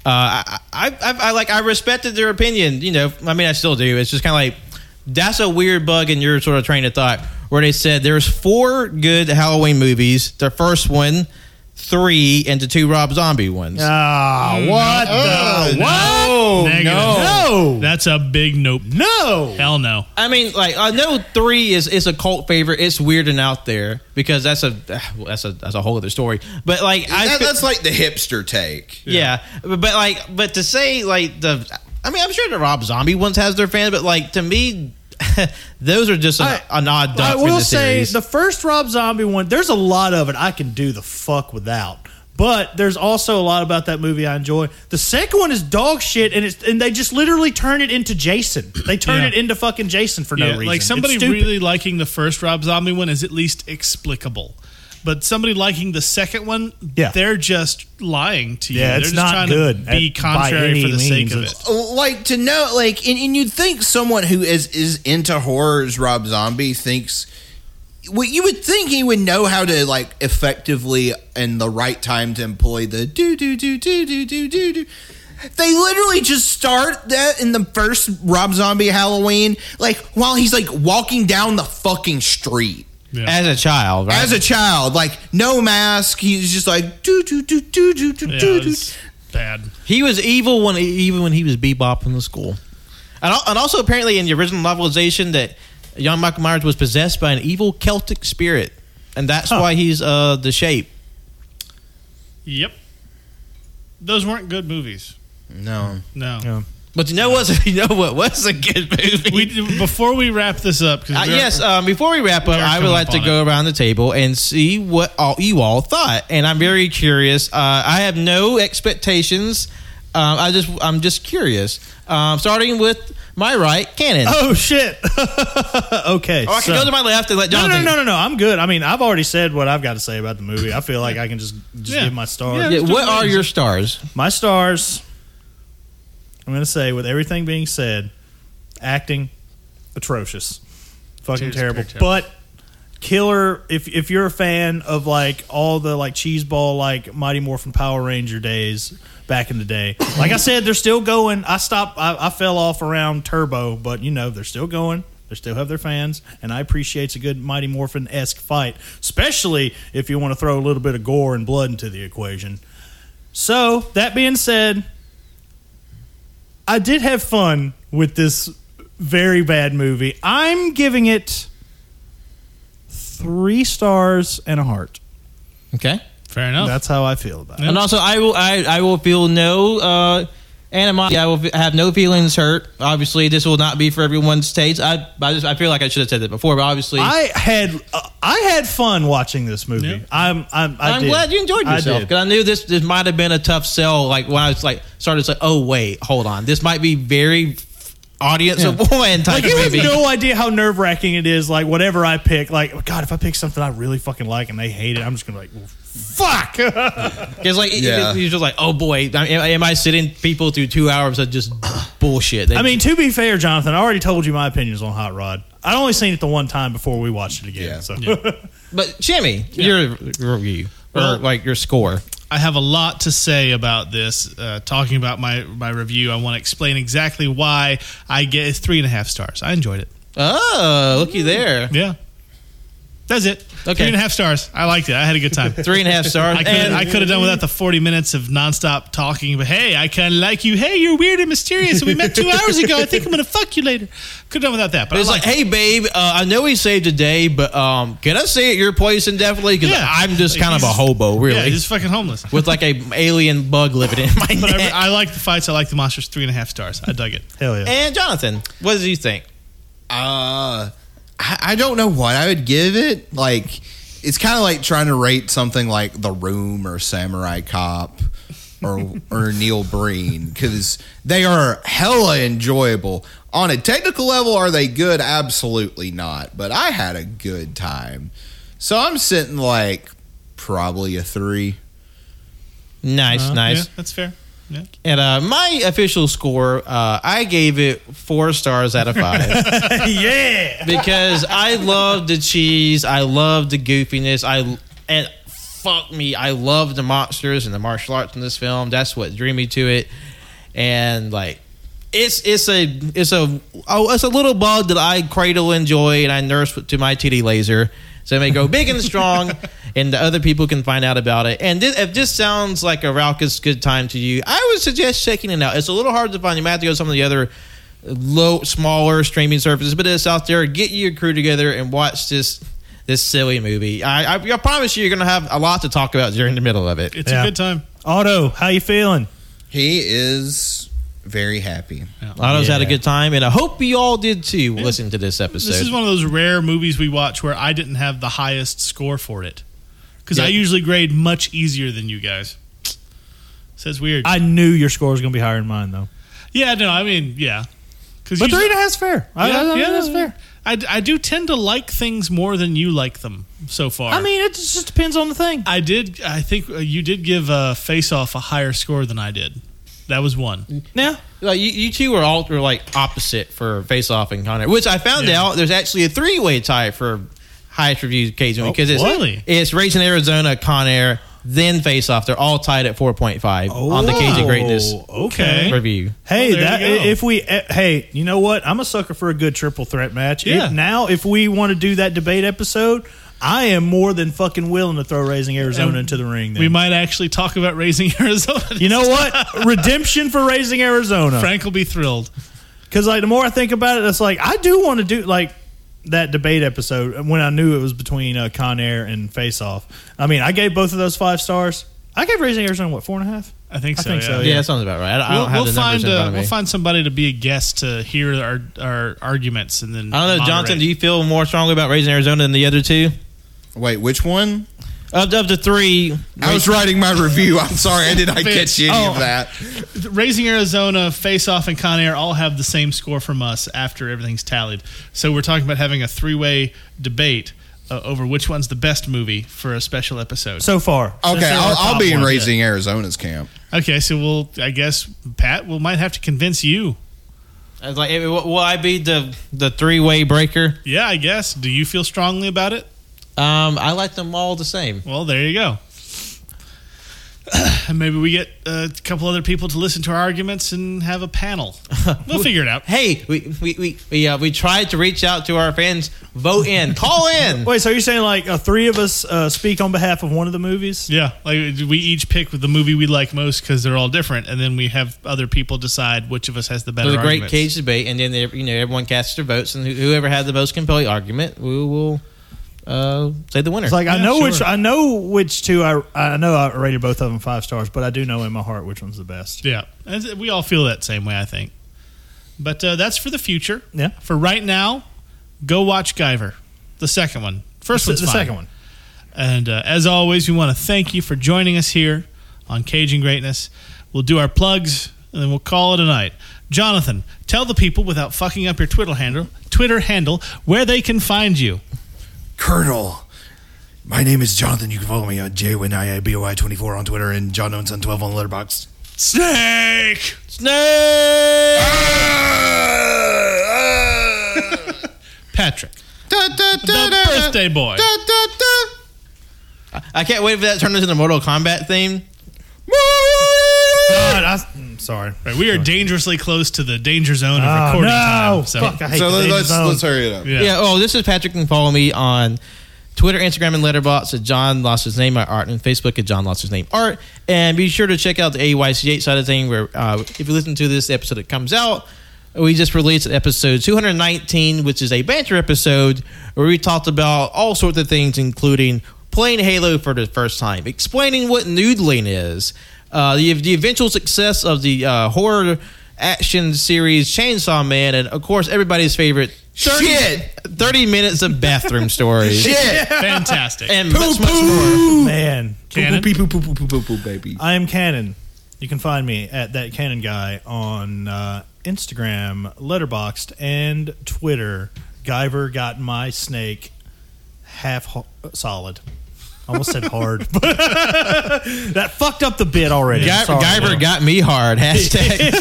[SPEAKER 2] uh, I, I, I I like I respected their opinion. You know, I mean, I still do. It's just kind of like that's a weird bug in your sort of train of thought where they said there's four good Halloween movies. The first one, three, and the two Rob Zombie ones.
[SPEAKER 1] Ah, what the
[SPEAKER 3] No,
[SPEAKER 1] what?
[SPEAKER 3] negative.
[SPEAKER 1] No.
[SPEAKER 3] That's a big nope.
[SPEAKER 1] No.
[SPEAKER 3] Hell no.
[SPEAKER 2] I mean, like I know three is is a cult favorite. It's weird and out there because that's a well, that's a that's a whole other story. But like I
[SPEAKER 4] That-
[SPEAKER 2] fe-
[SPEAKER 4] that's like the hipster take.
[SPEAKER 2] Yeah. But, but like, but to say like the, I mean, I'm sure the Rob Zombie ones has their fans, but like to me, <laughs> those are just an, an odd duck
[SPEAKER 1] I
[SPEAKER 2] for
[SPEAKER 1] will
[SPEAKER 2] the
[SPEAKER 1] say
[SPEAKER 2] series.
[SPEAKER 1] the first Rob Zombie one. There's a lot of it I can do the fuck without. But there's also a lot about that movie I enjoy. The second one is dog shit, and it's and they just literally turn it into Jason. They turn
[SPEAKER 3] Yeah.
[SPEAKER 1] it into fucking Jason for no
[SPEAKER 3] Yeah,
[SPEAKER 1] reason.
[SPEAKER 3] Like
[SPEAKER 1] It's
[SPEAKER 3] somebody
[SPEAKER 1] stupid.
[SPEAKER 3] really liking the first Rob Zombie one is at least explicable. But somebody liking the second one,
[SPEAKER 1] Yeah.
[SPEAKER 3] they're just lying to you.
[SPEAKER 1] Yeah, it's
[SPEAKER 3] they're just
[SPEAKER 1] not
[SPEAKER 3] trying
[SPEAKER 1] good
[SPEAKER 3] to be
[SPEAKER 1] at- by
[SPEAKER 3] contrary
[SPEAKER 1] any
[SPEAKER 3] for the sake
[SPEAKER 1] means.
[SPEAKER 3] of it.
[SPEAKER 1] It's-
[SPEAKER 4] Like to know, like, and, and you'd think someone who is is into horrors, Rob Zombie, thinks. Well, you would think he would know how to like effectively and the right time to employ the do do do do do do do do. They literally just start that in the first Rob Zombie Halloween, like while he's like walking down the fucking street.
[SPEAKER 2] as a child, right?
[SPEAKER 4] As a child, like no mask, he's just like do do do do do do
[SPEAKER 3] Yeah,
[SPEAKER 4] do do.
[SPEAKER 3] it's bad.
[SPEAKER 2] he was evil when even when he was bebop in the school, and al- and also apparently in the original novelization that young Michael Myers was possessed by an evil Celtic spirit, and that's why he's uh the shape.
[SPEAKER 3] Yep. Those weren't good movies.
[SPEAKER 4] No.
[SPEAKER 3] No.
[SPEAKER 2] But you know what? <laughs> You know what was a good movie?
[SPEAKER 3] We before we wrap this up
[SPEAKER 2] Uh,
[SPEAKER 3] because
[SPEAKER 2] yes. Um, before we wrap up,
[SPEAKER 3] are
[SPEAKER 2] I would
[SPEAKER 3] coming
[SPEAKER 2] like
[SPEAKER 3] up
[SPEAKER 2] to
[SPEAKER 3] on
[SPEAKER 2] go around the table and see what all you all thought, and I'm very curious. Uh, I have no expectations. Um, I just, I'm just curious. Um, starting with my right, Cannon.
[SPEAKER 1] <laughs>
[SPEAKER 2] Oh,
[SPEAKER 1] Oh shit. <laughs> okay.
[SPEAKER 2] I can
[SPEAKER 1] so-
[SPEAKER 2] go to my left and let
[SPEAKER 1] no,
[SPEAKER 2] John.
[SPEAKER 1] no, no, no, no. I'm good. I mean, I've already said what I've got to say about the movie. I feel like I can just just
[SPEAKER 3] Yeah.
[SPEAKER 1] give my stars.
[SPEAKER 3] Yeah,
[SPEAKER 2] Yeah, what are your stars?
[SPEAKER 1] My stars. I'm gonna say, with everything being said, acting atrocious, fucking
[SPEAKER 3] Dude, it's
[SPEAKER 1] terrible.
[SPEAKER 3] pretty terrible.
[SPEAKER 1] But killer. If if you're a fan of like all the like cheeseball like Mighty Morphin Power Ranger days back in the day, like I said, they're still going. I stopped. I, I fell off around Turbo, but you know they're still going. They still have their fans, and I appreciate a good Mighty Morphin esque fight, especially if you want to throw a little bit of gore and blood into the equation. So that being said, I did have fun with this very bad movie. I'm giving it three stars and a heart.
[SPEAKER 2] Okay.
[SPEAKER 3] fair
[SPEAKER 2] Oh.
[SPEAKER 3] enough.
[SPEAKER 1] That's how I feel about it.
[SPEAKER 2] And also, I will, I, I will feel no uh, animosity. I will f- have no feelings hurt. Obviously, this will not be for everyone's taste. I, I just, I feel like I should have said that before, but obviously,
[SPEAKER 1] I had uh, I had fun watching this movie.
[SPEAKER 3] Yeah.
[SPEAKER 1] I'm I'm I
[SPEAKER 2] I'm
[SPEAKER 1] did.
[SPEAKER 2] glad you enjoyed
[SPEAKER 1] I
[SPEAKER 2] yourself
[SPEAKER 1] did.
[SPEAKER 2] because I, knew this this might have been a tough sell. Like when I was like started to say, "Oh wait, hold on, this might be very audience of one type
[SPEAKER 1] Like you
[SPEAKER 2] of
[SPEAKER 1] have
[SPEAKER 2] movie."
[SPEAKER 1] no idea how nerve wracking it is. Like whatever I pick, like oh, God, if I pick something I really fucking like and they hate it, I'm just gonna be like, well, fuck.
[SPEAKER 2] <laughs> Because like it-
[SPEAKER 4] Yeah.
[SPEAKER 2] you're just like, "Oh boy, I mean, am, am I sitting people through two hours of just bullshit?" They-
[SPEAKER 1] I mean, to be fair, Jonathan, I already told you my opinions on Hot Rod. I'd only seen it the one time before we watched it again.
[SPEAKER 4] Yeah.
[SPEAKER 1] So
[SPEAKER 2] but Jimmy, your review or like your score.
[SPEAKER 3] I have a lot to say about this. Uh, talking about my my review, I want to explain exactly why I get three and a half stars. I enjoyed it.
[SPEAKER 2] Oh, looky there,
[SPEAKER 3] Yeah, that's it.
[SPEAKER 2] Okay.
[SPEAKER 3] three and a half stars. I liked it. I had a good time.
[SPEAKER 2] <laughs> three and a half stars.
[SPEAKER 3] I could
[SPEAKER 2] and
[SPEAKER 3] I could have done without the forty minutes of nonstop talking. But hey, I kind of like you. Hey, you're weird and mysterious. and we met two hours ago. I think I'm gonna fuck you later. Could have done without that. But
[SPEAKER 2] It's
[SPEAKER 3] I
[SPEAKER 2] like,
[SPEAKER 3] liked
[SPEAKER 2] hey, babe, uh, I know we saved a day, but um, can I stay at your place indefinitely? Because
[SPEAKER 3] Yeah.
[SPEAKER 2] I'm just
[SPEAKER 3] Like,
[SPEAKER 2] kind of a
[SPEAKER 3] he's-
[SPEAKER 2] hobo,
[SPEAKER 3] it.
[SPEAKER 2] really.
[SPEAKER 3] yeah, just fucking homeless.
[SPEAKER 2] with like a alien bug living in
[SPEAKER 3] <laughs>
[SPEAKER 2] my
[SPEAKER 3] But I,
[SPEAKER 2] neck.
[SPEAKER 3] I like the fights. I like the monsters. Three and a half stars. I dug it.
[SPEAKER 1] hell yeah.
[SPEAKER 2] and Jonathan, what did you think?
[SPEAKER 4] Uh, I, I don't know what I would give it. Like, it's kind of like trying to rate something like The Room or Samurai Cop <laughs> or or Neil Breen because they are hella enjoyable. On a technical level, are they good? Absolutely not. But I had a good time. So I'm sitting like probably a three.
[SPEAKER 2] Nice,
[SPEAKER 3] Uh,
[SPEAKER 2] nice.
[SPEAKER 3] Yeah, that's fair. Yeah.
[SPEAKER 2] And uh, my official score, uh, I gave it four stars out of
[SPEAKER 3] <laughs>
[SPEAKER 2] five
[SPEAKER 1] yeah.
[SPEAKER 2] because I love the cheese, I love the goofiness, I and fuck me, I love the monsters and the martial arts in this film. That's what drew me to it, and like. It's it's a it's a oh, it's a little bug that I cradle enjoy and I nurse to my titty laser, so it may go big and strong, and the other people can find out about it. And this, if this sounds like a raucous good time to you, I would suggest checking it out. It's a little hard to find. You might have to go to some of the other low, smaller streaming services, but it's out there. Get your crew together and watch this this silly movie. I, I, I promise you, you're going to have a lot to talk about during the middle of it.
[SPEAKER 3] It's
[SPEAKER 1] Yeah.
[SPEAKER 3] a good time.
[SPEAKER 1] Otto, how you feeling?
[SPEAKER 4] He is very happy.
[SPEAKER 2] Lotto's had a good time, and I hope you all did too. Listen to this episode.
[SPEAKER 3] This is one of those rare movies we watch where I didn't have the highest score for it because I
[SPEAKER 2] Yeah.
[SPEAKER 3] usually grade much easier than you guys. Says weird.
[SPEAKER 1] I knew your score was going to be higher than mine, though.
[SPEAKER 3] yeah, no, I mean, yeah. Cause
[SPEAKER 1] But three
[SPEAKER 3] usually-
[SPEAKER 1] and a half's fair. I, I- I-
[SPEAKER 3] yeah, yeah, that's fair. I, d- I do tend to like things more than you like them so far.
[SPEAKER 1] I mean, it just just depends on the thing.
[SPEAKER 3] I did. I think uh, you did give uh, Face Off a higher score than I did. That was one.
[SPEAKER 1] Yeah.
[SPEAKER 2] Like you, you two were all were like opposite for Face Off and Connor, which I found
[SPEAKER 3] Yeah.
[SPEAKER 2] out there's actually a three way tie for highest reviewed occasion because it's
[SPEAKER 3] Oh, really?
[SPEAKER 2] it's Racing Arizona, Con Air, then Face Off. They're all tied at 4.5 on the Cajun Greatness
[SPEAKER 3] Oh, Okay.
[SPEAKER 2] review.
[SPEAKER 1] Hey,
[SPEAKER 3] Well, there
[SPEAKER 1] that
[SPEAKER 3] you go.
[SPEAKER 1] if we eh, hey, you know what? I'm a sucker for a good triple threat match. If-
[SPEAKER 3] Yeah.
[SPEAKER 1] now, if we want to do that debate episode, I am more than fucking willing to throw Raising Arizona into the ring. Then.
[SPEAKER 3] We might actually talk about raising <laughs> Arizona.
[SPEAKER 1] You
[SPEAKER 3] <laughs>
[SPEAKER 1] know what? Redemption for Raising Arizona.
[SPEAKER 3] Frank will be thrilled.
[SPEAKER 1] Because like the more I think about it, it's like I do want to do like that debate episode uh, when I knew it was between uh, Con Air and Face Off. I mean, I gave both of those five stars. I gave Raising Arizona what four and a half.
[SPEAKER 3] I think so.
[SPEAKER 1] think
[SPEAKER 3] yeah.
[SPEAKER 1] so,
[SPEAKER 2] Yeah, that sounds about right. I, I
[SPEAKER 3] We'll,
[SPEAKER 2] don't have
[SPEAKER 3] we'll
[SPEAKER 2] the numbers
[SPEAKER 3] find
[SPEAKER 2] in front
[SPEAKER 3] uh,
[SPEAKER 2] of me.
[SPEAKER 3] we'll find somebody to be a guest to hear our, our arguments and then
[SPEAKER 2] I don't know, Johnson. Do you feel more strongly about Raising Arizona than the other two?
[SPEAKER 4] Wait, which one?
[SPEAKER 2] Of, of the three,
[SPEAKER 4] I was writing my review. I'm sorry, I did <laughs> not catch any
[SPEAKER 3] Oh.
[SPEAKER 4] of that.
[SPEAKER 3] Raising Arizona, Face Off, and Con Air all have the same score from us after everything's tallied. So we're talking about having a three way debate uh, over which one's the best movie for a special episode.
[SPEAKER 1] So far,
[SPEAKER 4] Okay,
[SPEAKER 3] they're our
[SPEAKER 4] I'll, I'll
[SPEAKER 3] top
[SPEAKER 4] be in
[SPEAKER 3] ones,
[SPEAKER 4] Raising Arizona's camp.
[SPEAKER 3] okay, so we'll I guess Pat will might have to convince you.
[SPEAKER 2] I was like, eh, will will I be the the three way breaker?
[SPEAKER 3] Yeah, I guess. Do you feel strongly about it?
[SPEAKER 2] Um, I like them all the same.
[SPEAKER 3] Well, there you go. <clears throat> And maybe we get uh, a couple other people to listen to our arguments and have a
[SPEAKER 2] <laughs>
[SPEAKER 3] panel. We'll figure it out.
[SPEAKER 2] Hey, we we we we, uh, we tried to reach out to our fans. Vote <laughs> in, call in.
[SPEAKER 1] Wait, so you're saying like uh, three of us uh, speak on behalf of one of the movies?
[SPEAKER 3] Yeah, like we each pick the movie we like most because they're all different, and then we have other people decide which of us has the better.
[SPEAKER 2] There's a great
[SPEAKER 3] arguments.
[SPEAKER 2] cage debate, and then they, you know everyone casts their votes, and who- whoever had the most compelling argument, we will uh, say the winner.
[SPEAKER 1] It's like I
[SPEAKER 3] Yeah,
[SPEAKER 1] know
[SPEAKER 3] sure.
[SPEAKER 1] which I know which two I I know I rated both of them five stars, but I do know in my heart which one's the best.
[SPEAKER 3] Yeah, And we all feel that same way, I think. But uh, that's for the future.
[SPEAKER 1] Yeah.
[SPEAKER 3] For right now, go watch Guyver, the second one. First
[SPEAKER 1] the,
[SPEAKER 3] one's
[SPEAKER 1] the
[SPEAKER 3] fine.
[SPEAKER 1] second one.
[SPEAKER 3] And uh, as always, we want to thank you for joining us here on Cajun Greatness. We'll do our plugs and then we'll call it a night. Jonathan, tell the people without fucking up your Twitter handle, Twitter handle, where they can find you.
[SPEAKER 7] Colonel. My name is Jonathan. uh, You can follow me on JWNIABOI24 on Twitter and John Owenson 12 on Letterboxd.
[SPEAKER 3] Snake. Patrick, the birthday boy.
[SPEAKER 2] I can't wait for that to turn into the Mortal Kombat theme.
[SPEAKER 1] God, I, am sorry.
[SPEAKER 3] Right, mm, we are dangerously close to the danger zone of
[SPEAKER 1] Oh,
[SPEAKER 3] recording
[SPEAKER 1] no,
[SPEAKER 3] time. So,
[SPEAKER 1] fuck! I hate
[SPEAKER 4] So
[SPEAKER 1] the
[SPEAKER 4] let's,
[SPEAKER 1] danger
[SPEAKER 4] let's,
[SPEAKER 1] zone.
[SPEAKER 4] let's hurry it up.
[SPEAKER 3] yeah.
[SPEAKER 2] Yeah. Oh, this is Patrick. You can follow me on Twitter, Instagram, and Letterboxd at John Lost His Name My Art, and Facebook at John Lost His Name Art. And be sure to check out the AYCH side of thing. Where uh, if you listen to this episode, it comes out. We just released episode 219, which is a banter episode where we talked about all sorts of things, including playing Halo for the first time, explaining what noodling is, uh, the, the eventual success of the uh, horror action series Chainsaw Man, and of course, everybody's favorite 30,
[SPEAKER 4] Shit.
[SPEAKER 2] 30 minutes of
[SPEAKER 4] <laughs>
[SPEAKER 2] bathroom stories.
[SPEAKER 6] <laughs>
[SPEAKER 4] Shit!
[SPEAKER 3] fantastic.
[SPEAKER 2] And much, much more.
[SPEAKER 1] man.
[SPEAKER 3] Cannon?
[SPEAKER 4] Poo, poo, poo, poo, poo, poo, poo, baby.
[SPEAKER 1] I am Canon. You can find me at that Canon guy on uh, Instagram, Letterboxed, and Twitter. Guyver got my snake. half ho- solid. Almost said
[SPEAKER 2] <laughs>
[SPEAKER 1] hard, but that fucked up the bit already.
[SPEAKER 2] Guy-
[SPEAKER 1] Sorry.
[SPEAKER 2] Guyver got me <laughs> hard. Hashtag.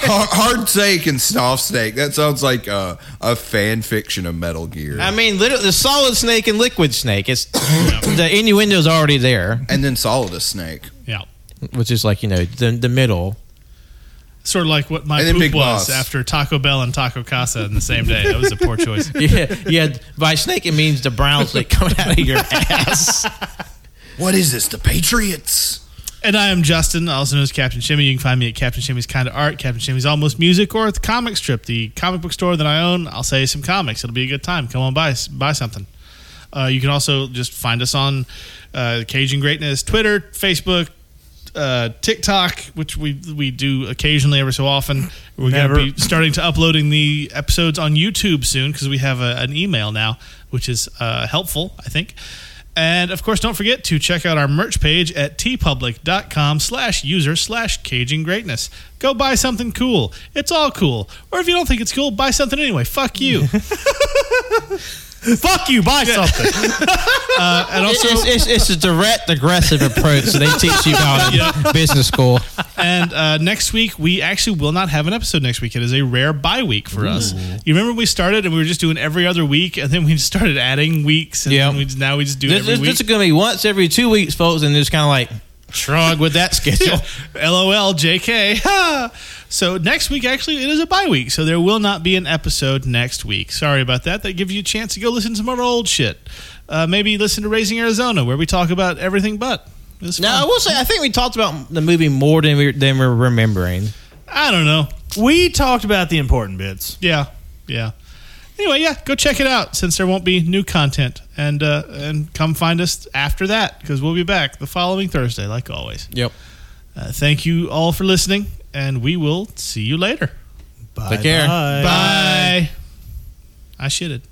[SPEAKER 6] Hard, hard Snake and Snoff Snake. That sounds like
[SPEAKER 4] uh,
[SPEAKER 6] a, a fan fiction of Metal Gear.
[SPEAKER 2] I mean, literally, the solid snake and liquid snake. It's the innuendo's already there,
[SPEAKER 6] and then Solidus Snake.
[SPEAKER 3] Yeah.
[SPEAKER 2] which is like you know the the middle. <laughs>
[SPEAKER 3] Sort of like what my
[SPEAKER 6] And then
[SPEAKER 3] poop was
[SPEAKER 6] Big Boss.
[SPEAKER 3] after Taco Bell and Taco Casa in the same day. That was a
[SPEAKER 6] <laughs>
[SPEAKER 3] poor choice.
[SPEAKER 2] Yeah, yeah. By snake, it means the brown snake coming out of your ass.
[SPEAKER 7] What is this? The Patriots?
[SPEAKER 3] And I am Justin, also known as Captain Shimmy. You can find me at Captain Shimmy's Kind of Art, Captain Shimmy's Almost Music, or at the comic strip, the comic book store that I own. I'll sell you some comics. It'll be a good time. Come on by, buy something. Uh, you can also just find us on uh, Cajun Greatness, Twitter, Facebook, uh, TikTok, which we we do occasionally every so often. We're going
[SPEAKER 1] Never.
[SPEAKER 3] to be starting to uploading the episodes on YouTube soon because we have a, an email now, which is uh, helpful, I think. And of course, don't forget to check out our merch page at tpublic.com slash user slash caging greatness. Go buy something cool. It's all cool. Or if you don't think it's cool, buy something anyway. Fuck you.
[SPEAKER 1] Fuck you! Buy something.
[SPEAKER 3] and
[SPEAKER 2] It's,
[SPEAKER 3] also,
[SPEAKER 2] it's, it's, it's a direct aggressive approach that they teach you <laughs> about in business school.
[SPEAKER 3] and uh, next week we actually will not have an episode next week. It is a rare bye week for us. You remember we started and we were just doing every other week, and then we just started adding weeks, and
[SPEAKER 2] Yeah.
[SPEAKER 3] we, now we just do it
[SPEAKER 2] This,
[SPEAKER 3] every
[SPEAKER 2] this,
[SPEAKER 3] week.
[SPEAKER 2] this is going to be once every two weeks, folks, and just kind of like shrug with
[SPEAKER 3] <laughs>
[SPEAKER 2] that schedule.
[SPEAKER 3] LOL, JK. Ha! <laughs> so next week, actually, it is a bye week, so there will not be an episode next week. Sorry about that. That gives you a chance to go listen to some of our old shit. Uh, maybe listen to Raising Arizona, where we talk about everything but. It's
[SPEAKER 2] Now, I
[SPEAKER 3] fun.
[SPEAKER 2] will say, I think we talked about the movie more than we than we're remembering.
[SPEAKER 3] I don't know.
[SPEAKER 1] we talked about the important bits.
[SPEAKER 3] Yeah, yeah. Anyway, yeah, go check it out since there won't be new content, and uh, and come find us after that because we'll be back the following Thursday, like always.
[SPEAKER 2] Yep.
[SPEAKER 3] Uh, thank you all for listening, and we will see you later.
[SPEAKER 1] Bye,
[SPEAKER 2] Take care.
[SPEAKER 1] Bye.
[SPEAKER 3] Bye. I shitted.